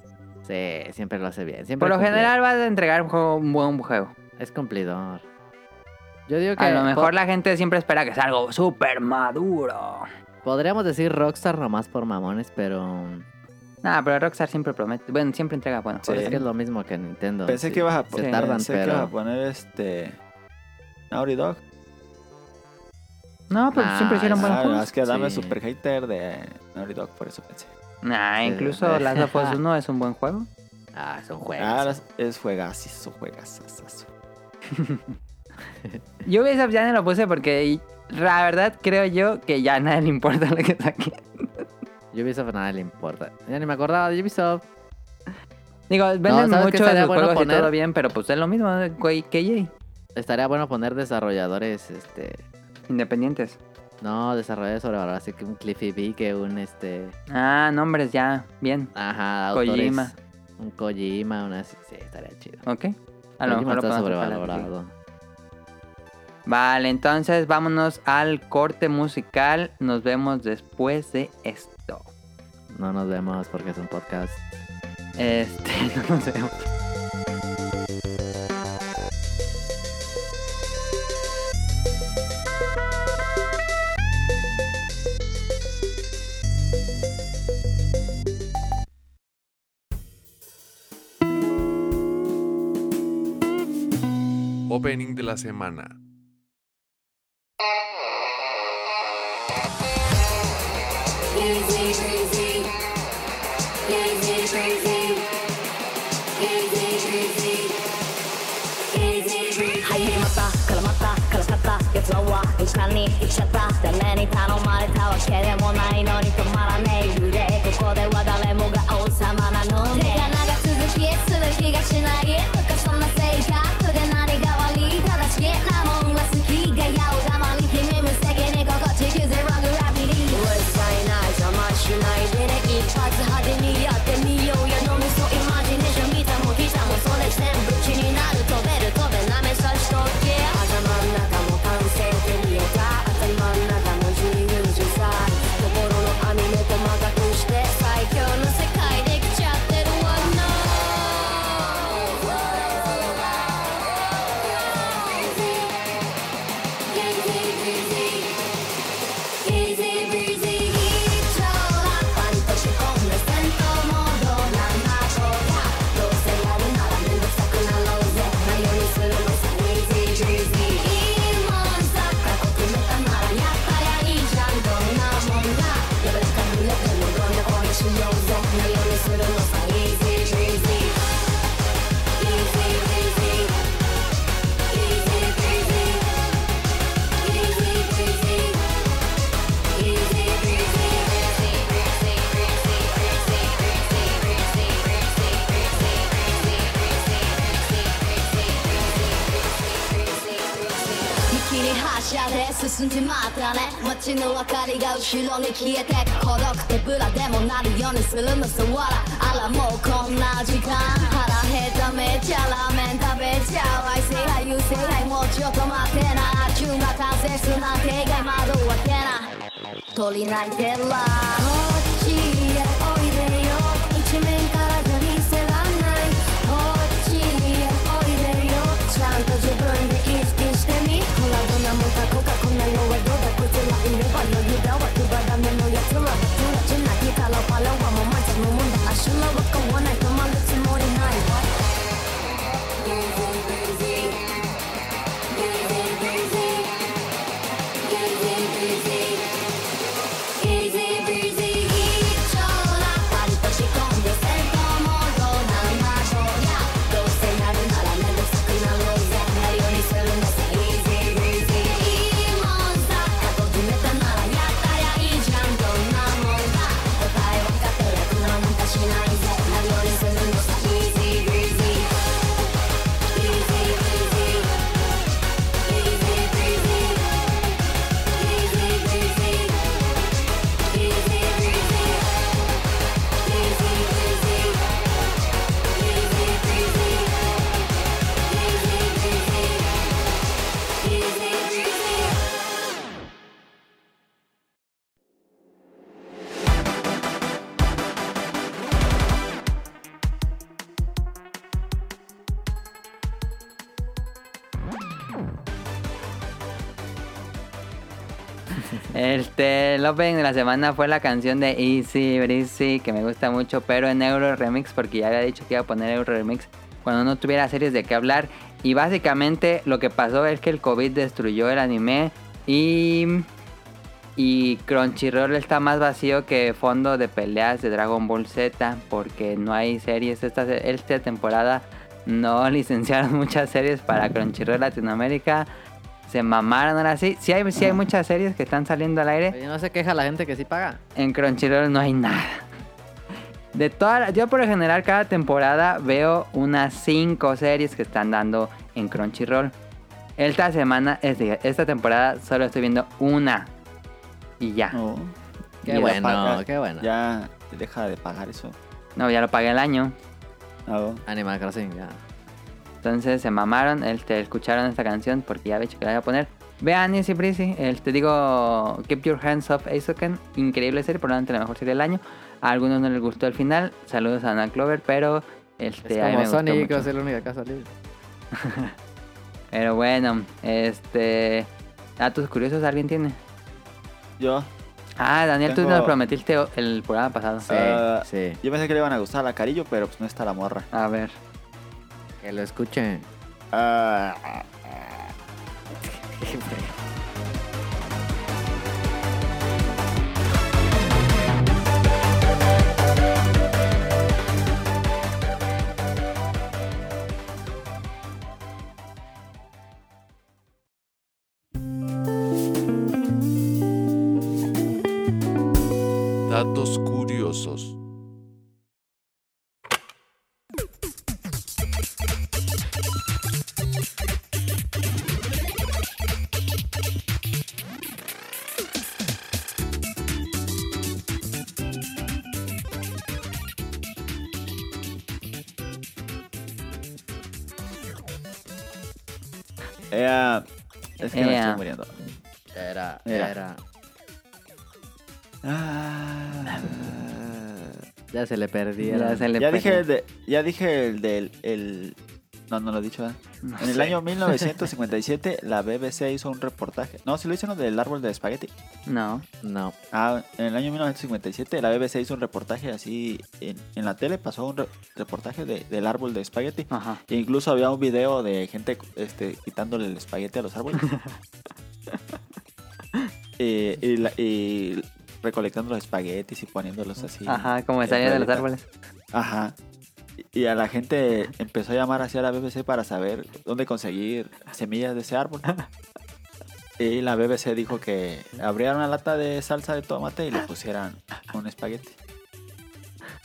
Speaker 2: Sí, siempre lo hace bien. Siempre
Speaker 1: Por lo
Speaker 2: cumple.
Speaker 1: general vas a entregar un, juego- un buen juego.
Speaker 2: Es cumplidor. Yo digo que
Speaker 1: A lo mejor
Speaker 2: po-
Speaker 1: la gente siempre espera que sea algo súper maduro.
Speaker 2: podríamos decir Rockstar nomás por mamones, pero
Speaker 1: Nah, pero Rockstar siempre promete. Bueno, siempre entrega bueno.
Speaker 3: Sí.
Speaker 2: pues es que es lo mismo que Nintendo.
Speaker 3: Pensé
Speaker 2: Sí,
Speaker 3: que ibas a
Speaker 2: se
Speaker 1: sí,
Speaker 3: poner.
Speaker 2: tardan,
Speaker 3: pensé que
Speaker 2: pero
Speaker 3: ibas a poner este. Naughty Dog.
Speaker 1: No, pues
Speaker 2: Nah,
Speaker 1: siempre hicieron buenos
Speaker 3: Ah, no,
Speaker 1: juegos.
Speaker 3: es que dame
Speaker 2: Sí.
Speaker 3: super hater de Naughty Dog, por eso pensé.
Speaker 1: Nah,
Speaker 2: Sí.
Speaker 1: incluso Last of Us 1 es un buen juego.
Speaker 2: ah, son juegos.
Speaker 3: Ah, las- es juegazo, juegazazazo.
Speaker 1: Yo Ubisoft ya no lo puse porque la verdad creo yo que ya a nadie le importa lo que saque.
Speaker 2: Ubisoft a nadie le importa. Ya ni me acordaba de Ubisoft.
Speaker 1: Digo, venden
Speaker 2: ¿sabes qué
Speaker 1: mucho de
Speaker 2: estaría
Speaker 1: los
Speaker 2: bueno
Speaker 1: juegos y
Speaker 2: poner?
Speaker 1: todo bien, pero pues es lo mismo, ¿no? Güey, KJ.
Speaker 2: Estaría bueno poner desarrolladores, este,
Speaker 1: Independientes.
Speaker 2: no, desarrolladores sobrevalorados, así que un Cliffy B, que un este,
Speaker 1: Ah, nombres ya, bien.
Speaker 2: ajá, autores,
Speaker 1: Kojima.
Speaker 2: un Kojima, una así, sí, estaría chido.
Speaker 1: Ok. A lo
Speaker 2: Kojima
Speaker 1: mejor lo podemos hablar
Speaker 2: está
Speaker 1: de Kojima.
Speaker 2: sobrevalorado.
Speaker 1: Vale, entonces vámonos al corte musical. Nos vemos después de esto.
Speaker 2: No nos vemos porque es un podcast.
Speaker 1: Este, no nos vemos.
Speaker 5: Opening de la semana.
Speaker 6: Crazy, crazy, crazy, crazy, crazy, crazy, crazy.
Speaker 7: 하이리마다 그라마다 그라카다 여자와 이찬이 이차다 다만이 단어만에 타와케레 모나이 너니 또 말하네 유래 고고대와 달래모가 오사마나노 내가 나가 쓰듯이에 쓰듯이가 신나게 흑가선나 세이가 그대 나리가 완리 다다시게 나 뭔가 스키가 야오다만이 힘을 세게 내가 거치 그새 락을 라비리 월사이나이자 마시나이 내내 이차즈 하드니 야때미요야 너무 소 이마지네이션 미다 모 기다 모 손에 샘 루치니 나를 더 배를 더 배남의 설스톱게 하자만 나가 모 반세 들리에다 아들만 나가 모 지는 주사 도보로로 아미 내 고마가 동시대 사이교는 세카이 내기 짝대로 왔나
Speaker 6: Easy breezy, chola, cuánto chico me siento modo la machola. No sé la de nada, menos saco una loza. Mayoni suelo no sé, easy breezy. Y monza, caco que me tan mala, ya para y ya no una monda. Yo ves que a mí le tengo donde hoy chillosa. Mayoni suelo no sé, easy breezy. Easy breezy. Easy breezy. Easy breezy.
Speaker 7: 「一気に発車で進んでまったね」「街の明かりが後ろに消えてく」「孤独手ぶらでもなるようにするのさわら」「あらもうこんな時間」「腹減っためちゃラーメン食べちゃう」「I say hi you say hi もうちょっと待ってな」「急な完成するなんて以外窓を開けな」鳥鳴いてるわこっちへおいでよ一面からじゃ見せらんないこっちへおいでよちゃんと自分で意識してみほらどんなもんかこかこんなのはどうだこいつらいれば余裕だわ手ばダメのやつらがつらちなきからパラはもうまずのもんだ足らは買わない止まるつもりないわ
Speaker 6: Easy breezy.
Speaker 1: Este, el opening de la semana fue la canción de Easy Breezy, que me gusta mucho, pero en Euro Remix, porque ya había dicho que iba a poner Euro Remix cuando no tuviera series de qué hablar. Y básicamente lo que pasó es que el COVID destruyó el anime y. Y Crunchyroll está más vacío que fondo de peleas de Dragon Ball Z, porque no hay series. Esta, se- esta temporada no licenciaron muchas series para Crunchyroll Latinoamérica. Se mamaron ahora sí. Sí hay, sí hay muchas series que están saliendo al aire.
Speaker 2: Oye, no se queja la gente que sí paga.
Speaker 1: En Crunchyroll no hay nada. De toda la- yo por lo general cada temporada veo unas 5 series que están dando en Crunchyroll. Esta semana, es de- esta temporada solo estoy viendo una. Y ya.
Speaker 2: Oh.
Speaker 3: No.
Speaker 2: Qué
Speaker 3: Ya
Speaker 2: bueno,
Speaker 3: paga-
Speaker 2: qué bueno.
Speaker 3: Ya deja de pagar eso.
Speaker 1: No, ya lo pagué el año.
Speaker 3: Ah,
Speaker 2: Animal Crossing, ya.
Speaker 1: Entonces se mamaron, este, escucharon esta canción porque ya había dicho que la iba a poner. Vean Easy Breezy, el, te digo Keep Your Hands Off Aizoken, increíble serie, probablemente la mejor serie del año. A algunos no les gustó el final, saludos a Ana Clover, pero este, a mí me
Speaker 2: es como
Speaker 1: gustó
Speaker 2: Sonic,
Speaker 1: mucho.
Speaker 2: es el único caso libre.
Speaker 1: Pero bueno, este. Datos curiosos, ¿alguien tiene?
Speaker 3: Yo,
Speaker 1: Ah, Daniel, tú
Speaker 3: Tengo-
Speaker 1: nos prometiste el programa pasado.
Speaker 2: Sí,
Speaker 3: Ah.
Speaker 2: sí.
Speaker 3: yo pensé que le iban a gustar a la Carillo, pero pues no está la morra.
Speaker 1: A ver.
Speaker 2: Que lo escuchen.
Speaker 3: Ah,
Speaker 5: Datos curiosos.
Speaker 3: eh, es que me
Speaker 1: Ea.
Speaker 3: estoy muriendo.
Speaker 2: Era,
Speaker 3: Mira.
Speaker 2: era.
Speaker 3: Ah,
Speaker 2: Ya se le perdieron.
Speaker 1: Ya se le
Speaker 3: ya,
Speaker 1: perdió.
Speaker 3: dije el de- ya dije el del... El, no, no lo he dicho. ¿verdad? en el año 1957 la BBC hizo un reportaje. No, si lo hicieron del árbol de espagueti.
Speaker 1: No.
Speaker 2: No.
Speaker 3: Ah, en el año 1957 la BBC hizo un reportaje así en, en la tele, pasó un re- reportaje de- del árbol de espagueti.
Speaker 1: Ajá.
Speaker 3: E incluso había un video de gente este, quitándole el espagueti a los árboles. Eh, y, la- y recolectando los espaguetis y poniéndolos así.
Speaker 1: Ajá, como
Speaker 3: en
Speaker 1: salía de los
Speaker 3: rueditas.
Speaker 1: árboles.
Speaker 3: Ajá. Y- Y a la gente empezó a llamar hacia la BBC para saber dónde conseguir semillas de ese árbol. Y la BBC dijo que abriera una lata de salsa de tomate y le pusieran un espagueti.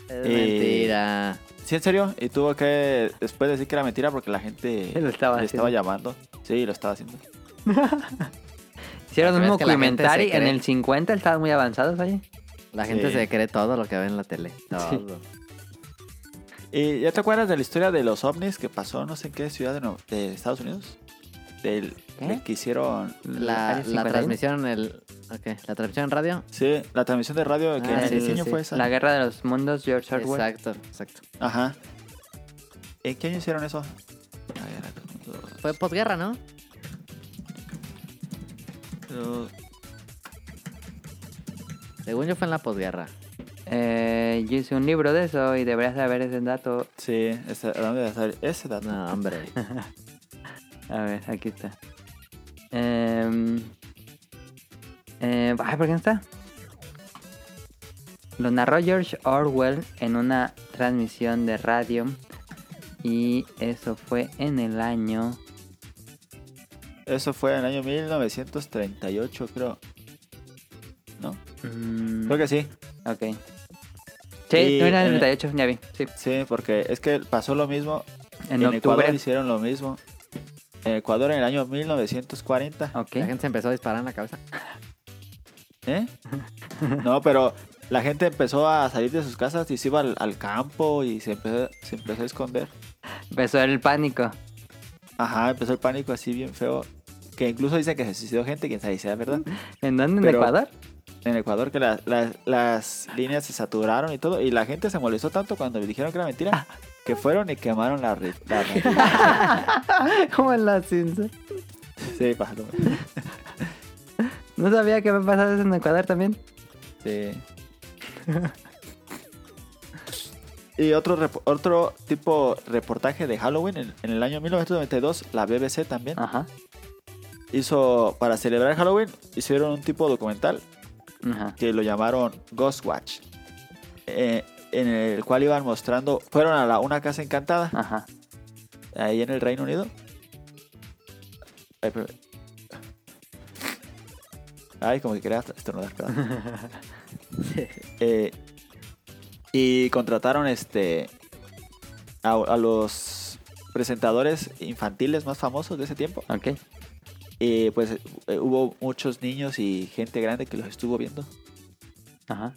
Speaker 2: Es
Speaker 3: Eh,
Speaker 2: mentira.
Speaker 3: Sí, en serio. Y tuvo que después decir que era mentira porque la gente
Speaker 1: Lo estaba
Speaker 3: le
Speaker 1: haciendo.
Speaker 3: estaba llamando. Sí, lo estaba haciendo.
Speaker 1: Hicieron
Speaker 2: Pero
Speaker 1: un
Speaker 2: es que la gente se
Speaker 1: documentary en
Speaker 2: cree.
Speaker 1: el 50, estaban muy avanzados, oye.
Speaker 2: La gente
Speaker 3: sí.
Speaker 2: se cree todo lo que ve en la tele. Todo.
Speaker 3: ¿Y ya te acuerdas de la historia de los ovnis que pasó no sé en qué ciudad de, Nue- de Estados Unidos? Del
Speaker 1: ¿Qué?
Speaker 3: del que hicieron...
Speaker 2: La,
Speaker 1: Área
Speaker 2: la
Speaker 1: 51.
Speaker 2: transmisión en el... Ok, la transmisión en radio.
Speaker 3: Sí, la transmisión de radio que
Speaker 1: Ah,
Speaker 3: en
Speaker 1: sí,
Speaker 3: el diseño
Speaker 2: sí.
Speaker 3: fue esa.
Speaker 1: La guerra de los mundos, George Orwell.
Speaker 2: Exacto, exacto.
Speaker 3: Ajá. ¿En qué año hicieron eso? A ver, acá,
Speaker 2: Fue posguerra, ¿no?
Speaker 3: dos,
Speaker 2: Según yo fue en la posguerra.
Speaker 1: Eh, yo hice un libro de eso y deberías saber ese dato.
Speaker 3: Sí, ese, ¿a dónde va a salir ese dato?
Speaker 2: No, hombre.
Speaker 1: A ver, aquí está. Em, eh, ay, ¿por qué no está? Lo narró George Orwell en una transmisión de radio. Y eso fue en el año.
Speaker 3: Eso fue en el año 1938, creo. ¿No?
Speaker 1: mm,
Speaker 3: Creo que sí.
Speaker 1: ok. Sí,
Speaker 3: Y eh,
Speaker 1: no era
Speaker 3: en
Speaker 1: el
Speaker 3: el-
Speaker 1: 38, ya vi. Sí,
Speaker 3: Sí, porque es que pasó lo mismo.
Speaker 1: en,
Speaker 3: en Ecuador
Speaker 1: octubre.
Speaker 3: hicieron lo mismo. En Ecuador en el año 1940.
Speaker 1: Ok.
Speaker 2: La gente se empezó a disparar en la cabeza.
Speaker 3: ¿Eh? No, pero la gente empezó a salir de sus casas y se iba al, al campo y se empezó, se empezó a esconder.
Speaker 1: Empezó el pánico.
Speaker 3: Ajá, empezó el pánico así bien feo. Que incluso dicen que se suicidó gente, quién sabe si sea verdad.
Speaker 1: ¿En dónde? ¿En
Speaker 3: Pero-
Speaker 1: Ecuador?
Speaker 3: en Ecuador que la- la- las líneas se saturaron y todo. Y la gente se molestó tanto cuando le dijeron que era
Speaker 1: Ah.
Speaker 3: mentira que fueron y quemaron la red. La red.
Speaker 1: Como en la cinza.
Speaker 3: sí, pasó.
Speaker 1: No sabía que había pasado eso en Ecuador también.
Speaker 3: Sí. y otro, rep- otro tipo reportaje de Halloween en, en el año 1992, la BBC también
Speaker 1: Ajá.
Speaker 3: hizo, para celebrar Halloween, hicieron un tipo documental
Speaker 1: Ajá.
Speaker 3: que lo llamaron Ghost Watch, eh, en el cual iban mostrando, fueron a la- una casa encantada,
Speaker 1: Ajá.
Speaker 3: ahí en el Reino Unido. Ay, pero- Ay, como que quería estornudar, perdón. Eh, y contrataron este a, a los presentadores infantiles más famosos de ese tiempo.
Speaker 1: Ok.
Speaker 3: Y pues eh, hubo muchos niños y gente grande que los estuvo viendo.
Speaker 1: Ajá.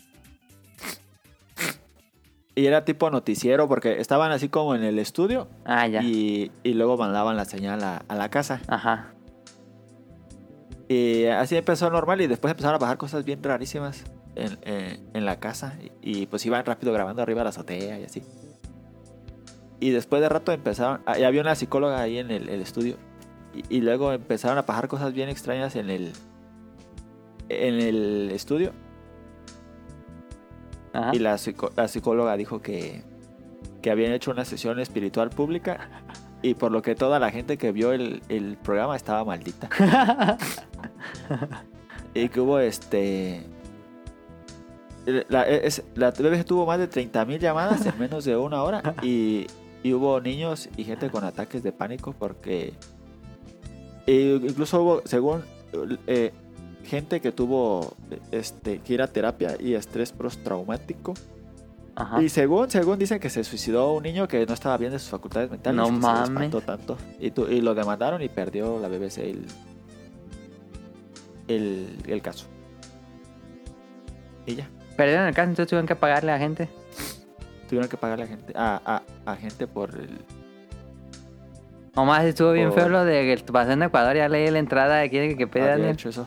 Speaker 3: Y era tipo noticiero porque estaban así como en el estudio
Speaker 1: Ah, ya.
Speaker 3: y, y luego mandaban la señal a, a la casa.
Speaker 1: Ajá.
Speaker 3: Y así empezó normal y después empezaron a bajar cosas bien rarísimas en, en- en la casa. Y, y, pues iban rápido grabando arriba de la azotea y así. Y después de rato empezaron... ah, Y había una psicóloga ahí en el, el estudio. Y, y luego empezaron a bajar cosas bien extrañas en el... En el estudio.
Speaker 1: Ajá.
Speaker 3: Y la, psico- la psicóloga dijo que, que habían hecho una sesión espiritual pública y por lo que toda la gente que vio el, el programa estaba maldita. y que hubo este... La, es- la BBC tuvo más de 30.000 llamadas en menos de una hora y, y hubo niños y gente con ataques de pánico porque... e incluso hubo, según... eh, gente que tuvo este, que ir a terapia y estrés postraumático.
Speaker 1: Ajá.
Speaker 3: Y según, según dicen que se suicidó un niño que no estaba bien de sus facultades mentales.
Speaker 1: No
Speaker 3: que se
Speaker 1: mames.
Speaker 3: espantó tanto. Y, tu- y lo demandaron y perdió la BBC el, el, el caso. Y ya.
Speaker 1: Perdieron el caso, entonces tuvieron que pagarle a la gente.
Speaker 3: Tuvieron que pagar a, gente, a, a, a gente por el...
Speaker 1: Nomás estuvo bien
Speaker 3: Por-
Speaker 1: feo lo de que pasó en Ecuador, ya leí la entrada de aquí que pide
Speaker 3: haber
Speaker 1: Daniel.
Speaker 3: hecho eso.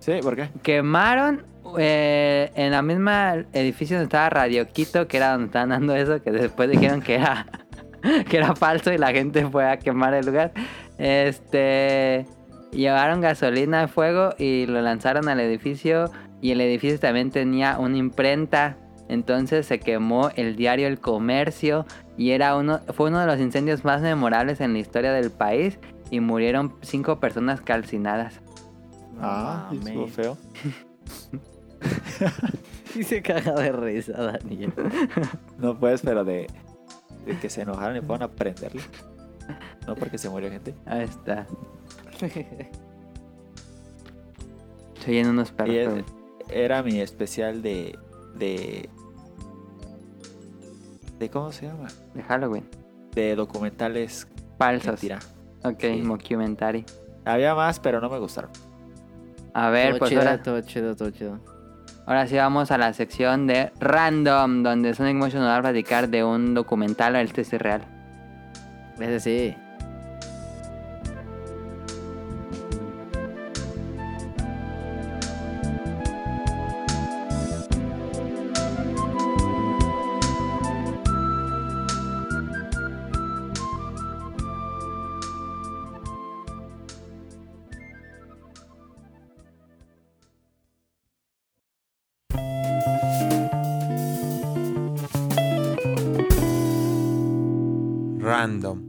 Speaker 3: Sí, ¿por qué?
Speaker 1: Quemaron eh, en la misma edificio donde estaba Radio Quito, que era donde estaban dando eso, que después dijeron que era, que era falso y la gente fue a quemar el lugar. Este llevaron gasolina al fuego y lo lanzaron al edificio. Y el edificio también tenía una imprenta. Entonces se quemó el diario El Comercio. Y era uno, fue uno de los incendios más memorables en la historia del país. Y murieron cinco personas calcinadas.
Speaker 3: Ah,
Speaker 2: No
Speaker 3: estuvo
Speaker 2: mames.
Speaker 3: feo.
Speaker 2: Y se caga de risa, Daniel.
Speaker 3: No puedes, pero de, de que se enojaron y puedan aprenderle. No porque se murió gente.
Speaker 1: Ahí está. Se oyen unos perros.
Speaker 3: Y es-
Speaker 1: pero-
Speaker 3: era mi especial de, de. de ¿Cómo se llama?
Speaker 1: De Halloween.
Speaker 3: De documentales
Speaker 1: Falsos.
Speaker 3: mentira.
Speaker 1: Ok,
Speaker 3: Sí.
Speaker 1: mockumentary.
Speaker 3: Había más, pero no me gustaron.
Speaker 1: A ver,
Speaker 2: Todo
Speaker 1: pues
Speaker 2: chido, ¿eh?
Speaker 1: ahora,
Speaker 2: todo chido, todo chido.
Speaker 1: ahora sí vamos a la sección de Random, donde Sonic Motion nos va a platicar de un documental. Este sí es real.
Speaker 2: Ese sí.
Speaker 5: Random.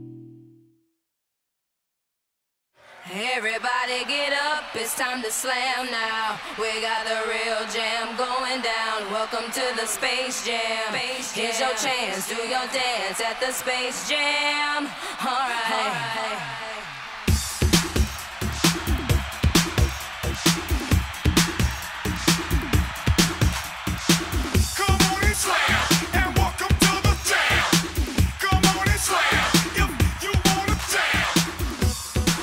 Speaker 6: Everybody get up, it's time to slam now. We got the real jam going down. Welcome to the Space Jam. Here's your chance, do your dance at the Space Jam. Alright.
Speaker 8: Come on and slam, and welcome to the jam. Come on and slam, if you wanna jam.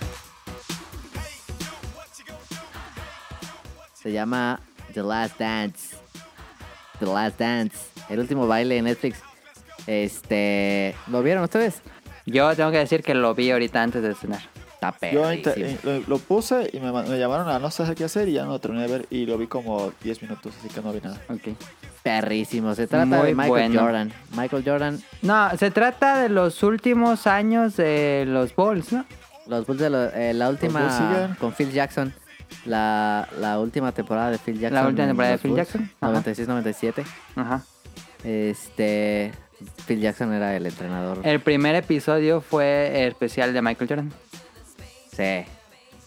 Speaker 8: Hey yo, what you gonna do? Hey yo, what you
Speaker 2: Se llama The Last Dance. The Last Dance. El último baile en Netflix. Este. ¿Lo vieron ustedes?
Speaker 1: Yo tengo que decir que lo vi ahorita antes de cenar.
Speaker 2: Está
Speaker 3: Yo inter-
Speaker 2: perrísimo.
Speaker 3: eh, lo, lo puse y me, ma- me llamaron a no sé qué hacer y ya no lo terminé de ver y lo vi como 10 minutos, así que no vi nada.
Speaker 2: eh,
Speaker 1: Ok.
Speaker 2: perrísimo. Se trata
Speaker 1: Muy
Speaker 2: de Michael
Speaker 1: bueno.
Speaker 2: Jordan. Michael Jordan,
Speaker 1: No, se trata de los últimos años de los Bulls, ¿no?
Speaker 2: los Bulls de lo- eh, la
Speaker 3: Bulls siguen.
Speaker 2: última con Phil Jackson. La, la última temporada de Phil Jackson.
Speaker 1: última
Speaker 2: en
Speaker 1: temporada de
Speaker 2: los
Speaker 1: Phil
Speaker 2: Bulls,
Speaker 1: Jackson, ajá.
Speaker 2: 96-97.
Speaker 1: Ajá.
Speaker 2: Este. Phil Jackson era el entrenador.
Speaker 1: El primer episodio fue el especial de Michael Jordan.
Speaker 2: Sí.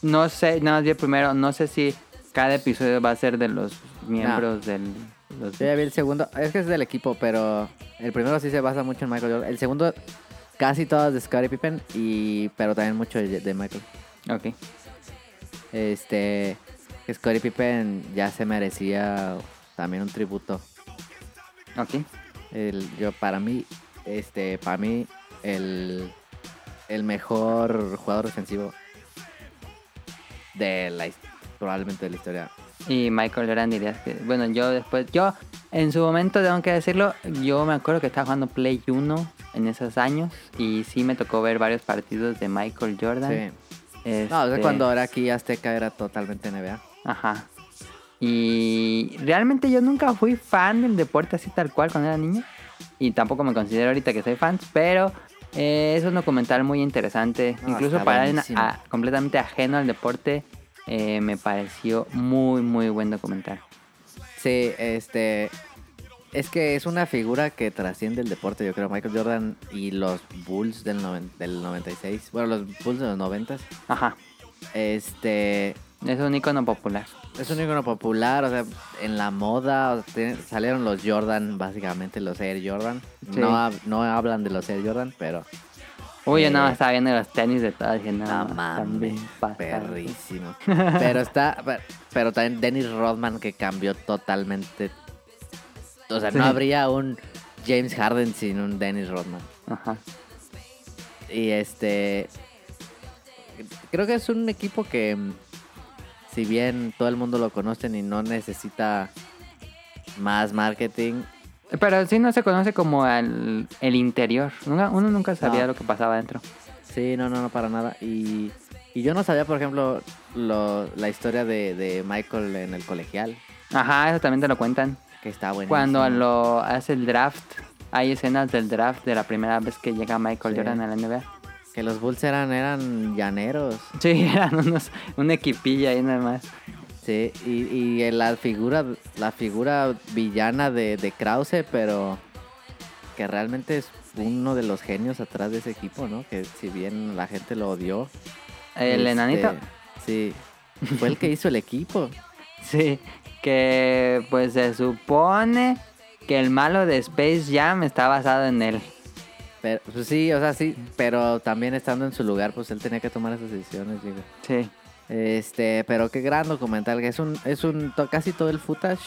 Speaker 1: No sé, nada más vi el primero, no sé si cada episodio va a ser de los miembros del... los-
Speaker 2: Yo ya vi el segundo. Es que es del equipo, pero el primero sí se basa mucho en Michael Jordan. El segundo, casi todas de Scottie Pippen, y, pero también mucho de, de Michael.
Speaker 1: Ok.
Speaker 2: Este. Scottie Pippen ya se merecía también un tributo.
Speaker 1: Ok.
Speaker 2: El, yo, para mí, este, para mí, el, el mejor jugador defensivo de la his- probablemente de la historia.
Speaker 1: Y Michael Jordan dirías que... Bueno, yo después... Yo, en su momento, tengo que decirlo, yo me acuerdo que estaba jugando Play 1 en esos años y sí me tocó ver varios partidos de Michael Jordan.
Speaker 2: Sí. No, o sea,
Speaker 1: Este,
Speaker 2: cuando era aquí Azteca era totalmente NBA.
Speaker 1: Ajá. Y realmente yo nunca fui fan del deporte así tal cual cuando era niño. Y tampoco me considero ahorita que soy fan, pero eh, es un documental muy interesante.
Speaker 2: No,
Speaker 1: Incluso
Speaker 2: está
Speaker 1: para alguien
Speaker 2: buenísimo.
Speaker 1: a- completamente ajeno al deporte, eh, me pareció muy, muy buen documental.
Speaker 2: Sí, este. Es que es una figura que trasciende el deporte, yo creo. Michael Jordan y los Bulls del, noven- del 96. Bueno, los Bulls de los 90.
Speaker 1: Ajá.
Speaker 2: Este.
Speaker 1: Es un icono popular.
Speaker 2: Es un icono popular, o sea, en la moda. o sea, tiene- salieron los Jordan, básicamente, los Air Jordan.
Speaker 1: Sí.
Speaker 2: No, hab- no hablan de los Air Jordan, pero.
Speaker 1: Uy, yo
Speaker 2: Sí.
Speaker 1: nada más estaba viendo los tenis de todas. Dije, no,
Speaker 2: No
Speaker 1: están bien
Speaker 2: mames,
Speaker 1: pasados.
Speaker 2: perrísimo. Pero está, pero, pero también Dennis Rodman que cambió totalmente. O sea, no
Speaker 1: Sí.
Speaker 2: habría un James Harden sin un Dennis Rodman.
Speaker 1: Ajá.
Speaker 2: Y este, creo que es un equipo que, mm, si bien todo el mundo lo conoce y no necesita más marketing,
Speaker 1: Pero sí no se conoce como el, el interior. Nunca- uno nunca sabía
Speaker 2: No.
Speaker 1: lo que pasaba adentro.
Speaker 2: Sí, no, no, no, para nada. Y, y yo no sabía, por ejemplo, lo- la historia de, de Michael en el colegial,
Speaker 1: Ajá, eso también te lo cuentan.
Speaker 2: que está buenísimo.
Speaker 1: Cuando lo hace el draft, hay escenas del draft de la primera vez que llega Michael
Speaker 2: Sí.
Speaker 1: Jordan a la NBA.
Speaker 2: Que los Bulls eran, eran llaneros.
Speaker 1: Sí, eran unos, un equipillo ahí nada más.
Speaker 2: Sí, y, y la figura la figura villana de, de Krause, pero que realmente es uno de los genios atrás de ese equipo, ¿no? Que si bien la gente lo odió.
Speaker 1: El
Speaker 2: este,
Speaker 1: enanito,
Speaker 2: Sí, fue el que hizo el equipo.
Speaker 1: sí, que pues se supone que el malo de Space Jam está basado en él.
Speaker 2: Pero, pues sí, o sea, sí, pero también estando en su lugar, pues él tenía que tomar esas decisiones, digo.
Speaker 1: Sí,
Speaker 2: Este, pero qué gran documental, que es un, es un, to- casi todo el footage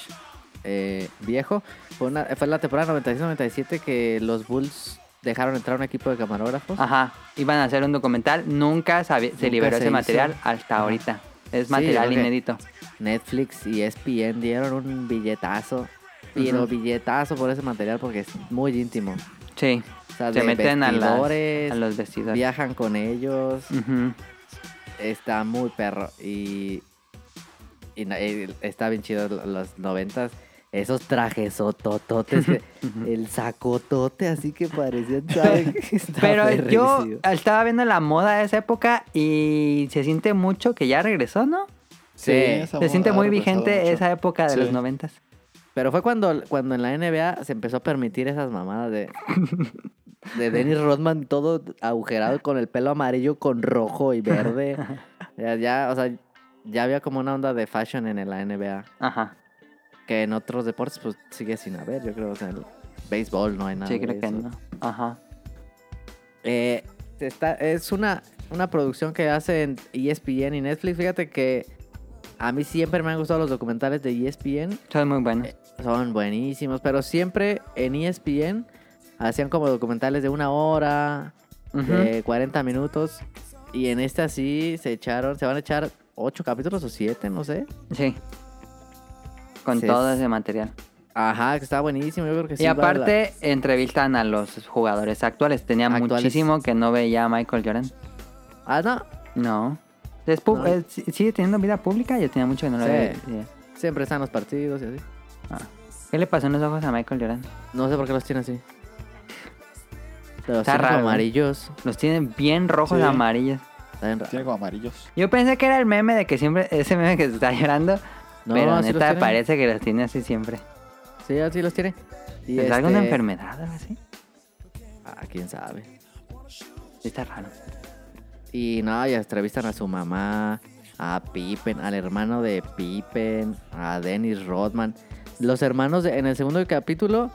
Speaker 2: eh, viejo. Fue, una- fue la temporada 96-97 que los Bulls dejaron entrar un equipo de camarógrafos.
Speaker 1: ajá. Iban a hacer un documental, nunca sabi- se
Speaker 2: Nunca
Speaker 1: liberó
Speaker 2: se
Speaker 1: ese
Speaker 2: hizo.
Speaker 1: material hasta ahorita. Es
Speaker 2: Sí,
Speaker 1: material
Speaker 2: ok.
Speaker 1: inédito.
Speaker 2: Netflix y E ESPN dieron un billetazo, pero
Speaker 1: Ujú.
Speaker 2: billetazo por ese material porque es muy íntimo.
Speaker 1: Sí,
Speaker 2: O sea,
Speaker 1: se
Speaker 2: de
Speaker 1: meten a, las-
Speaker 2: vestidores,
Speaker 1: a los vestidores.
Speaker 2: viajan con ellos.
Speaker 1: Ujú.
Speaker 2: Está muy perro. Y, y na- y está bien chido lo- los noventas. Esos trajes otototes. el sacotote así que parecía. ¿saben? Está
Speaker 1: Pero yo
Speaker 2: perrísimo.
Speaker 1: estaba viendo la moda de esa época y se siente mucho que ya regresó, ¿no?
Speaker 2: Sí,
Speaker 3: esa
Speaker 1: Se
Speaker 3: moda
Speaker 1: siente
Speaker 3: ha
Speaker 1: muy
Speaker 3: regresado
Speaker 1: vigente
Speaker 3: mucho.
Speaker 1: esa época de
Speaker 3: Sí.
Speaker 1: los noventas.
Speaker 2: Pero fue cuando, cuando en la NBA se empezó a permitir esas mamadas de. De Dennis Rodman todo agujerado con el pelo amarillo con rojo y verde. Ya, ya, o sea, ya había como una onda de fashion en la NBA.
Speaker 1: Ajá.
Speaker 2: Que en otros deportes, pues sigue sin haber, yo creo. O sea, en el béisbol no hay nada.
Speaker 1: sí,
Speaker 2: de
Speaker 1: creo que
Speaker 2: Ah, eso.
Speaker 1: no. Ajá.
Speaker 2: Eh, está, es una, una producción que hacen E ESPN y Netflix. Fíjate que a mí siempre me han gustado los documentales de E ESPN.
Speaker 1: Son muy buenos.
Speaker 2: Son buenísimos, pero siempre en E ESPN hacían como documentales de una hora,
Speaker 1: Ujú.
Speaker 2: de 40 minutos. Y en este así se echaron, se van a echar ocho capítulos o siete, no sé.
Speaker 1: Sí. Con
Speaker 2: Sí,
Speaker 1: todo
Speaker 2: es-
Speaker 1: ese material.
Speaker 2: Ajá, que está buenísimo, yo creo que sí.
Speaker 1: y
Speaker 2: vale la-
Speaker 1: aparte, entrevistan a los jugadores actuales. Tenía
Speaker 2: Actuales.
Speaker 1: muchísimo que no veía a Michael Jordan.
Speaker 2: Ah, no,
Speaker 1: No. Es pu-
Speaker 2: No.
Speaker 1: eh, si- ¿Sigue teniendo vida pública? Yo tenía mucho que no lo
Speaker 2: Sí.
Speaker 1: veía.
Speaker 2: siempre están los partidos y así.
Speaker 1: Ah. Fíjate ¿Qué le pasó en los ojos a Michael Jordan?
Speaker 2: No sé por qué los tiene así. Los
Speaker 1: Está
Speaker 2: ojos
Speaker 1: raro, ¿no?
Speaker 2: amarillos.
Speaker 1: Los tienen bien rojos
Speaker 3: Sí.
Speaker 1: amarillos.
Speaker 2: Está bien raro.
Speaker 3: Tiene como amarillos.
Speaker 1: Yo pensé que era el meme de que siempre, ese meme que se está llorando,
Speaker 2: No,
Speaker 1: pero
Speaker 2: sí los
Speaker 1: neta
Speaker 2: tiene.
Speaker 1: parece que los tiene así siempre.
Speaker 2: Sí, así los tiene. Y
Speaker 1: ¿Es alguna
Speaker 2: este-
Speaker 1: enfermedad o Pues algo así?
Speaker 2: Ah, quién sabe.
Speaker 1: Sí, está raro.
Speaker 2: Y no, y entrevistan a su mamá, a Pippen, al hermano de Pippen, a Dennis Rodman. Los hermanos, de- en el segundo capítulo,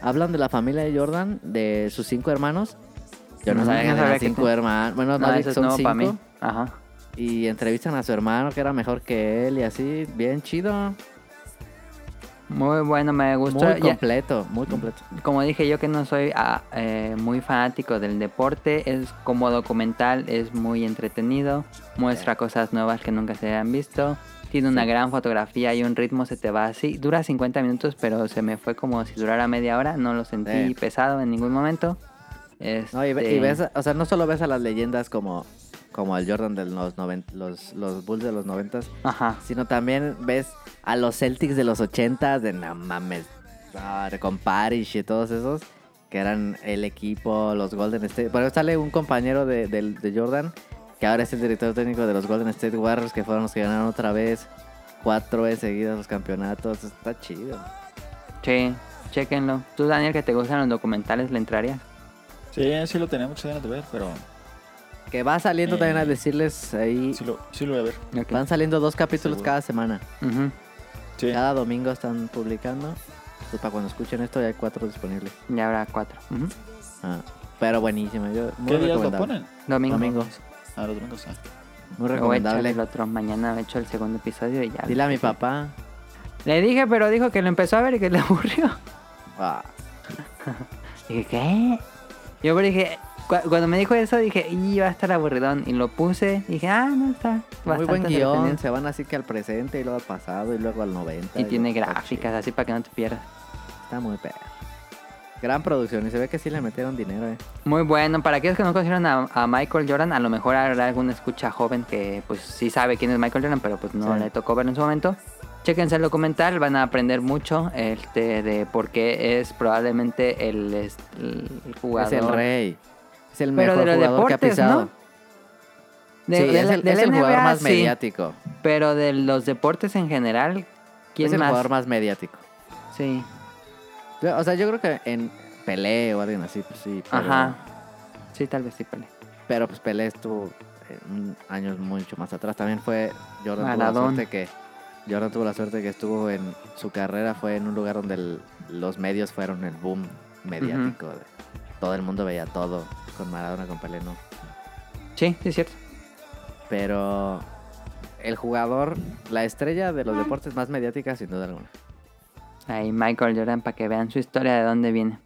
Speaker 2: hablan de la familia de Jordan, de sus cinco hermanos. Yo no
Speaker 1: Ujú, no
Speaker 2: sabía que
Speaker 1: sabía
Speaker 2: eran
Speaker 1: que
Speaker 2: cinco
Speaker 1: te-
Speaker 2: hermanos. Bueno,
Speaker 1: No,
Speaker 2: más bien
Speaker 1: eso es
Speaker 2: son
Speaker 1: nuevo
Speaker 2: cinco.
Speaker 1: para mí. Ajá.
Speaker 2: Y entrevistan a su hermano, que era mejor que él, y así, bien chido.
Speaker 1: Muy bueno, me gustó. Ya-
Speaker 2: Muy completo, muy completo.
Speaker 1: como dije yo que no soy ah, eh, muy fanático del deporte, es como documental, es muy entretenido, muestra cosas nuevas que nunca se habían visto, tiene una gran fotografía y un ritmo se te va así, dura 50 minutos pero se me fue como si durara media hora, no lo sentí
Speaker 2: Sí.
Speaker 1: pesado en ningún momento. Este,
Speaker 2: No, y, ve- y ves, o sea, no solo ves a las leyendas como, como el Jordan de los, noven- los, los Bulls de los noventas,
Speaker 1: Ajá.
Speaker 2: sino también ves a los Celtics de los 80 de no mames, ah, de con Parrish y todos esos, que eran el equipo, los Golden State. Por eso sale un compañero de, del- de Jordan, que ahora es el director técnico de los Golden State Warriors, que fueron los que ganaron otra vez, cuatro veces seguidas los campeonatos. Está chido.
Speaker 1: Sí, chequenlo. Tú, Daniel, que te gustan los documentales, le entrarías.
Speaker 3: Sí, sí lo tenía muchas ganas de ver, pero
Speaker 2: Que va saliendo
Speaker 3: Eh,
Speaker 2: también a decirles ahí.
Speaker 3: sí lo, sí lo voy a ver.
Speaker 1: Ok.
Speaker 2: Van saliendo dos capítulos
Speaker 3: Seguro.
Speaker 2: cada semana.
Speaker 1: Ujú.
Speaker 3: Sí.
Speaker 2: Cada domingo están publicando. Entonces, para cuando escuchen esto, ya hay cuatro disponibles.
Speaker 1: Ya habrá cuatro. Ujú.
Speaker 2: Ah, pero buenísimo. Yo, muy
Speaker 3: ¿Qué días lo
Speaker 2: recomendable.
Speaker 3: ponen?
Speaker 1: Domingo.
Speaker 2: Domingo.
Speaker 3: Ah, los domingos. ah.
Speaker 2: Muy
Speaker 1: Me voy a echar el
Speaker 2: recomendable.
Speaker 1: otro. Mañana me echo el segundo episodio y ya.
Speaker 2: Dile a mi papá.
Speaker 1: Le dije, pero dijo que lo empezó a ver y que le aburrió.
Speaker 2: Ah,
Speaker 1: Dije, ¿qué? Yo pero dije, cu- cuando me dijo eso, dije, y va a estar aburridón. Y lo puse, dije, ah, no está.
Speaker 2: muy buen
Speaker 1: bastante
Speaker 2: guión.
Speaker 1: entretenido.
Speaker 2: Se van así que al presente y luego al pasado y luego al 90.
Speaker 1: Y tiene
Speaker 2: luego-
Speaker 1: gráficas así para que no te pierdas.
Speaker 2: Está muy perro. Gran producción. Y se ve que sí le metieron dinero, eh.
Speaker 1: Muy bueno, para aquellos que no conocieron a, a Michael Jordan, a lo mejor habrá alguna escucha joven que pues sí sabe quién es Michael Jordan, pero pues no
Speaker 2: Sí.
Speaker 1: le tocó ver en su momento. Chéquense el documental, van a aprender mucho este, de por qué es probablemente el, es- el jugador.
Speaker 2: Es el rey. Es el
Speaker 1: Pero
Speaker 2: mejor
Speaker 1: de los
Speaker 2: jugador que ha
Speaker 1: deportes,
Speaker 2: pisado.
Speaker 1: ¿no? De,
Speaker 2: sí,
Speaker 1: de
Speaker 2: es
Speaker 1: la-
Speaker 2: el,
Speaker 1: de
Speaker 2: es
Speaker 1: la
Speaker 2: el jugador
Speaker 1: NBA,
Speaker 2: más
Speaker 1: sí,
Speaker 2: mediático.
Speaker 1: Pero de los deportes en general, ¿quién
Speaker 2: es el
Speaker 1: más?
Speaker 2: jugador más mediático.
Speaker 1: Sí,
Speaker 2: Yo- O sea, yo creo que en Pelé o alguien así, pues sí. Pero,
Speaker 1: ajá. Sí, tal vez sí, Pelé.
Speaker 2: Pero pues Pelé estuvo eh, un- años mucho más atrás. También fue Jordan
Speaker 1: Maradón.
Speaker 2: tuvo la suerte que Jordan tuvo la suerte que estuvo en su carrera fue en un lugar donde el- los medios fueron el boom mediático. de- todo el mundo veía todo con Maradona, con Pelé no.
Speaker 1: Sí, sí, es cierto.
Speaker 2: Pero el jugador, la estrella de los deportes más mediática sin duda alguna.
Speaker 1: Ahí Michael Jordan para que vean su historia de dónde viene.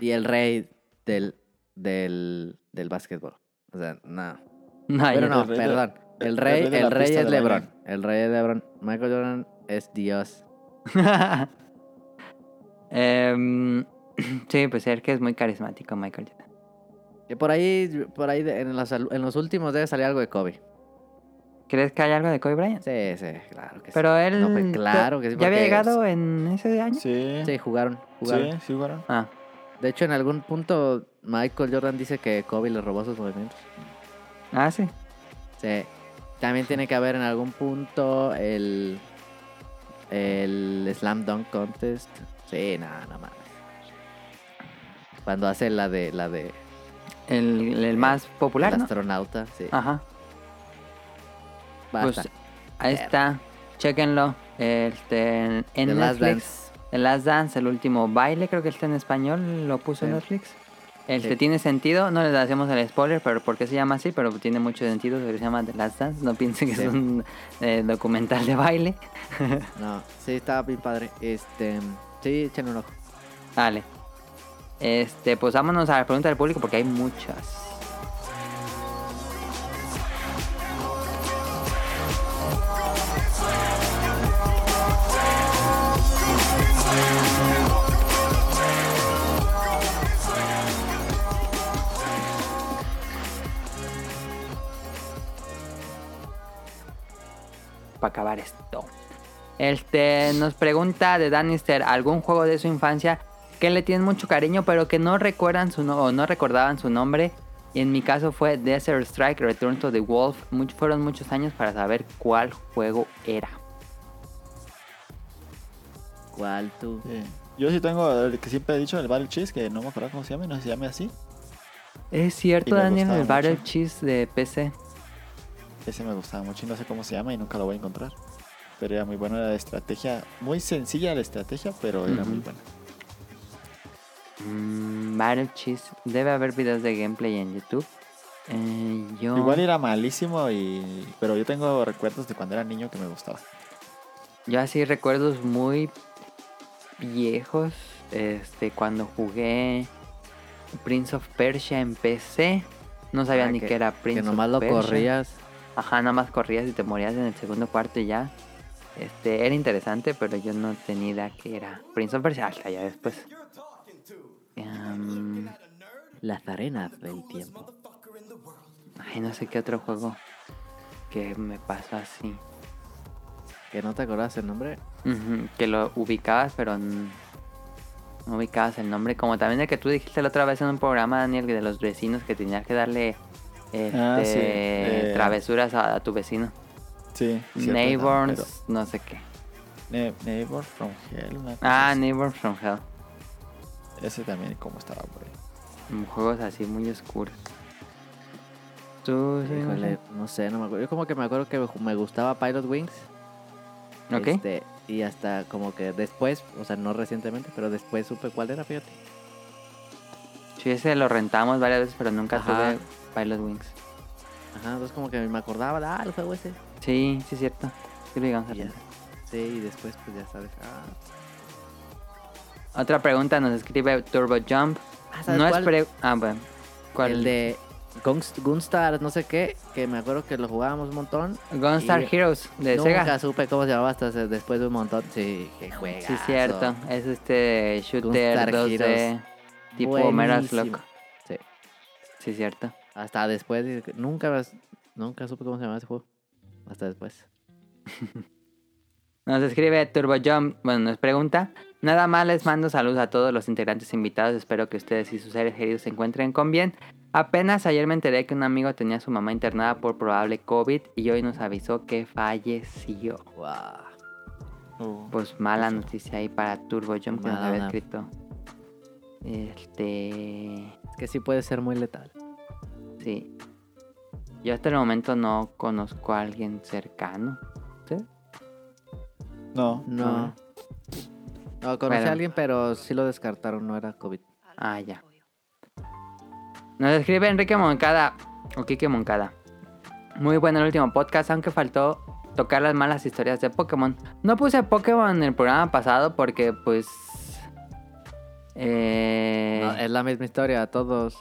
Speaker 2: Y el rey del del del básquetbol. O sea, nada.
Speaker 1: No,
Speaker 2: Pero
Speaker 1: ya-
Speaker 2: no,
Speaker 3: el rey de-
Speaker 2: perdón. El
Speaker 3: el
Speaker 2: rey,
Speaker 3: rey de
Speaker 2: el
Speaker 3: la
Speaker 2: rey
Speaker 3: pista
Speaker 2: es
Speaker 3: de baile.
Speaker 2: LeBron. El rey es LeBron. Michael Jordan es Dios.
Speaker 1: Em, sí, pues es que es muy carismático Michael Jordan.
Speaker 2: Y por ahí, por ahí de- en, los, al- en los últimos debe salir algo de Kobe.
Speaker 1: ¿Crees que hay algo de Kobe Bryant?
Speaker 2: Sí, sí, claro que sí.
Speaker 1: Pero él...
Speaker 2: No, pues, claro que sí,
Speaker 1: ¿Ya había
Speaker 2: porque-
Speaker 1: llegado en ese año?
Speaker 3: Sí.
Speaker 2: Sí, jugaron, jugaron.
Speaker 3: Sí, sí jugaron.
Speaker 1: Ah,
Speaker 2: De hecho, en algún punto Michael Jordan dice que Kobe le robó sus movimientos.
Speaker 1: ah, sí.
Speaker 2: Sí. También tiene que haber en algún punto el el Slam Dunk Contest. Sí, nada, nada más. Cuando hace la de la de
Speaker 1: El, el más popular,
Speaker 2: Eh, el
Speaker 1: ¿no?
Speaker 2: astronauta, sí.
Speaker 1: Ajá.
Speaker 2: Basta.
Speaker 1: Pues ahí está. Chequenlo. Este, en
Speaker 2: The
Speaker 1: Netflix.
Speaker 2: Last Dance.
Speaker 1: The Last Dance, el último baile, creo que está en español, lo puso
Speaker 2: Sí.
Speaker 1: Netflix. Este
Speaker 2: Sí.
Speaker 1: tiene sentido, no les hacemos el spoiler, pero por qué se llama así, pero tiene mucho sentido, se llama The Last Dance, no piensen que
Speaker 2: Sí.
Speaker 1: es un eh, documental de baile.
Speaker 2: No, sí, estaba bien padre. Este, sí, échenle un ojo.
Speaker 1: Dale. Este, pues vámonos a la pregunta del público porque hay muchas. Para acabar esto. Este, nos pregunta de Danister, ¿algún juego de su infancia que le tienen mucho cariño pero que no recuerdan su no, o no recordaban su nombre? Y en mi caso fue Desert Strike Return to the Wolf. Much- fueron muchos años para saber cuál juego era.
Speaker 2: ¿Cuál tú?
Speaker 3: Sí. Yo sí tengo el que siempre he dicho, el Battle Cheese, que no me acuerdo cómo se llama, y no se llame así.
Speaker 1: Es
Speaker 3: Y
Speaker 1: cierto,
Speaker 3: me
Speaker 1: Daniel,
Speaker 3: gustaba
Speaker 1: el Battle
Speaker 3: mucho.
Speaker 1: Cheese de PC.
Speaker 3: Ese me gustaba mucho y no sé cómo se llama y nunca lo voy a encontrar. Pero era muy buena la estrategia, muy sencilla la estrategia, pero era muy
Speaker 1: Ujú.
Speaker 3: buena.
Speaker 1: Mm, Battle Cheese. Debe haber videos de gameplay en YouTube. Eh, yo...
Speaker 3: Igual era malísimo, y pero yo tengo recuerdos de cuando era niño que me gustaba.
Speaker 1: Yo así recuerdos muy viejos. Este, cuando jugué Prince of Persia en PC, no sabía
Speaker 2: Ah,
Speaker 1: ni
Speaker 2: que-
Speaker 1: que era Prince
Speaker 2: Que nomás
Speaker 1: of
Speaker 2: lo
Speaker 1: Persia.
Speaker 2: corrías.
Speaker 1: Ajá, nada más corrías y te morías en el segundo cuarto y ya. Este, era interesante, pero yo no tenía idea que era Prince of Persia hasta ya después. Em,
Speaker 2: Las arenas del tiempo.
Speaker 1: ay, no sé qué otro juego que me pasó así.
Speaker 2: ¿Que no te acordás el nombre?
Speaker 1: Ujú, que lo ubicabas, pero n- no ubicabas el nombre. Como también el que tú dijiste la otra vez en un programa, Daniel, que de los vecinos que tenías que darle
Speaker 3: Ah, sí,
Speaker 1: este,
Speaker 3: eh,
Speaker 1: travesuras a, a tu vecino.
Speaker 3: Sí. cierto,
Speaker 1: Neighbors,
Speaker 3: no,
Speaker 1: no sé qué.
Speaker 3: pero- Ne- Neighbors from Hell. una cosa
Speaker 1: Ah,
Speaker 3: así.
Speaker 1: Neighbors from Hell.
Speaker 3: Ese también, como estaba por ahí.
Speaker 1: Mm, Juegos así muy oscuros. Tú, sí,
Speaker 2: Híjole, no sé, no me acuerdo. Yo como que me acuerdo que me gustaba Pilot Wings.
Speaker 1: Ok.
Speaker 2: Este, y hasta como que después, o sea, no recientemente, pero después supe cuál era, fíjate.
Speaker 1: sí, ese lo rentamos varias veces, pero nunca
Speaker 2: Ajá.
Speaker 1: tuve Pilot Wings.
Speaker 2: Ajá, entonces como que me acordaba, ah, el juego ese.
Speaker 1: Sí, sí, es cierto. Sí, lo llegamos a
Speaker 2: Y ya.
Speaker 1: rentar.
Speaker 2: Sí, y después pues ya sabes. Ah,
Speaker 1: Otra pregunta nos escribe Turbo Jump.
Speaker 2: Ah, ¿sabes
Speaker 1: No es
Speaker 2: cuál?
Speaker 1: pre... Ah, bueno. ¿Cuál?
Speaker 2: el de Gunst- Gunstar, no sé qué, que me acuerdo que lo jugábamos un montón.
Speaker 1: Gunstar
Speaker 2: Y-
Speaker 1: Heroes de
Speaker 2: Nunca
Speaker 1: Sega.
Speaker 2: supe cómo se llamaba hasta hace- después de un montón. Sí, que juega.
Speaker 1: Sí, cierto. Es este shooter
Speaker 2: Gunstar
Speaker 1: 2D
Speaker 2: Heroes.
Speaker 1: tipo Meras Lock.
Speaker 2: Sí.
Speaker 1: Sí, cierto.
Speaker 2: Hasta después, de- nunca, las- nunca supe cómo se llamaba ese juego. Hasta después.
Speaker 1: Nos escribe Turbo Jump. Bueno, nos pregunta. Nada más les mando saludos a todos los integrantes invitados. Espero que ustedes y sus seres queridos se encuentren con bien. Apenas ayer me enteré que un amigo tenía a su mamá internada por probable COVID y hoy nos avisó que falleció.
Speaker 2: Guau.
Speaker 3: Uh,
Speaker 1: Pues mala noticia ahí para Turbo Jump que nos
Speaker 2: Mala,
Speaker 1: había
Speaker 2: mala.
Speaker 1: escrito. Este.
Speaker 2: Es que sí puede ser muy letal.
Speaker 1: Sí. Yo hasta el momento no conozco a alguien cercano.
Speaker 3: no.
Speaker 2: No. No, conocí
Speaker 1: Ah. Bueno.
Speaker 2: a alguien, pero sí lo descartaron, no era COVID.
Speaker 1: Ah, ya. Nos escribe Enrique Moncada. O Kike Moncada. Muy bueno el último podcast, aunque faltó tocar las malas historias de Pokémon. No puse Pokémon en el programa pasado porque, pues. Eh,
Speaker 2: No, es la misma historia a todos.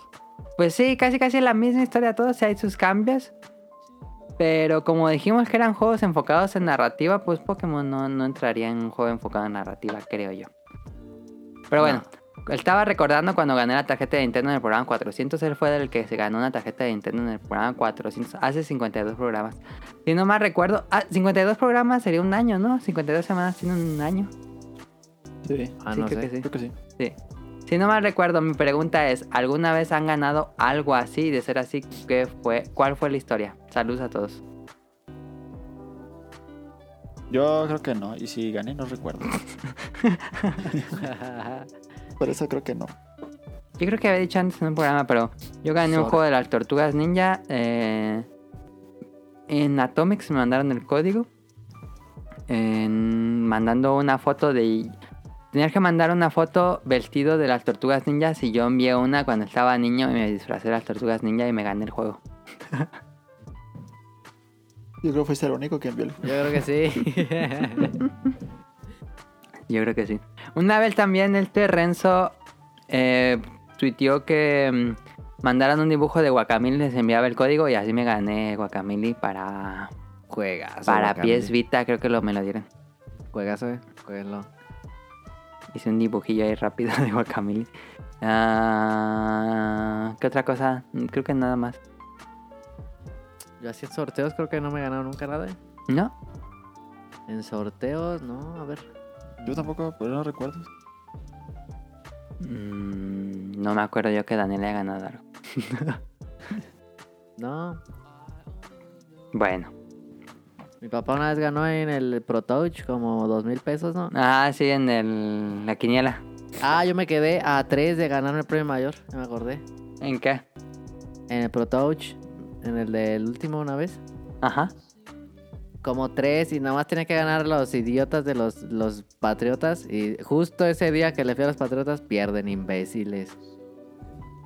Speaker 1: Pues sí, casi casi la misma historia todos, sí hay sus cambios. Pero como dijimos que eran juegos enfocados en narrativa, pues Pokémon no, no entraría en un juego enfocado en narrativa, creo yo. Pero bueno, estaba recordando cuando gané la tarjeta de Nintendo en el programa 400. Él fue del que se ganó una tarjeta de Nintendo en el programa 400 hace 52 programas. Si no mal recuerdo, ah, 52 programas sería un año, ¿no? 52 semanas tiene un año.
Speaker 3: Sí.
Speaker 2: Ah,
Speaker 1: Sí,
Speaker 2: no
Speaker 1: creo
Speaker 2: sé.
Speaker 1: que sí.
Speaker 3: Creo que sí.
Speaker 1: Sí. Si no mal recuerdo, mi pregunta es, ¿alguna vez han ganado algo así? De ser así, ¿qué fue? ¿cuál fue la historia? Saludos a todos.
Speaker 3: Yo creo que no. Y si gané, no recuerdo. Por eso creo que no.
Speaker 1: Yo creo que había dicho antes en un programa, pero yo gané un
Speaker 2: Sorry.
Speaker 1: juego de las tortugas ninja. eh, en Atomics me mandaron el código. en- mandando una foto de... Tenías que mandar una foto vestido de las tortugas ninjas y yo envié una cuando estaba niño y me disfracé de las tortugas ninja y me gané el juego.
Speaker 3: Yo creo que fuiste el único que envió el
Speaker 2: Yo creo que sí.
Speaker 1: Yo creo que sí. Una vez también este Renzo eh, tuiteó que mm, mandaran un dibujo de Guacamili, les enviaba el código y así me gané Guacamili para,
Speaker 2: Juegazo.
Speaker 1: para
Speaker 2: Wakami.
Speaker 1: pies Vita, creo que lo, me lo dieron.
Speaker 2: Juegazo, eh. Jueguenlo.
Speaker 1: Hice un dibujillo ahí rápido de Guacamili. Ah, ¿Qué otra cosa? Creo que nada más.
Speaker 2: Yo hacía sorteos, creo que no me he ganado nunca nada. eh.
Speaker 1: ¿No?
Speaker 2: En sorteos, no, a ver.
Speaker 3: Yo tampoco, pero no recuerdo.
Speaker 1: Mm, no me acuerdo yo que Daniel haya ganado algo.
Speaker 2: No.
Speaker 1: Bueno.
Speaker 2: Mi papá una vez ganó en el Pro Touch como dos mil pesos, ¿no?
Speaker 1: Ah, sí, en el, la quiniela.
Speaker 2: Ah, yo me quedé a tres de ganarme el premio mayor, ya me acordé.
Speaker 1: ¿En qué?
Speaker 2: En el Pro Touch, en el del último una vez.
Speaker 1: Ajá.
Speaker 2: Como tres y nada más tenía que ganar los idiotas de los, los patriotas. Y justo ese día que le fui a los patriotas, pierden imbéciles.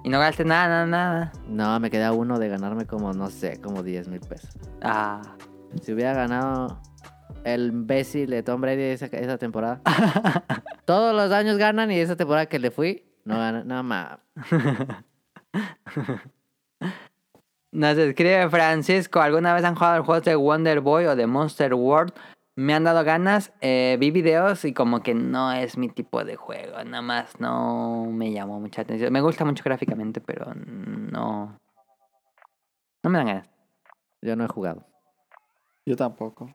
Speaker 1: Y no gastaste nada, nada, nada.
Speaker 2: No, me queda uno de ganarme como, no sé, como 10 mil pesos.
Speaker 1: Ah.
Speaker 2: Si hubiera ganado el imbécil de Tom Brady esa, esa temporada. Todos los años ganan y esa temporada que le fui, no ganan. Nada más.
Speaker 1: Nos escribe Francisco, ¿alguna vez han jugado al juego de Wonder Boy o de Monster World? Me han dado ganas, eh, vi videos y como que no es mi tipo de juego, nada más no me llamó mucha atención. Me gusta mucho gráficamente, pero no... No me dan ganas.
Speaker 2: Yo no he jugado.
Speaker 3: Yo tampoco.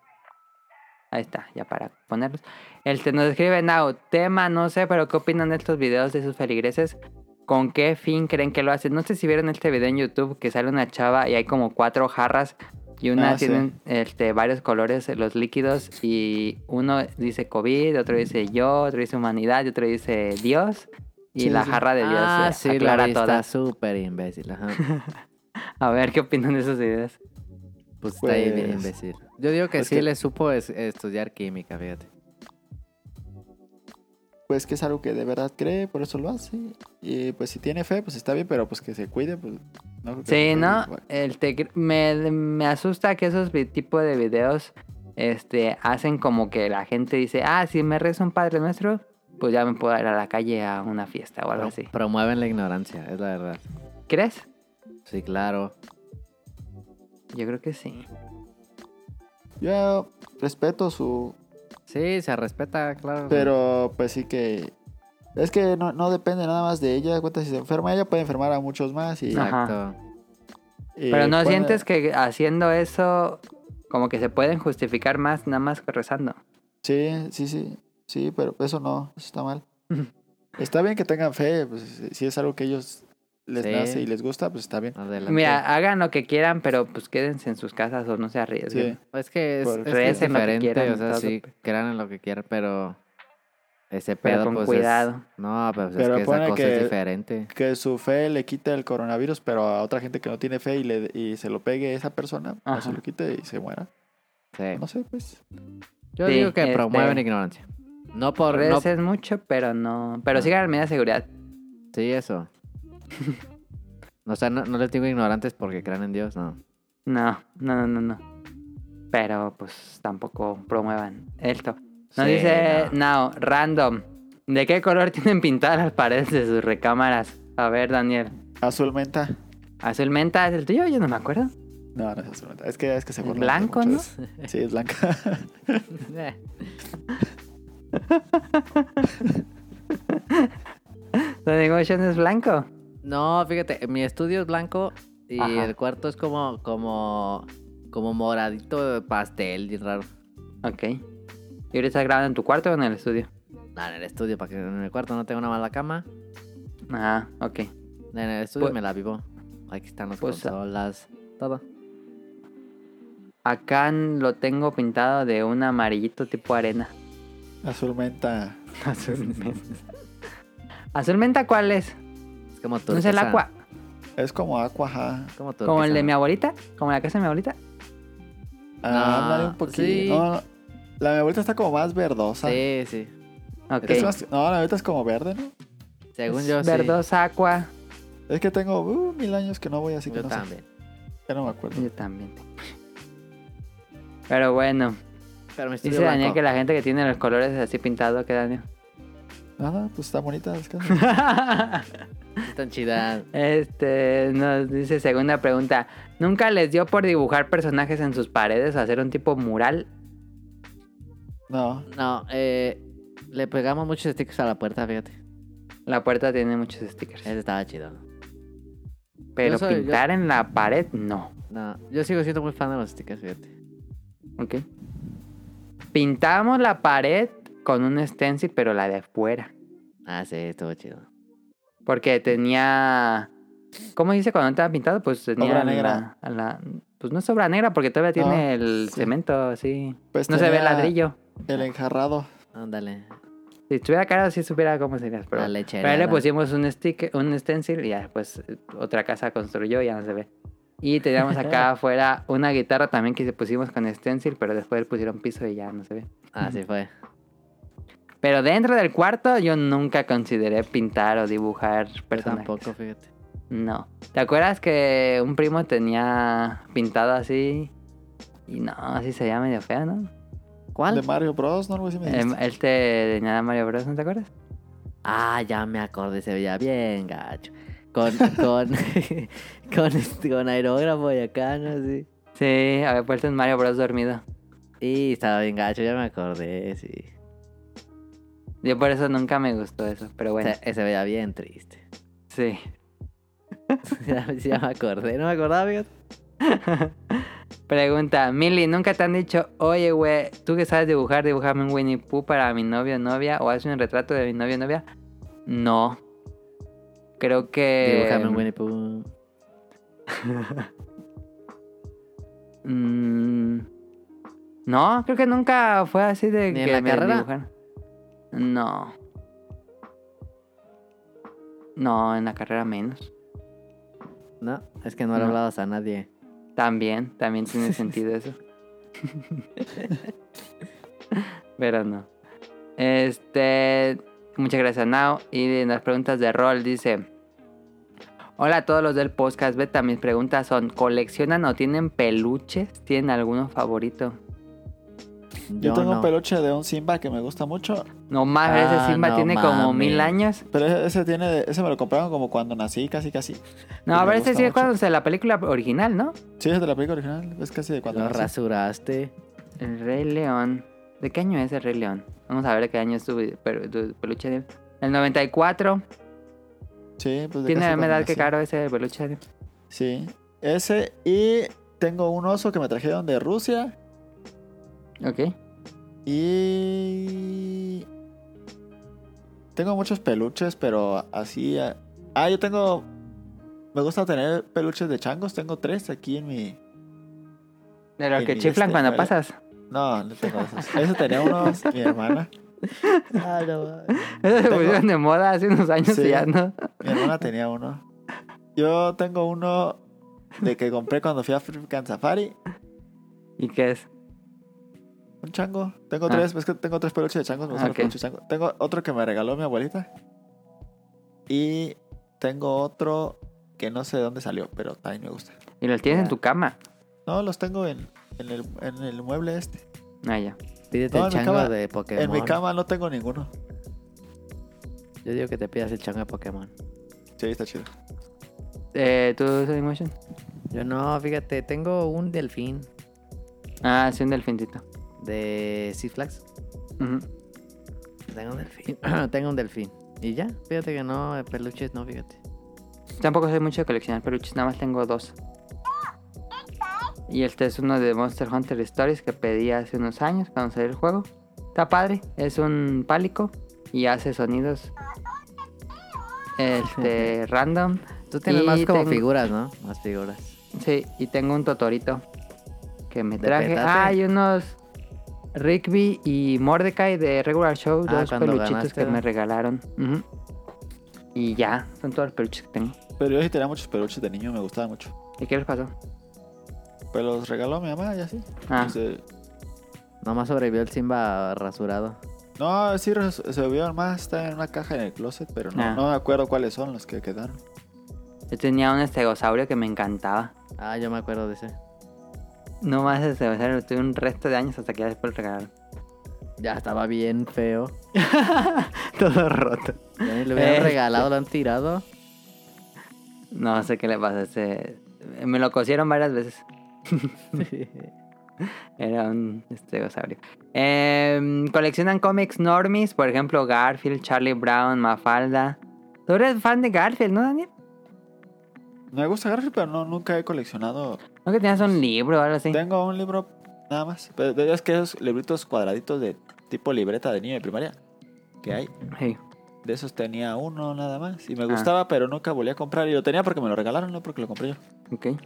Speaker 1: Ahí está, ya para ponerlos. El te nos escribe Now, tema, no sé, pero ¿qué opinan de estos videos de sus feligreses? ¿Con qué fin creen que lo hacen? No sé si vieron este video en YouTube que sale una chava y hay como cuatro jarras y una
Speaker 3: Ah, sí.
Speaker 1: tienen este, varios colores, eh, los líquidos, y uno dice COVID, otro dice yo, otro dice humanidad y otro dice Dios. Y
Speaker 3: Sí,
Speaker 1: la
Speaker 3: sí.
Speaker 1: jarra de Dios
Speaker 2: ah,
Speaker 1: eh,
Speaker 2: sí, la
Speaker 1: aclara
Speaker 2: vi, está
Speaker 1: todas.
Speaker 2: súper imbécil. Ajá.
Speaker 1: A ver, ¿qué opinan de esos videos?
Speaker 2: Pues está ahí bien
Speaker 3: Pues-
Speaker 2: imbécil. Yo digo que
Speaker 1: Pues
Speaker 3: Es
Speaker 2: sí
Speaker 3: que-
Speaker 2: le supo es- estudiar química, fíjate.
Speaker 3: Pues que es algo que de verdad cree, por eso lo hace. Y pues si tiene fe, pues está bien, pero pues que se cuide, pues no creo que
Speaker 1: Sí,
Speaker 3: se-
Speaker 1: ¿no? El te- me, me asusta que esos vi- tipo de videos este, hacen como que la gente dice, ah, si me rezo un Padre Nuestro, pues ya me puedo ir a la calle a una fiesta o algo
Speaker 2: Pro-
Speaker 1: así.
Speaker 2: Promueven la ignorancia, es la verdad.
Speaker 1: ¿Crees?
Speaker 2: Sí, claro.
Speaker 1: Yo creo que sí.
Speaker 3: Yo respeto su.
Speaker 2: Sí, se respeta, claro.
Speaker 3: Pero pues sí que. Es que no, no depende nada más de ella. Cuenta si se enferma ella, puede enfermar a muchos más. Y,
Speaker 1: Ajá.
Speaker 2: Exacto.
Speaker 3: y
Speaker 1: Ah, Pero no
Speaker 3: puede-
Speaker 1: sientes que haciendo eso como que se pueden justificar más nada más que rezando.
Speaker 3: Sí, sí, sí. Sí, pero eso no, eso está mal. está bien que tengan fe, pues si- si es algo que ellos les
Speaker 2: Sí.
Speaker 3: nace y les gusta, pues está bien.
Speaker 2: Adelante.
Speaker 1: Mira, hagan lo que quieran, pero pues quédense en sus casas o no se arriesguen.
Speaker 3: Sí.
Speaker 2: es que es,
Speaker 3: por-
Speaker 2: es que es
Speaker 1: recen pues, lo que
Speaker 2: diferente,
Speaker 1: quieran,
Speaker 2: o sea,
Speaker 1: todo,
Speaker 2: sí,
Speaker 1: pe-
Speaker 2: crean en lo que quieran, pero ese
Speaker 1: Pero
Speaker 2: pedo
Speaker 1: con
Speaker 2: pues,
Speaker 1: cuidado.
Speaker 2: es- no, pero, pues,
Speaker 3: Pero
Speaker 2: es que esa
Speaker 3: pone
Speaker 2: cosa es
Speaker 3: que-
Speaker 2: diferente.
Speaker 3: Que su fe le quite el coronavirus, pero a otra gente que no tiene fe y, le, y se lo pegue a esa persona, no
Speaker 1: Ajá.
Speaker 3: se lo quite y se muera.
Speaker 2: Sí.
Speaker 3: No sé, pues.
Speaker 2: Yo
Speaker 1: Sí,
Speaker 2: digo que
Speaker 1: este- pues,
Speaker 2: promueven ignorancia. No por no-
Speaker 1: Recen mucho, pero no... Pero sigan las medidas de seguridad.
Speaker 2: sí eso. o sea, no, no les digo ignorantes porque crean en Dios, no.
Speaker 1: No, no, no, no, no. Pero pues tampoco promuevan esto. Nos
Speaker 2: Sí,
Speaker 1: dice Now,
Speaker 2: no.
Speaker 1: random. ¿De qué color tienen pintadas las paredes de sus recámaras? A ver, Daniel.
Speaker 3: Azul menta.
Speaker 1: ¿Azul menta es el tuyo? Yo no me acuerdo.
Speaker 3: No, no es azul menta. Es que, es que se
Speaker 1: Es
Speaker 3: burlan de
Speaker 1: blanco,
Speaker 3: muchos. Sí, es blanca.
Speaker 2: Eh,
Speaker 1: Sonic Motion es blanco.
Speaker 2: No, fíjate, mi estudio es blanco y
Speaker 1: Ajá.
Speaker 2: el cuarto es como como como moradito de pastel, bien raro.
Speaker 1: Ok. ¿Y ahorita estás grabando en tu cuarto o en el estudio?
Speaker 2: No, en el estudio, para que en el cuarto no tenga una mala cama.
Speaker 1: Ah, ok.
Speaker 2: En el estudio
Speaker 1: Pues-
Speaker 2: me la vivo. Aquí están las
Speaker 1: Pues, ah.
Speaker 2: consolas, todo.
Speaker 1: Acá lo tengo pintado de un amarillito tipo arena.
Speaker 3: azul menta.
Speaker 1: Azul menta. ¿Azul menta cuál es?
Speaker 2: Es como turquesa.
Speaker 1: ¿No es el agua?
Speaker 3: Es como aqua, ajá.
Speaker 2: Como turquesa.
Speaker 1: ¿Como el de mi abuelita? ¿Como la casa de mi abuelita?
Speaker 3: Ah,
Speaker 2: No,
Speaker 3: ándale un poquito.
Speaker 2: sí.
Speaker 3: No, no. La de mi abuelita está como más verdosa.
Speaker 2: Sí, sí.
Speaker 1: Ok.
Speaker 3: Es más- no, la de ahorita es como verde, ¿no?
Speaker 2: Según yo, sí.
Speaker 1: Verdosa Aqua.
Speaker 3: Es que tengo uh, mil años que no voy, así que
Speaker 2: Yo
Speaker 3: no sé.
Speaker 2: también.
Speaker 3: Ya no me acuerdo.
Speaker 1: Yo también. tengo. Pero bueno,
Speaker 2: Pero mi estudio
Speaker 1: dice Daniel
Speaker 2: blanco.
Speaker 1: que la gente que tiene los colores así pintados, ¿qué Daniel?
Speaker 3: Nada, pues está bonita. descansa.
Speaker 2: Es tan chida.
Speaker 1: Este, nos dice segunda pregunta. ¿Nunca les dio por dibujar personajes en sus paredes o hacer un tipo mural?
Speaker 3: No,
Speaker 2: No, eh... Le pegamos muchos stickers a la puerta, fíjate.
Speaker 1: La puerta tiene muchos stickers.
Speaker 2: Ese estaba chido.
Speaker 1: pero
Speaker 2: yo soy-
Speaker 1: pintar en la pared, no.
Speaker 2: No, yo sigo siendo muy fan de los stickers, fíjate.
Speaker 1: Ok. Pintamos la pared con un stencil, pero la de afuera.
Speaker 2: Ah, sí, estuvo chido.
Speaker 1: Porque tenía. ¿Cómo dice cuando estaba pintado? Pues tenía.
Speaker 3: Obra
Speaker 1: la-
Speaker 3: negra.
Speaker 1: a la- pues no es obra negra porque todavía
Speaker 3: No,
Speaker 1: tiene el
Speaker 3: sí.
Speaker 1: cemento así.
Speaker 3: Pues
Speaker 1: no se ve el
Speaker 3: tenía
Speaker 1: ladrillo.
Speaker 3: El enjarrado.
Speaker 2: Ándale.
Speaker 1: Si estuviera caro, sí supiera cómo sería. Pero,
Speaker 2: La leche.
Speaker 1: pero ahí le pusimos un, stick, un stencil y ya, pues otra casa construyó y ya no se ve. Y teníamos acá afuera una guitarra también que pusimos con stencil, pero después le pusieron piso y ya no se ve.
Speaker 2: Ah, sí fue.
Speaker 1: Pero dentro del cuarto yo nunca consideré pintar o dibujar
Speaker 2: Pero
Speaker 1: personajes.
Speaker 2: tampoco, fíjate.
Speaker 1: No. ¿Te acuerdas que un primo tenía pintado así? Y no, así se veía medio feo, ¿no? Em,
Speaker 2: ¿Cuál?
Speaker 3: De Mario Bros, ¿no? Algo así me
Speaker 2: Este.
Speaker 1: Él
Speaker 3: dijiste.
Speaker 1: él te tenía Mario Bros, ¿no te acuerdas?
Speaker 2: Ah, ya me acordé, se veía bien gacho. Con, con, con, este- con aerógrafo y acá, ¿no? Sí.
Speaker 1: Sí, había puesto en Mario Bros dormido.
Speaker 2: Y estaba bien gacho, ya me acordé, sí.
Speaker 1: Yo por eso nunca me gustó eso, pero bueno,
Speaker 2: Se, se veía bien triste.
Speaker 1: sí.
Speaker 2: ya, ya me acordé, no me acordaba, fíjate.
Speaker 1: Pregunta, Mili, ¿nunca te han dicho, oye, güey, tú que sabes dibujar, dibujame un Winnie Pooh para mi novio o novia o haz un retrato de mi novio o novia? No. Creo que...
Speaker 2: Dibújame un Winnie Pooh.
Speaker 1: Mm, no, creo que nunca fue así de que
Speaker 2: ¿Ni en la
Speaker 1: me
Speaker 2: carrera?
Speaker 1: dibujaran. No. No, en la carrera menos.
Speaker 2: No, es que no
Speaker 1: No.
Speaker 2: lo hablabas a nadie.
Speaker 1: También, también tiene sentido eso. Pero no. Este. Muchas gracias, Nao. Y en las preguntas de rol dice: Hola a todos los del podcast beta. Mis preguntas son: ¿coleccionan o tienen peluches? ¿Tienen alguno favorito?
Speaker 3: Yo tengo
Speaker 2: no.
Speaker 3: un peluche de un Simba que me gusta mucho.
Speaker 1: No más, ese
Speaker 2: Ah,
Speaker 1: Simba
Speaker 2: no
Speaker 1: tiene como
Speaker 2: mames.
Speaker 1: mil años.
Speaker 3: Pero ese, ese tiene de- ese me lo compraron como cuando nací, casi casi.
Speaker 1: No, a
Speaker 3: Me
Speaker 1: ver, ese
Speaker 3: gusta
Speaker 1: sí es
Speaker 3: mucho.
Speaker 1: cuando se la película original, ¿no?
Speaker 3: Sí, es de la película original, es casi de cuando
Speaker 2: Lo
Speaker 3: nací.
Speaker 2: rasuraste.
Speaker 1: El Rey León. ¿De qué año es el Rey León? Vamos a ver qué año es tu, per- tu peluche de. El 94.
Speaker 3: Sí, pues de
Speaker 1: Tiene
Speaker 3: Pues casi
Speaker 1: la misma
Speaker 3: cuando
Speaker 1: edad que
Speaker 3: nací.
Speaker 1: Caro ese peluche de.
Speaker 3: Sí. Ese y tengo un oso que me trajeron de Rusia
Speaker 1: Ok.
Speaker 3: y tengo muchos peluches, pero así ah, ah, yo tengo me gusta tener peluches de changos, tengo tres aquí en mi
Speaker 1: De los
Speaker 3: Y
Speaker 1: que
Speaker 3: mi
Speaker 1: chiflan
Speaker 3: este,
Speaker 1: cuando
Speaker 3: ¿vale?
Speaker 1: pasas.
Speaker 3: No, no tengo esos. Eso tenía unos mi hermana.
Speaker 2: Ah, no.
Speaker 1: Esos se
Speaker 3: Tengo-
Speaker 1: pusieron de moda hace unos años
Speaker 3: Sí.
Speaker 1: y ya no.
Speaker 3: Mi hermana tenía uno. Yo tengo uno de que compré cuando fui a African Safari.
Speaker 1: ¿Y qué es?
Speaker 3: Un chango. Tengo
Speaker 1: Ah.
Speaker 3: tres, es que tengo tres peluches de changos. me gustan los
Speaker 1: Ok.
Speaker 3: peluches de chango. Tengo otro que me regaló mi abuelita. Y tengo otro que no sé de dónde salió, pero también me gusta.
Speaker 1: Y los tienes en
Speaker 2: Ya.
Speaker 1: tu cama.
Speaker 3: No, los tengo en, en el, en el mueble este.
Speaker 1: Ah, ya.
Speaker 2: Pídete
Speaker 3: No,
Speaker 2: el
Speaker 3: en mi
Speaker 2: chango
Speaker 3: cama-
Speaker 2: de Pokémon.
Speaker 3: En mi cama no tengo ninguno.
Speaker 2: Yo digo que te pidas el chango de Pokémon.
Speaker 3: Sí, está chido.
Speaker 1: Eh, ¿Tú usas Emotion?
Speaker 2: Yo no, fíjate, tengo un delfín
Speaker 1: Ah, sí, un delfincito.
Speaker 2: de Six Flags.
Speaker 1: Ujú.
Speaker 2: Tengo un delfín. tengo un delfín. Y ya, fíjate que no, eh, peluches no, fíjate.
Speaker 1: Tampoco soy mucho de coleccionar peluches, nada más tengo dos. Y este es uno de Monster Hunter Stories que pedí hace unos años cuando salió el juego. Está padre, es un pálico y hace sonidos este random.
Speaker 2: Tú tienes
Speaker 1: Y
Speaker 2: más como
Speaker 1: tengo-
Speaker 2: figuras, ¿no? Más figuras.
Speaker 1: Sí, y tengo un Totorito que me
Speaker 2: ¿De
Speaker 1: traje.
Speaker 2: petate?
Speaker 1: Ah, y unos Rigby y Mordecai de Regular Show,
Speaker 2: Ah,
Speaker 1: dos
Speaker 2: cuando
Speaker 1: peluchitos
Speaker 2: ganaste,
Speaker 1: que
Speaker 2: ¿no?
Speaker 1: me regalaron. Ujú. Y ya, son todos los peluches que tengo.
Speaker 3: Pero yo sí tenía muchos peluches de niño, me gustaba mucho.
Speaker 1: ¿Y qué les pasó?
Speaker 3: Pero los regaló mi mamá y así.
Speaker 1: Ah,
Speaker 3: Entonces,
Speaker 2: Nomás sobrevivió el Simba rasurado.
Speaker 3: No, sí, res- se vieron más, está en una caja en el closet, pero no,
Speaker 1: Ah.
Speaker 3: no me acuerdo cuáles son los que quedaron.
Speaker 1: yo tenía un estegosaurio que me encantaba.
Speaker 2: Ah, yo me acuerdo de ese.
Speaker 1: No más ese lo tuve un resto de años hasta que ya después lo regalaron.
Speaker 2: Ya estaba bien feo.
Speaker 1: Todo roto.
Speaker 2: Ya ni lo hubieran
Speaker 1: Este.
Speaker 2: regalado, lo han tirado.
Speaker 1: No sé qué le pasa a ese. Me lo cosieron varias veces. Era un estegosaurio. Em, coleccionan cómics normies, por ejemplo, Garfield, Charlie Brown, Mafalda. Tú eres fan de Garfield, ¿no, Daniel?
Speaker 3: Me gusta Garfield, pero no, nunca he coleccionado.
Speaker 1: ¿No que tenías un libro o algo así?
Speaker 3: Tengo un libro Nada más. Pero es que esos libritos cuadraditos de tipo libreta de niño de primaria que hay,
Speaker 1: Sí.
Speaker 3: de esos tenía uno nada más. Y me gustaba, pero nunca volví a comprar. Y lo tenía porque me lo regalaron, no porque lo compré yo.
Speaker 1: Ok.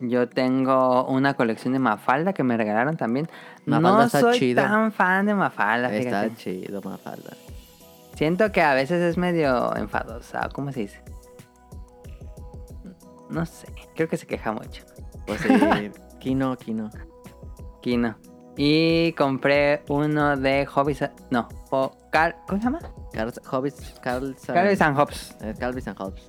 Speaker 1: Yo tengo una colección de Mafalda que me regalaron también.
Speaker 2: Mafalda
Speaker 1: no
Speaker 2: está
Speaker 1: soy
Speaker 2: chido.
Speaker 1: tan fan de Mafalda,
Speaker 2: Está
Speaker 1: fíjate.
Speaker 2: chido, Mafalda.
Speaker 1: Siento que a veces es medio enfadosa, ¿cómo se dice? No sé, creo que se queja mucho.
Speaker 2: Pues sí, Kino, Kino.
Speaker 1: Kino. Y compré uno de Hobbies. No, o Car- ¿cómo se llama?
Speaker 2: Carl, Hobbits, Carl San-
Speaker 1: Carlos and Hobbes.
Speaker 2: eh, Calvis and Hobbes.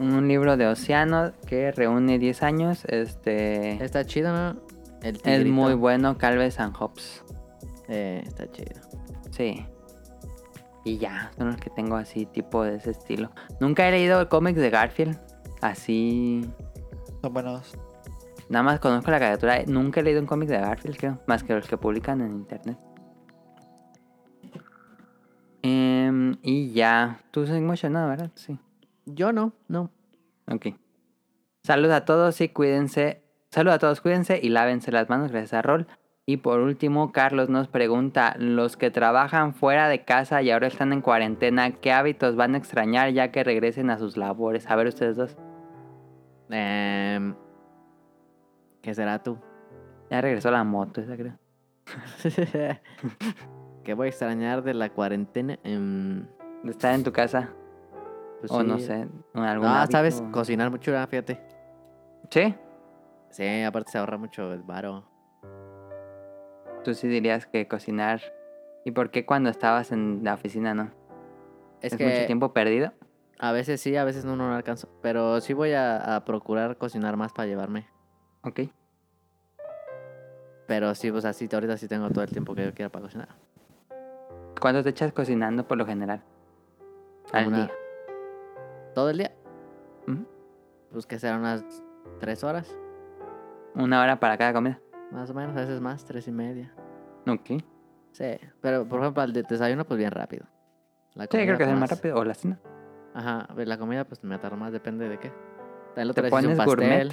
Speaker 1: Un libro de océanos que reúne 10 años. Este
Speaker 2: Está chido, ¿no? El
Speaker 1: es
Speaker 2: tigrito.
Speaker 1: muy bueno, Calves and Hobbes.
Speaker 2: Eh, está chido.
Speaker 1: Sí. Y ya, son los que tengo así, tipo de ese estilo. Nunca he leído cómics de Garfield. Así.
Speaker 3: Son buenos.
Speaker 1: Nada más conozco la caricatura. eh, Nunca he leído un cómic de Garfield, creo. Más que los que publican en internet. Em, y ya. Tú estás emocionado, ¿verdad? Sí.
Speaker 2: Yo no, no.
Speaker 1: Ok. Salud a todos y cuídense. Salud a todos, cuídense y lávense las manos gracias a Rol. Y por último, Carlos nos pregunta, los que trabajan fuera de casa y ahora están en cuarentena, ¿qué hábitos van a extrañar ya que regresen a sus labores? A ver ustedes dos.
Speaker 2: Em, ¿Qué será tú?
Speaker 1: Ya regresó la moto, esa creo.
Speaker 2: ¿Qué voy a extrañar de la cuarentena? Em,
Speaker 1: De Estar en tu casa
Speaker 2: pues
Speaker 1: o
Speaker 2: sí.
Speaker 1: no sé, en algún
Speaker 2: Ah,
Speaker 1: hábito.
Speaker 2: ¿sabes? Cocinar mucho, ah, fíjate.
Speaker 1: Sí,
Speaker 2: Sí, aparte se ahorra mucho el varo.
Speaker 1: tú sí dirías que cocinar. ¿Y por qué cuando estabas en la oficina no?
Speaker 2: Es,
Speaker 1: Es,
Speaker 2: que
Speaker 1: mucho tiempo perdido.
Speaker 2: a veces sí, a veces no, no lo alcanzo. Pero sí voy a, a procurar cocinar más para llevarme.
Speaker 1: Ok.
Speaker 2: Pero sí, pues así, ahorita sí tengo todo el tiempo que yo quiera para cocinar.
Speaker 1: ¿Cuánto te echas cocinando por lo general? Al
Speaker 2: Una-
Speaker 1: día.
Speaker 2: ¿Todo el día?
Speaker 1: Ujú.
Speaker 2: Pues que serán unas tres horas,
Speaker 1: Una hora para cada comida.
Speaker 2: más o menos, a veces más, tres y media.
Speaker 1: Ok.
Speaker 2: Sí, pero por ejemplo, al de- desayuno, pues bien rápido. La
Speaker 1: Sí, creo que es el más
Speaker 2: pues,
Speaker 1: rápido. O la cena.
Speaker 2: Ajá, pues, la comida, pues me tarda más, depende de qué. El otro
Speaker 1: Te
Speaker 2: día hice un
Speaker 1: pones gourmet.
Speaker 2: pastel.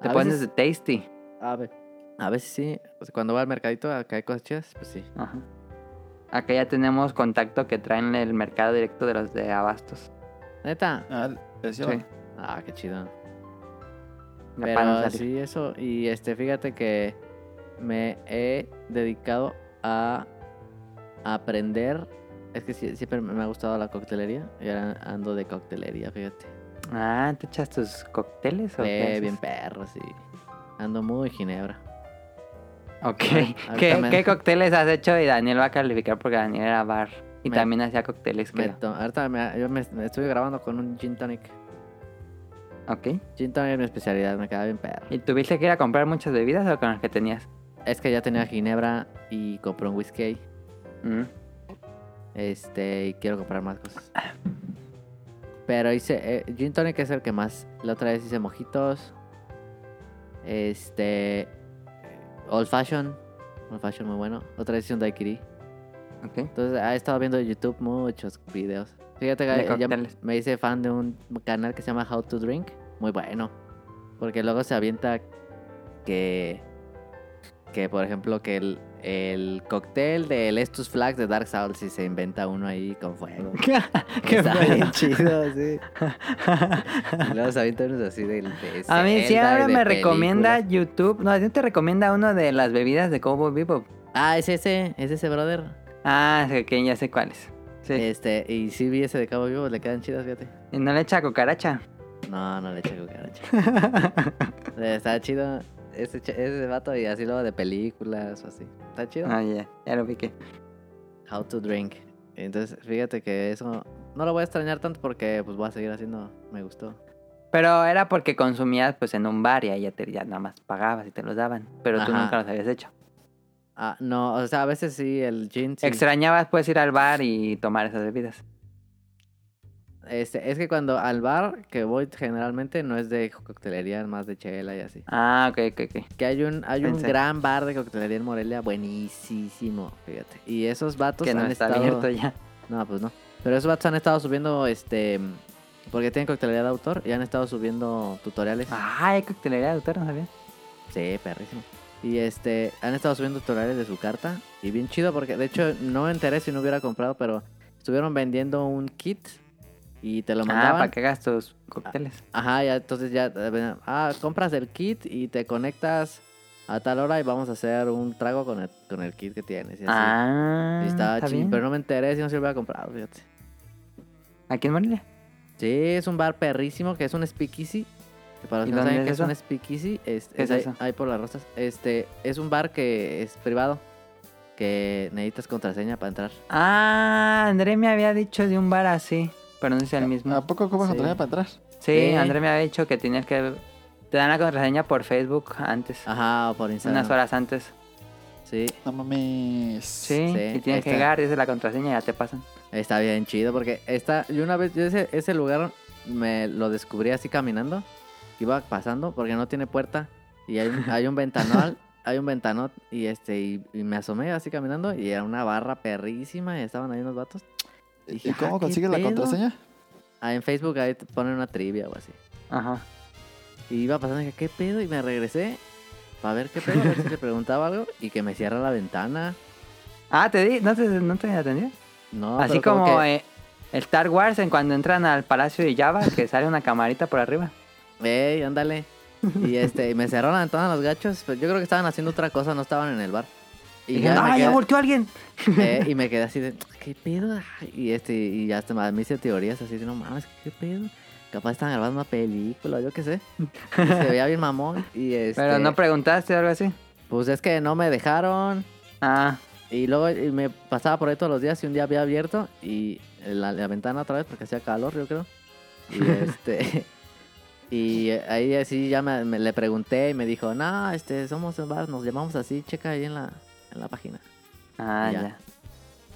Speaker 1: Te
Speaker 2: A
Speaker 1: pones
Speaker 2: veces-
Speaker 1: de tasty.
Speaker 2: A ver. A veces sí. O sea, cuando va al mercadito a que hay cosas chidas, pues sí.
Speaker 1: Ajá. Acá ya tenemos contacto que traen el mercado directo de los de abastos.
Speaker 2: Neta.
Speaker 3: Ah,
Speaker 1: Sí.
Speaker 3: decía,
Speaker 2: Ah, qué chido.
Speaker 1: Ya para no
Speaker 2: Pero
Speaker 1: salir.
Speaker 2: sí, eso. Y este, fíjate que me he dedicado a aprender. Es que sí- siempre me ha gustado la coctelería. Y ahora ando de coctelería, fíjate.
Speaker 1: Ah, ¿te echas tus cócteles o qué
Speaker 2: Eh,
Speaker 1: haces?
Speaker 2: bien perro, sí. Ando muy ginebra.
Speaker 1: Ok.
Speaker 2: ahorita
Speaker 1: ¿Qué,
Speaker 2: me-
Speaker 1: qué cócteles has hecho? Y Daniel va a calificar porque Daniel era bar. Y
Speaker 2: Me-
Speaker 1: también hacía cócteles,
Speaker 2: Me
Speaker 1: creo.
Speaker 2: to- ahorita me, yo me, me estuve grabando con un gin tonic.
Speaker 1: Ok.
Speaker 2: Gin tonic es mi especialidad, me queda bien perro.
Speaker 1: ¿Y tuviste que ir a comprar muchas bebidas o con las que tenías?
Speaker 2: Es que ya tenía ginebra y compré un whisky.
Speaker 1: Mm.
Speaker 2: Este, y quiero comprar más cosas. Pero hice. eh, gin Tonic es el que más. La otra vez hice mojitos. Este. Old Fashion. Old Fashion muy bueno. Otra vez hice un daiquiri.
Speaker 1: Ok.
Speaker 2: Entonces, ah, he estado viendo en YouTube muchos videos. Fíjate
Speaker 1: De
Speaker 2: que ya
Speaker 1: cócteles.
Speaker 2: me hice fan de un canal que se llama How to Drink. Muy bueno. Porque luego se avienta que. Que, por ejemplo, que el, el cóctel del Estus Flags de Dark Souls, si se inventa uno ahí con fuego. Está bien chido, Ah, sí. Y luego se avienta unos así del. de
Speaker 1: A mí sí,
Speaker 2: Zelda y
Speaker 1: ahora
Speaker 2: de
Speaker 1: me recomienda
Speaker 2: películas.
Speaker 1: YouTube. No, a ti te recomienda uno de las bebidas de Cowboy Bebop.
Speaker 2: Ah, es ese, es ese, brother.
Speaker 1: Ah, sí, ok, ya sé cuáles. Sí.
Speaker 2: Este, y sí vi ese de Cabo Vivo, le quedan chidas, fíjate.
Speaker 1: Y no le echa cucaracha.
Speaker 2: No, no le eché cucaracha. Está chido ese, ch- ese vato y así luego de películas o así. Está chido.
Speaker 1: Ah, ya, ya lo piqué.
Speaker 2: How to drink. Entonces, fíjate que eso no lo voy a extrañar tanto porque pues voy a seguir haciendo. Me gustó.
Speaker 1: Pero era porque consumías pues en un bar y ahí ya, te, ya nada más pagabas y te los daban. Pero tú
Speaker 2: Ajá.
Speaker 1: nunca los habías hecho.
Speaker 2: Ah, no, o sea, a veces sí, el gin. sí.
Speaker 1: Extrañabas pues ir al bar y tomar esas bebidas.
Speaker 2: Este, es que cuando al bar que voy generalmente no es de coctelería, es más de chela y así.
Speaker 1: Ah, ok, ok, ok.
Speaker 2: Que hay un, hay un
Speaker 1: Pensé.
Speaker 2: gran bar de coctelería en Morelia, buenísimo, fíjate. Y esos vatos
Speaker 1: Que no
Speaker 2: han
Speaker 1: está
Speaker 2: estado-
Speaker 1: abierto ya.
Speaker 2: No, pues no. Pero esos vatos han estado subiendo, este... Porque tienen coctelería de
Speaker 1: Ah.
Speaker 2: autor y han estado subiendo tutoriales.
Speaker 1: Ay, coctelería de autor, no sabía.
Speaker 2: Sí, perrísimo. Y este, han estado subiendo tutoriales de su carta. Y bien chido porque, de hecho, no me enteré si no hubiera comprado, pero estuvieron vendiendo un kit y te lo
Speaker 1: Ah,
Speaker 2: mandaban.
Speaker 1: para que hagas tus cócteles.
Speaker 2: Ajá, ya, entonces ya, eh, ven, ah, compras el kit y te conectas a tal hora y vamos a hacer un trago con el, con el kit que tienes. Y así.
Speaker 1: Ah,
Speaker 2: Y estaba
Speaker 1: está
Speaker 2: chido,
Speaker 1: bien.
Speaker 2: pero no me enteré si no se lo hubiera comprado, fíjate.
Speaker 1: Aquí en Morelia.
Speaker 2: Sí, es un bar perrísimo que es un speakeasy. que Para los
Speaker 1: ¿Y
Speaker 2: que no
Speaker 1: dónde
Speaker 2: saben que
Speaker 1: es
Speaker 2: es un
Speaker 1: eso?
Speaker 2: speakeasy, es,
Speaker 1: ¿Qué es
Speaker 2: es ahí,
Speaker 1: eso?
Speaker 2: ahí por las rosas. Este, es un bar que es privado, que necesitas contraseña para entrar.
Speaker 1: Ah, André me había dicho de un bar así, pero no es
Speaker 2: Ah,
Speaker 1: el mismo.
Speaker 3: ¿A poco ocupas
Speaker 2: Sí.
Speaker 3: contraseña para entrar?
Speaker 1: sí,
Speaker 2: ¿qué?
Speaker 1: André me había dicho que tenías que... Te dan la contraseña por Facebook antes,
Speaker 2: Ajá, o por Instagram.
Speaker 1: unas horas antes.
Speaker 2: Sí,
Speaker 3: No mames.
Speaker 1: Sí,
Speaker 2: Sí, este.
Speaker 1: y
Speaker 2: ahí
Speaker 1: tienes que
Speaker 2: está.
Speaker 1: llegar, dices la contraseña y ya te pasan.
Speaker 2: está bien chido porque está, yo una vez, yo ese, ese lugar me lo descubrí así caminando, iba pasando porque no tiene puerta y hay, un- hay un ventanal, hay un ventanot y este, y, y me asomé así caminando y era una barra perrísima y estaban ahí unos vatos.
Speaker 3: ¿Y
Speaker 2: Dije, ah,
Speaker 3: cómo
Speaker 2: ¿qué
Speaker 3: consigues la
Speaker 2: pedo?
Speaker 3: contraseña?
Speaker 2: Ah, en Facebook ahí te ponen una trivia o así.
Speaker 1: Ajá.
Speaker 2: Y iba pasando y dije, ¿qué pedo? Y me regresé para ver qué pedo, a ver si le preguntaba algo y que me cierra la ventana.
Speaker 1: Ah, te di, no te, no te atendí.
Speaker 2: No,
Speaker 1: Así
Speaker 2: pero
Speaker 1: como,
Speaker 2: que-
Speaker 1: eh, el Star Wars en cuando entran al Palacio de Java, que sale una camarita por arriba.
Speaker 2: Ey, ándale. Y este, y me cerraron la ventana los gachos. Pero yo creo que estaban haciendo otra cosa, no estaban en el bar.
Speaker 1: Y
Speaker 2: Y, ya
Speaker 1: ¡Ah,
Speaker 2: me,
Speaker 1: ya
Speaker 2: quedé,
Speaker 1: volteó alguien!
Speaker 2: eh, y me quedé así de, ¿qué pedo? Y este, y hasta me me hice teorías así de, no mames, ¿qué pedo? Capaz estaban grabando una película, yo qué sé. Y se veía bien mamón. Y este,
Speaker 1: Pero no preguntaste o algo así.
Speaker 2: pues es que no me dejaron.
Speaker 1: Ah,
Speaker 2: Y luego y me pasaba por ahí todos los días y un día había abierto y la, la ventana otra vez porque hacía calor, yo creo. Y este y eh, ahí así ya me, me- le pregunté y me dijo, no, este, somos un bar, nos llamamos así, checa ahí en la, en la página.
Speaker 1: ah
Speaker 2: Ya.
Speaker 1: ya.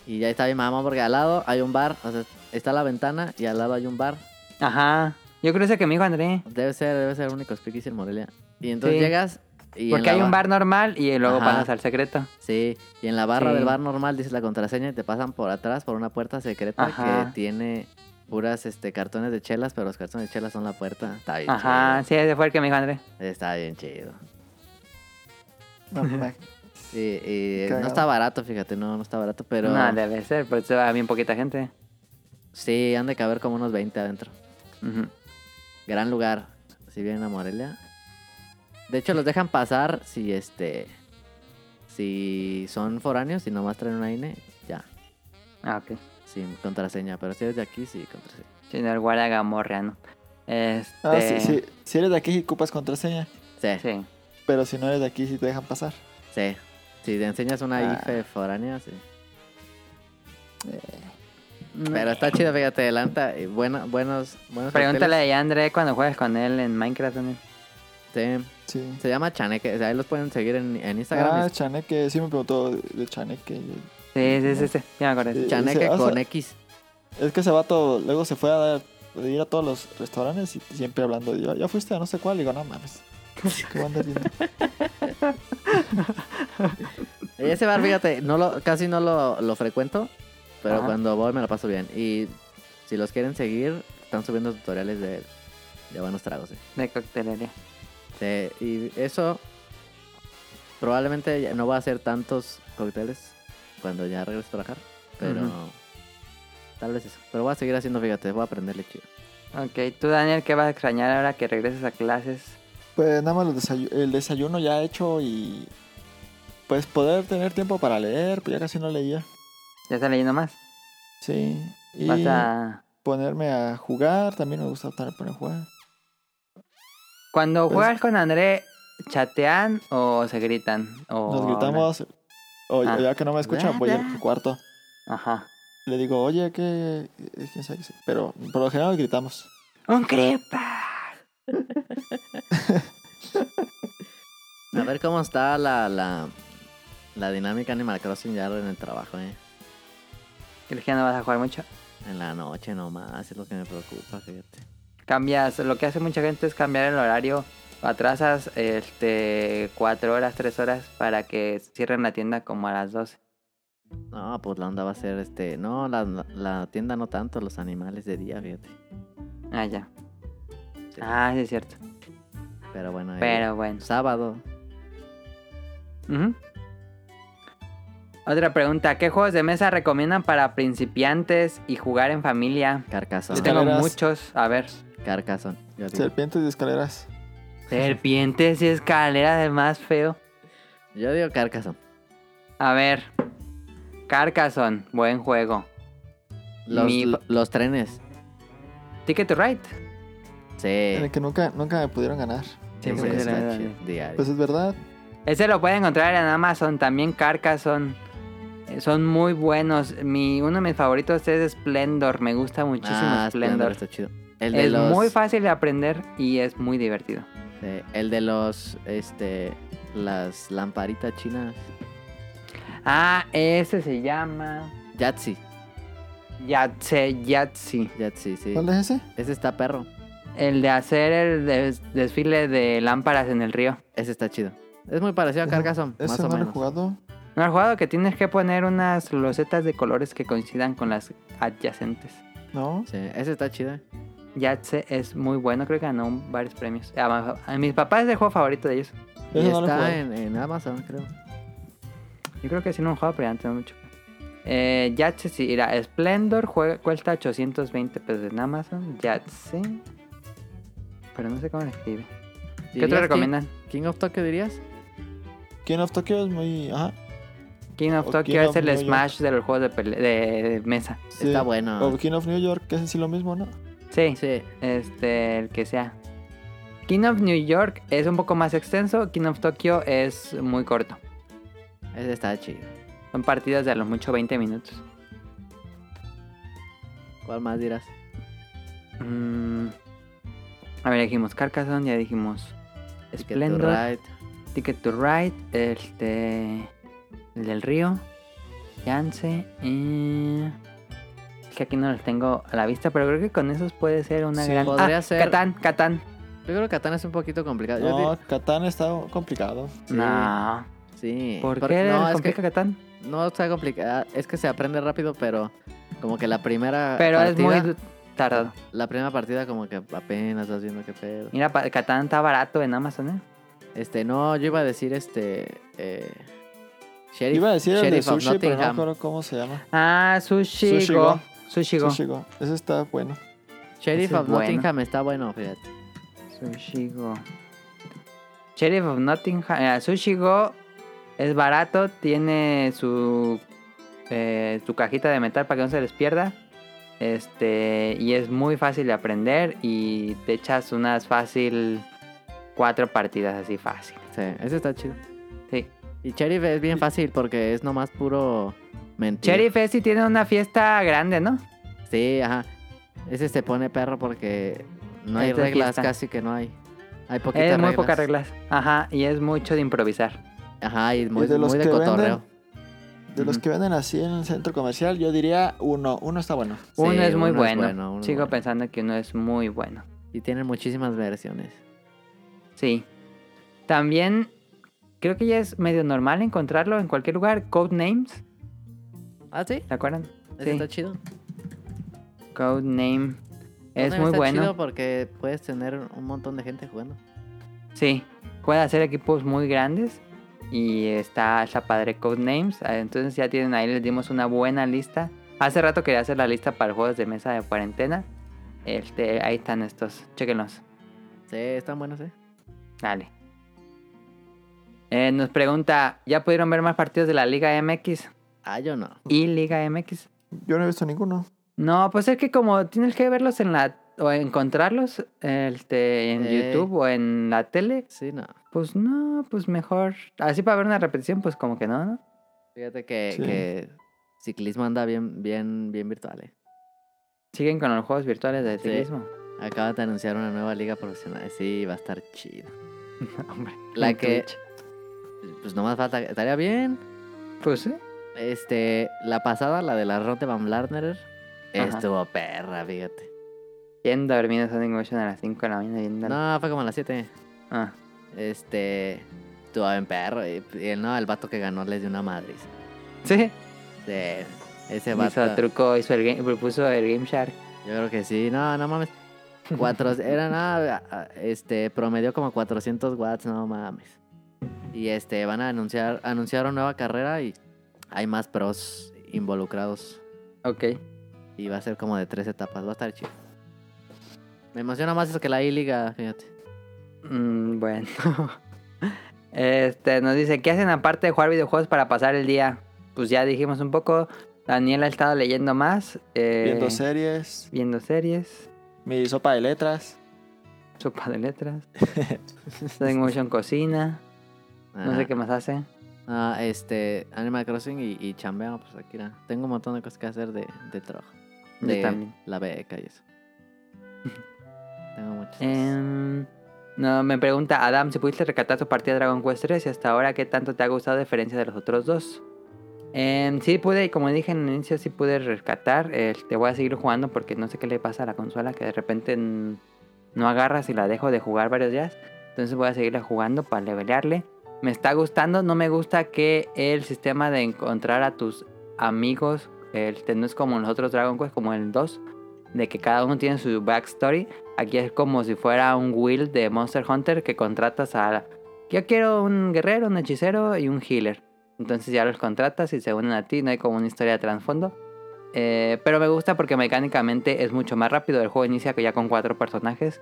Speaker 2: Y ya está mi mamá porque al lado hay un bar, o sea, está la ventana y al lado hay un bar.
Speaker 1: Ajá. Yo creo ese que me dijo André.
Speaker 2: Debe ser, debe ser el único speakeasy en Morelia. Y entonces
Speaker 1: Sí.
Speaker 2: llegas y en
Speaker 1: Porque
Speaker 2: la
Speaker 1: hay un bar normal y luego
Speaker 2: Ajá.
Speaker 1: pasas al secreto.
Speaker 2: Sí, y en la barra
Speaker 1: Sí.
Speaker 2: del bar normal dices la contraseña y te pasan por atrás por una puerta secreta
Speaker 1: Ajá.
Speaker 2: que tiene puras este cartones de chelas, pero los cartones de chelas son la puerta. Está bien
Speaker 1: Ajá, sí, ese fue el que me dijo André.
Speaker 2: chido. Está bien chido.
Speaker 3: No, Ah, mames.
Speaker 2: Y, y
Speaker 3: Cagado.
Speaker 2: no está barato, fíjate, no, no está barato, pero
Speaker 1: No, debe ser, porque se va bien poquita gente.
Speaker 2: sí, han de caber como unos 20 adentro.
Speaker 1: Ujú.
Speaker 2: Gran lugar, si vienen a Morelia. De hecho, los dejan pasar si este si son foráneos y nomás traen una INE, ya,
Speaker 1: Ah, ok.
Speaker 2: sin contraseña, pero si eres de aquí, sí, contraseña.
Speaker 1: Sí, el guardia gamorreano. Este...
Speaker 3: Ah, sí, sí. Si eres de aquí y ocupas contraseña,
Speaker 2: Sí.
Speaker 1: Sí.
Speaker 3: pero si no eres de aquí, sí te dejan pasar.
Speaker 2: Sí. Si te enseñas una
Speaker 3: Ah.
Speaker 2: IFE foránea, sí.
Speaker 3: Mm.
Speaker 2: Pero está chido, fíjate, adelanta. y Bueno, buenos, buenos.
Speaker 1: Pregúntale ahí a André cuando juegues con él en Minecraft también.
Speaker 2: cócteles. Sí.
Speaker 3: Sí.
Speaker 2: Se llama Chaneque. O sea, ahí los pueden seguir en, en
Speaker 3: Ah,
Speaker 2: Instagram.
Speaker 3: Chaneque, sí me preguntó de Chaneque.
Speaker 1: Sí, sí, sí, sí. Ya me acordé.
Speaker 2: Es
Speaker 3: Sí. ah,
Speaker 2: Chaneque
Speaker 3: se hace-
Speaker 2: con X.
Speaker 3: Es que ese vato luego se fue a, dar- a ir a todos los restaurantes y siempre hablando. de, "Ya- ya fuiste a no sé cuál. Y digo, no mames. ¿Qué voy a andar viendo?".
Speaker 2: Y Ese bar, fíjate, no lo, casi no lo, lo frecuento. Pero
Speaker 1: Ajá.
Speaker 2: cuando voy me la paso bien. Y si los quieren seguir, están subiendo tutoriales de, de buenos tragos. ¿eh?
Speaker 1: De coctelería.
Speaker 2: Sí, Este, y eso probablemente ya no va a hacer tantos cócteles cuando ya regrese a trabajar, pero
Speaker 1: Ujú.
Speaker 2: tal vez eso. Pero voy a seguir haciendo, fíjate, voy a aprenderle chido.
Speaker 1: Ok, tú Daniel, ¿qué vas a extrañar ahora que regreses a clases?
Speaker 3: Pues nada más los desayu- el desayuno ya hecho y. Pues poder tener tiempo para leer, pues ya casi no leía.
Speaker 1: ¿Ya está leyendo más?
Speaker 3: Sí. Y
Speaker 1: ¿Vas a...
Speaker 3: ponerme a jugar, también me gusta estar poner a jugar.
Speaker 1: Cuando
Speaker 3: Pues-
Speaker 1: juegas con André, ¿chatean o se gritan? O
Speaker 3: Nos
Speaker 1: hablan?
Speaker 3: gritamos. O
Speaker 1: Ah.
Speaker 3: ya que no me escucha, voy
Speaker 1: Nada.
Speaker 3: al cuarto.
Speaker 1: Ajá.
Speaker 3: Le digo, oye, que. ¿Quién sabe qué sé? Pero por lo general gritamos.
Speaker 1: ¡Un crepa!
Speaker 2: A ver cómo está la, la, la dinámica Animal Crossing ya en el trabajo, ¿eh?
Speaker 1: ¿Crees que ya no vas a jugar mucho?
Speaker 2: En la noche nomás, es lo que me preocupa, fíjate.
Speaker 1: Cambias, lo que hace mucha gente es cambiar el horario. Atrasas este cuatro horas, tres horas para que cierren la tienda como a las 12.
Speaker 2: No, pues la onda va a ser este. No, la, la tienda no tanto, los animales de día, fíjate.
Speaker 1: Ah, ya.
Speaker 2: Sí.
Speaker 1: Ah, sí es cierto.
Speaker 2: Pero bueno, eh,
Speaker 1: Pero bueno.
Speaker 2: sábado. Ujú.
Speaker 1: Otra pregunta, ¿qué juegos de mesa recomiendan para principiantes y jugar en familia?
Speaker 2: Carcasón.
Speaker 1: Yo tengo
Speaker 3: Escaleras.
Speaker 1: muchos, a ver.
Speaker 2: Carcasón. Yo digo.
Speaker 3: Serpientes y escaleras.
Speaker 1: Serpientes y escaleras, el más feo.
Speaker 2: Yo digo Carcasón.
Speaker 1: A ver. Carcassonne, buen juego.
Speaker 2: Los,
Speaker 1: Mi-
Speaker 2: los trenes.
Speaker 1: Ticket to Ride.
Speaker 2: Sí.
Speaker 3: En el que nunca, nunca me pudieron ganar.
Speaker 1: Siempre
Speaker 2: Ese
Speaker 1: se
Speaker 2: está
Speaker 1: le-
Speaker 2: chido. Diario.
Speaker 3: Pues es verdad.
Speaker 1: Ese lo pueden encontrar en Amazon, también Carcassonne. Eh, Son muy buenos. Mi, uno de mis favoritos es Splendor. Me gusta muchísimo
Speaker 2: Ah,
Speaker 1: Splendor.
Speaker 2: Splendor está chido. El de
Speaker 1: Es
Speaker 2: los,
Speaker 1: muy fácil de aprender y es muy divertido.
Speaker 2: eh, el de los, este, las lamparitas chinas.
Speaker 1: Ah, ese se llama
Speaker 2: Yatsi.
Speaker 1: Yatse Yatsi.
Speaker 2: Yatsi, sí.
Speaker 3: ¿Cuál es ese?
Speaker 2: Ese está perro.
Speaker 1: El de hacer el des- desfile de lámparas en el río.
Speaker 2: Ese está chido. Es muy parecido a Carcasson,
Speaker 3: Ese
Speaker 2: más
Speaker 3: no
Speaker 2: o
Speaker 3: lo he
Speaker 2: menos.
Speaker 3: jugado.
Speaker 1: No, el jugado que tienes que poner unas losetas de colores que coincidan con las adyacentes.
Speaker 3: No.
Speaker 2: Sí, ese está chido. eh.
Speaker 1: Yatse es muy bueno, creo que ganó varios premios. A, a mis papás es el juego favorito de ellos.
Speaker 2: Y
Speaker 3: Ese no lo he jugado.
Speaker 2: está en, en Amazon, creo.
Speaker 1: Yo creo que sí no lo he jugado, pero ya no tengo mucho. Eh, Yatse, sí, mira, Splendor juega- cuesta 820 pesos en Amazon. Yatse. Pero no sé cómo se escribe. ¿Qué
Speaker 2: ¿Dirías
Speaker 1: otro
Speaker 2: que-
Speaker 1: recomiendan?
Speaker 2: King of Tokyo dirías?
Speaker 3: King of Tokyo es muy. Ajá.
Speaker 1: King of
Speaker 3: o
Speaker 1: Tokyo
Speaker 3: King
Speaker 1: es
Speaker 3: of
Speaker 1: el
Speaker 3: New York.
Speaker 1: Smash de los juegos de, pele- de- de mesa.
Speaker 3: sí.
Speaker 2: Está bueno.
Speaker 3: O King of New York, que es sí lo mismo, ¿no?
Speaker 1: Sí,
Speaker 2: Sí.
Speaker 1: este, el que sea. King of New York es un poco más extenso, King of Tokyo es muy corto.
Speaker 2: Ese está chido.
Speaker 1: Son partidas de a lo mucho 20 minutos.
Speaker 2: ¿Cuál más dirás?
Speaker 1: Mm, A ver, ya dijimos Carcassonne, ya dijimos
Speaker 2: Ticket to
Speaker 1: Splendor,
Speaker 2: Ride.
Speaker 1: Ticket to Ride, este, el del río, Yance y... Es que aquí no los tengo a la vista, pero creo que con esos puede ser una
Speaker 3: Sí,
Speaker 1: gran...
Speaker 2: podría ser.
Speaker 1: Ah, Catán, Catán.
Speaker 2: Yo creo que Ah, Catán es un poquito complicado. Ah, Yo
Speaker 3: No,
Speaker 2: di-
Speaker 3: Catán está complicado.
Speaker 2: Sí.
Speaker 1: No.
Speaker 2: Sí.
Speaker 1: ¿Por
Speaker 2: Porque-
Speaker 1: qué
Speaker 2: no,
Speaker 1: les
Speaker 2: es que
Speaker 1: complica Catán?
Speaker 2: no está complicado. Es que se aprende rápido, pero como que la primera
Speaker 1: Pero
Speaker 2: partida,
Speaker 1: es muy tardado.
Speaker 2: la primera partida como que apenas vas viendo qué pedo.
Speaker 1: Mira, pa- Catán está barato en Amazon, ¿eh?
Speaker 2: Este, no, yo iba a decir este eh, Sheriff,
Speaker 3: Iba a decir el de
Speaker 2: Sheriff
Speaker 3: Sushi,
Speaker 2: of
Speaker 3: pero no me
Speaker 2: Nottingham.
Speaker 3: acuerdo cómo se llama.
Speaker 1: Ah, Sushi
Speaker 3: Sushi
Speaker 1: Go.
Speaker 3: Go.
Speaker 1: Sushi Go.
Speaker 3: Sushi Go. Ese está bueno.
Speaker 2: Sheriff
Speaker 1: Ese es
Speaker 2: of
Speaker 1: bueno.
Speaker 2: Nottingham está bueno, fíjate.
Speaker 1: Sushi Go. Sheriff of Nottingham. eh, sushi Go es barato, tiene su, eh, su cajita de metal para que no se les pierda. Este, y es muy fácil de aprender y te echas unas fácil cuatro partidas así fácil.
Speaker 2: Sí, ese está chido.
Speaker 1: Sí.
Speaker 2: Y Sheriff es bien fácil porque es nomás puro mentir.
Speaker 1: Sheriff es si tiene una fiesta grande, ¿no?
Speaker 2: Sí, ajá. Ese se pone perro porque no
Speaker 1: Ahí
Speaker 2: hay
Speaker 1: está
Speaker 2: reglas,
Speaker 1: fiesta.
Speaker 2: casi que no hay. Hay poquitas
Speaker 1: Es
Speaker 2: reglas.
Speaker 1: muy pocas reglas. Ajá, y es mucho de improvisar.
Speaker 2: Ajá, y muy muy
Speaker 3: de
Speaker 2: de,
Speaker 3: los que venden?
Speaker 2: cotorreo.
Speaker 3: De los
Speaker 1: Ujú.
Speaker 3: que venden así en el centro comercial, yo diría uno. Uno está bueno.
Speaker 1: Uno
Speaker 2: Sí,
Speaker 1: es muy
Speaker 2: uno es
Speaker 1: bueno.
Speaker 2: bueno, uno es
Speaker 1: Sigo
Speaker 2: bueno.
Speaker 1: pensando que uno es muy bueno.
Speaker 2: Y tienen muchísimas versiones.
Speaker 1: Sí. También creo que ya es medio normal encontrarlo en cualquier lugar. Codenames,
Speaker 2: ¿Ah, sí?
Speaker 1: ¿se acuerdan?
Speaker 2: Ese
Speaker 1: Sí.
Speaker 2: está chido.
Speaker 1: Codename. Es
Speaker 2: Ese
Speaker 1: muy
Speaker 2: está
Speaker 1: bueno.
Speaker 2: chido porque puedes tener un montón de gente jugando.
Speaker 1: Sí. Puede hacer equipos muy grandes. Y está, está padre Codenames. Ah, Entonces ya tienen ahí, les dimos una buena lista. Hace rato quería hacer la lista para juegos de mesa de cuarentena. Este, ahí están estos. Chequenlos.
Speaker 2: Sí, están buenos, ¿eh?
Speaker 1: Dale. Eh, nos pregunta, ¿ya pudieron ver más partidos de la Liga MX
Speaker 2: Ah, yo no.
Speaker 1: y Liga MX?
Speaker 3: Yo no he visto ninguno.
Speaker 1: No, pues es que como tienes que verlos en la o encontrarlos este, en
Speaker 2: Ey.
Speaker 1: YouTube o en la tele,
Speaker 2: Sí, no.
Speaker 1: pues no, pues mejor así para ver una repetición, pues como que no, ¿no?
Speaker 2: Fíjate que,
Speaker 3: Sí.
Speaker 2: que ciclismo anda bien, bien, bien virtual, ¿eh?
Speaker 1: Siguen con los juegos virtuales de
Speaker 2: Sí.
Speaker 1: ciclismo.
Speaker 2: Acaban de anunciar una nueva liga profesional. Sí, va a estar chido.
Speaker 1: Hombre,
Speaker 2: La
Speaker 1: en
Speaker 2: que-
Speaker 1: Twitch.
Speaker 2: Pues nomás falta... Estaría bien.
Speaker 1: pues sí.
Speaker 2: Este, la pasada, la de la Rote Van Blarner,
Speaker 1: Ajá.
Speaker 2: estuvo perra, fíjate.
Speaker 1: Yendo a dormir a Sonic Motion a las 5 de la mañana yendo a-
Speaker 2: No, fue como a las 7.
Speaker 1: Ah,
Speaker 2: Este, estuvo bien perro. Y, y el, no, el vato que ganó les dio una madriz.
Speaker 1: Sí.
Speaker 2: Sí, ese
Speaker 1: Hizo
Speaker 2: vato.
Speaker 1: truco, hizo el game, propuso el Game Shark.
Speaker 2: Yo creo que sí, no, no mames. Cuatro, era nada, este, promedió como 400 watts, no mames. Y este, van a anunciar, anunciaron nueva carrera y hay más pros involucrados.
Speaker 1: Ok.
Speaker 2: Y va a ser como de tres etapas, va a estar chido. Me emociona más eso que la I-Liga, fíjate.
Speaker 1: Mm, bueno. Este, nos dice, ¿qué hacen aparte de jugar videojuegos para pasar el día? Pues ya dijimos un poco. Daniel ha estado leyendo más. eh,
Speaker 3: Viendo series,
Speaker 1: viendo series.
Speaker 3: mi sopa de letras.
Speaker 1: Sopa de letras. Stop Motion cocina. No sé
Speaker 2: Ajá.
Speaker 1: qué más hace.
Speaker 2: Ah, este, Animal Crossing y, y chambeo, pues aquí era. Tengo un montón de cosas que hacer de, de trabajo.
Speaker 1: Yo
Speaker 2: De
Speaker 1: también.
Speaker 2: la beca y eso. Tengo muchas. cosas.
Speaker 1: Em, no, me pregunta Adam si pudiste recatar tu partida de Dragon Quest 3 y hasta ahora qué tanto te ha gustado a diferencia de los otros dos. Em, sí pude, como dije en el inicio, sí pude rescatar. eh, te voy a seguir jugando porque no sé qué le pasa a la consola que de repente mm, no agarras y la dejo de jugar varios días. Entonces voy a seguirla jugando para levelearle. Me está gustando, no me gusta que el sistema de encontrar a tus amigos este, no es como en los otros Dragon Quest, como en el 2, de que cada uno tiene su backstory. Aquí es como si fuera un will de Monster Hunter que contratas a... Yo quiero un guerrero, un hechicero y un healer. Entonces ya los contratas y se unen a ti, no hay como una historia de trasfondo. Eh, pero me gusta porque mecánicamente es mucho más rápido. El juego inicia ya con cuatro personajes.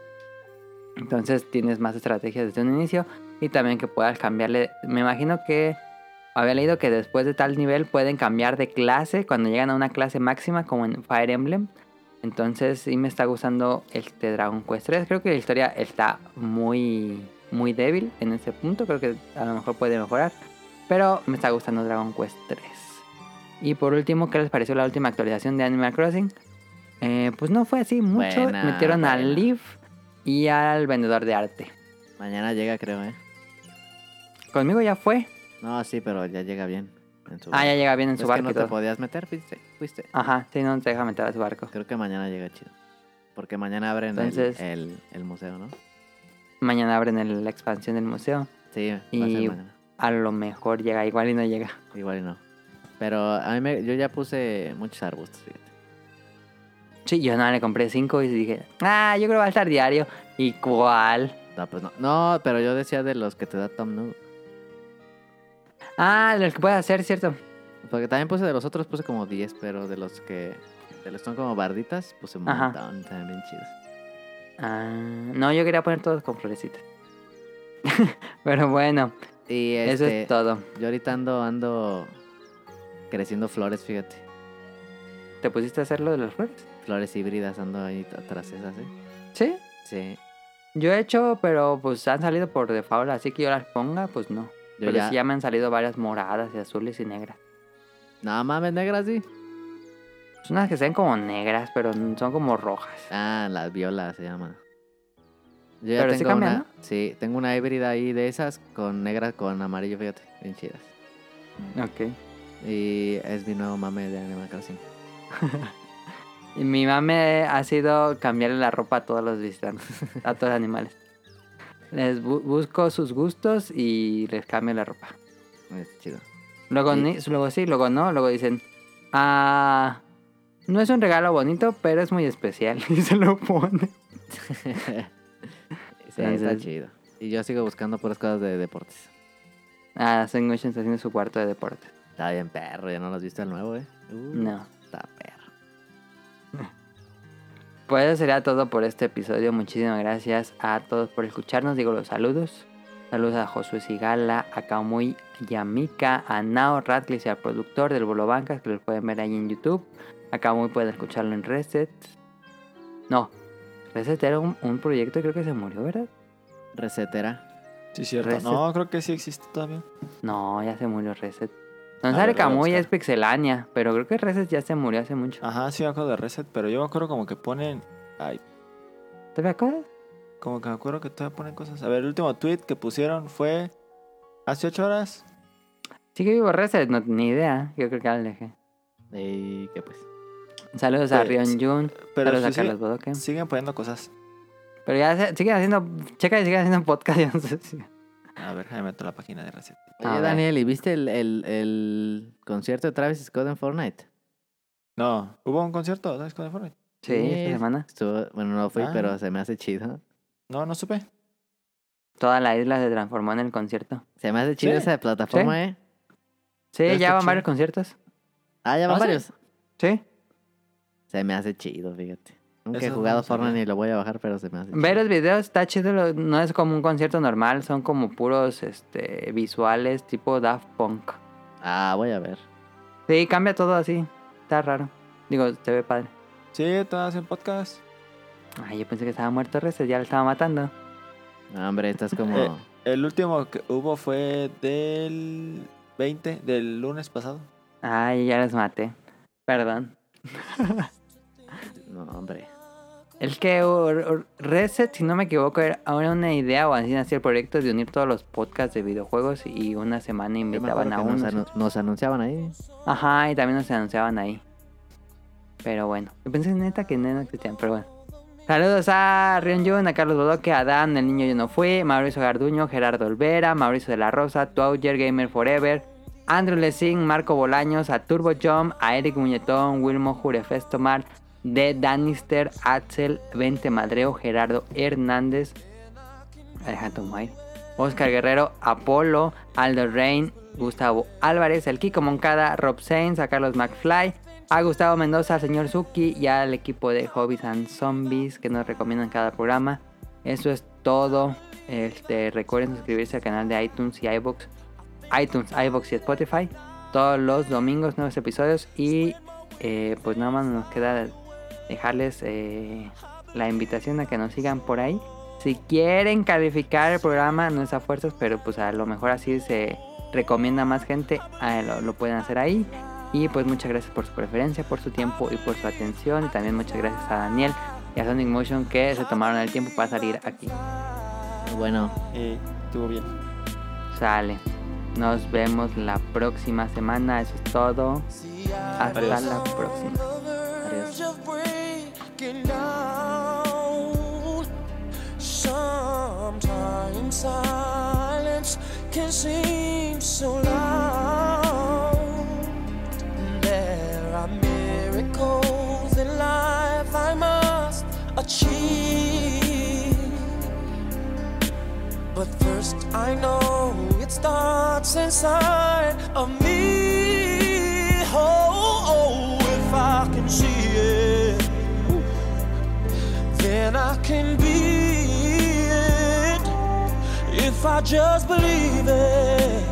Speaker 1: Entonces tienes más estrategias desde un inicio. Y también que puedas cambiarle. Me imagino que había leído que después de tal nivel pueden cambiar de clase cuando llegan a una clase máxima, como en Fire Emblem. Entonces sí me está gustando este Dragon Quest 3. Creo que la historia está muy, muy débil en ese punto. Creo que a lo mejor puede mejorar. Pero me está gustando Dragon Quest 3. Y por último, ¿qué les pareció la última actualización de Animal Crossing? Eh, pues no fue así mucho.
Speaker 2: Buena,
Speaker 1: Metieron a
Speaker 2: buena.
Speaker 1: Leaf y al vendedor de arte.
Speaker 2: Mañana llega, creo, ¿eh?
Speaker 1: Conmigo ya fue.
Speaker 2: No, sí, pero ya llega bien. en su
Speaker 1: Ah, ya llega bien en
Speaker 2: Es
Speaker 1: su
Speaker 2: que
Speaker 1: barco.
Speaker 2: no
Speaker 1: y
Speaker 2: te
Speaker 1: todo.
Speaker 2: podías meter, fuiste. fuiste.
Speaker 1: Ajá, sí, no te deja meter a su barco.
Speaker 2: Creo que mañana llega chido. Porque mañana abren el-
Speaker 1: Entonces-
Speaker 2: el, el museo, ¿no?
Speaker 1: Mañana abren el- la expansión del museo.
Speaker 2: Sí, va a
Speaker 1: Y-
Speaker 2: ser mañana.
Speaker 1: A lo mejor llega, igual y no llega.
Speaker 2: Igual y no. Pero a mí me- yo ya puse muchos arbustos, fíjate.
Speaker 1: Sí, yo nada, le compré cinco y dije, ah, yo creo que va a estar diario. ¿Y cuál?
Speaker 2: No, pues no. No, pero yo decía de los que te da Tom Nook.
Speaker 1: Ah, los que puedes hacer, ¿cierto?
Speaker 2: Porque también puse de los otros, puse como 10, pero de los que de los son como barditas, puse un
Speaker 1: Ajá.
Speaker 2: montón, también bien chidos.
Speaker 1: Ah, no, yo quería poner todos con florecitas. Pero bueno,
Speaker 2: Y
Speaker 1: eso
Speaker 2: este,
Speaker 1: es todo.
Speaker 2: yo ahorita ando, ando creciendo flores, fíjate.
Speaker 1: ¿Te pusiste a hacer lo de las flores?
Speaker 2: Flores híbridas ando ahí t- atrás esas, ¿eh?
Speaker 1: Sí,
Speaker 2: Sí.
Speaker 1: yo he hecho, pero pues han salido por default, así que yo las ponga, pues no.
Speaker 2: Yo
Speaker 1: pero
Speaker 2: ya-
Speaker 1: sí ya me han salido varias moradas y azules y negras.
Speaker 2: No mames, negras, sí.
Speaker 1: Son unas que se ven como negras, pero son como rojas.
Speaker 2: Ah, las violas se llama. Yo
Speaker 1: Pero sí cambian,
Speaker 2: una,
Speaker 1: ¿no?
Speaker 2: sí, tengo una híbrida ahí de esas con negras con amarillo, fíjate, bien chidas.
Speaker 1: Ok.
Speaker 2: Y es mi nuevo mame de Animal Crossing.
Speaker 1: Y mi mame ha sido cambiarle la ropa a todos los visitantes, a todos los animales. Les bu- busco sus gustos y les cambio la ropa.
Speaker 2: Es chido.
Speaker 1: Luego,
Speaker 2: Sí.
Speaker 1: ni- luego sí, luego no, luego dicen, ah, no es un regalo bonito, pero es muy especial. Y se lo pone.
Speaker 2: Sí, está
Speaker 1: Entonces-
Speaker 2: chido. Y yo sigo buscando puras cosas de deportes.
Speaker 1: Ah, Sengushin está haciendo su cuarto de deporte.
Speaker 2: Está bien perro, ya no lo has visto el nuevo, ¿eh? Uh,
Speaker 1: No.
Speaker 2: Está perro.
Speaker 1: Pues eso sería todo por este episodio. Muchísimas gracias a todos por escucharnos. Digo los saludos. Saludos a Josué Sigala, a Kamui Yamika, a Nao Radcliffe, al productor del Bolo Bancas, que lo pueden ver ahí en YouTube. A Kamui pueden escucharlo en Reset. No, Reset era un, un proyecto que creo que se murió, ¿verdad?
Speaker 2: Recetera.
Speaker 3: Sí, cierto.
Speaker 1: Reset.
Speaker 3: No, creo que sí existe todavía.
Speaker 1: No, ya se murió Reset. No
Speaker 3: A
Speaker 1: sale
Speaker 3: ver, voy a
Speaker 1: Kamui,
Speaker 3: buscar.
Speaker 1: es Pixelania, pero creo que Reset ya se murió hace mucho.
Speaker 3: Ajá, sí me acuerdo de Reset, pero yo me acuerdo como que ponen... Ay,
Speaker 1: ¿Te acuerdas?
Speaker 3: como que me acuerdo que todavía ponen cosas. A ver, el último tweet que pusieron fue... Hace ocho horas.
Speaker 1: Sigue vivo Reset, no, ni idea. Yo creo que ya lo dejé.
Speaker 2: Y que pues.
Speaker 1: Saludos a
Speaker 3: Pues,
Speaker 1: Rion Jun.
Speaker 3: Pero
Speaker 1: Saludos
Speaker 3: sí
Speaker 1: a Carlos
Speaker 3: siguen,
Speaker 1: Bodoque.
Speaker 3: siguen poniendo cosas.
Speaker 1: Pero ya se- siguen haciendo. Checa y siguen haciendo podcast. ya no sé si-
Speaker 3: A ver, déjame meto la página de Reset.
Speaker 1: A
Speaker 2: Oye,
Speaker 1: ver.
Speaker 2: Daniel, ¿y viste el, el, el concierto de Travis Scott en Fortnite?
Speaker 3: No, hubo un concierto, ¿sabes? Con el Fortnite.
Speaker 1: Sí,
Speaker 2: Sí.
Speaker 1: esta semana.
Speaker 2: Estuvo, bueno, no fui,
Speaker 3: Ah.
Speaker 2: pero se me hace chido.
Speaker 3: No, no supe.
Speaker 1: Toda la isla se transformó en el concierto.
Speaker 2: Se me hace chido
Speaker 3: Sí.
Speaker 2: esa plataforma,
Speaker 1: Sí.
Speaker 2: ¿eh?
Speaker 1: Sí,
Speaker 3: Pero
Speaker 1: ya
Speaker 3: está
Speaker 1: van
Speaker 3: chido.
Speaker 1: varios conciertos.
Speaker 2: Ah, ya van
Speaker 3: ¿Ah, sí?
Speaker 2: varios.
Speaker 1: Sí.
Speaker 2: Se me hace chido, fíjate. Nunca
Speaker 3: Eso
Speaker 2: he
Speaker 3: no
Speaker 2: jugado
Speaker 3: lo sabía.
Speaker 2: Fortnite ni lo voy a bajar, pero se me hace
Speaker 1: Ver
Speaker 2: chido.
Speaker 1: los videos está chido, lo- no es como un concierto normal, son como puros este, visuales tipo Daft Punk.
Speaker 2: Ah, voy a ver.
Speaker 1: Sí, cambia todo así. Está raro. Digo, se ve padre.
Speaker 3: Sí, estás en podcast.
Speaker 1: Ay, yo pensé que estaba muerto Reset, ya lo estaba matando.
Speaker 2: No, hombre, estás
Speaker 3: Eh.
Speaker 2: como...
Speaker 3: El último que hubo fue del 20, del lunes pasado.
Speaker 1: Ay, ya los maté. Perdón.
Speaker 2: No, hombre.
Speaker 1: Es que or- or- Reset, si no me equivoco, era era una idea o así nació el proyecto de unir todos los podcasts de videojuegos y una semana
Speaker 2: Yo me
Speaker 1: invitaban
Speaker 2: acuerdo
Speaker 1: a
Speaker 2: que nos,
Speaker 1: uno.
Speaker 2: anu- nos anunciaban ahí.
Speaker 1: Ajá, y también nos anunciaban ahí. Pero bueno, yo pensé neta que no existían, pero bueno. Saludos a Ryunjun, a Carlos Bodoque, a Dan, el niño yo no fui, Mauricio Garduño, Gerardo Olvera, Mauricio de la Rosa, Touger Gamer Forever, Andrew Lessing, Marco Bolaños, a Turbo Jump, a Eric Muñetón, Wilmo Jurefestomar, D. Danister, Axel, Vente Madreo, Gerardo Hernández, Alejandro May, Oscar Guerrero, Apolo, Aldo Rain, Gustavo Álvarez, el Kiko Moncada, Rob Sainz, a Carlos McFly, a Gustavo Mendoza, al señor Suki y al equipo de Hobbies and Zombies que nos recomiendan cada programa. Eso es todo. Este, recuerden suscribirse al canal de iTunes y iBox, iTunes, iBox y Spotify. Todos los domingos nuevos episodios y eh, pues nada más nos queda dejarles eh, la invitación a que nos sigan por ahí. Si quieren calificar el programa, no es a fuerzas, pero pues a lo mejor así se recomienda a más gente, ah, lo, lo pueden hacer ahí. Y pues muchas gracias por su preferencia, por su tiempo y por su atención. Y también muchas gracias a Daniel y a Sonic Motion que se tomaron el tiempo para salir aquí.
Speaker 2: Bueno,
Speaker 3: Eh, estuvo bien.
Speaker 1: Sale. Nos vemos la próxima semana. Eso es todo. Hasta
Speaker 3: Adiós.
Speaker 1: la próxima. Adiós.
Speaker 9: of breaking down. Sometimes silence can seem so loud. There are miracles in life I must achieve. But first, I know it starts inside of me. Oh, oh, if I can see it, then I can be it. If I just believe it,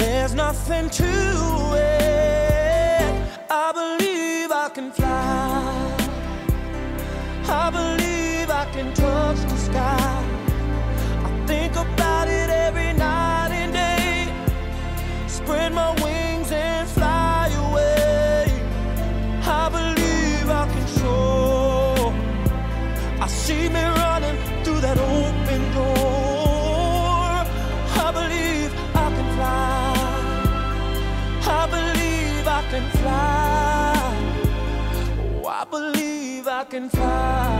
Speaker 9: there's nothing to it. I believe I can fly. I believe I can touch the sky. I think about it every night and day. Spread my wings and fly away. I believe I can soar. I see me running through that open door. I believe I can fly. I believe I can fly. Oh, I believe I can fly.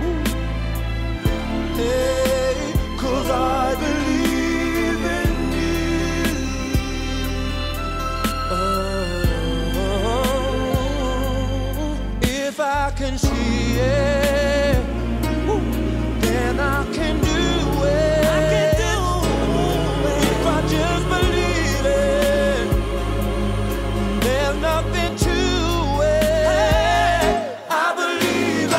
Speaker 9: Ooh. Hey, 'cause I believe in you. Oh, if I can see it, ooh, then I can do it. I can do it. If I just believe it. There's nothing to it. I believe.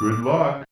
Speaker 10: Good luck.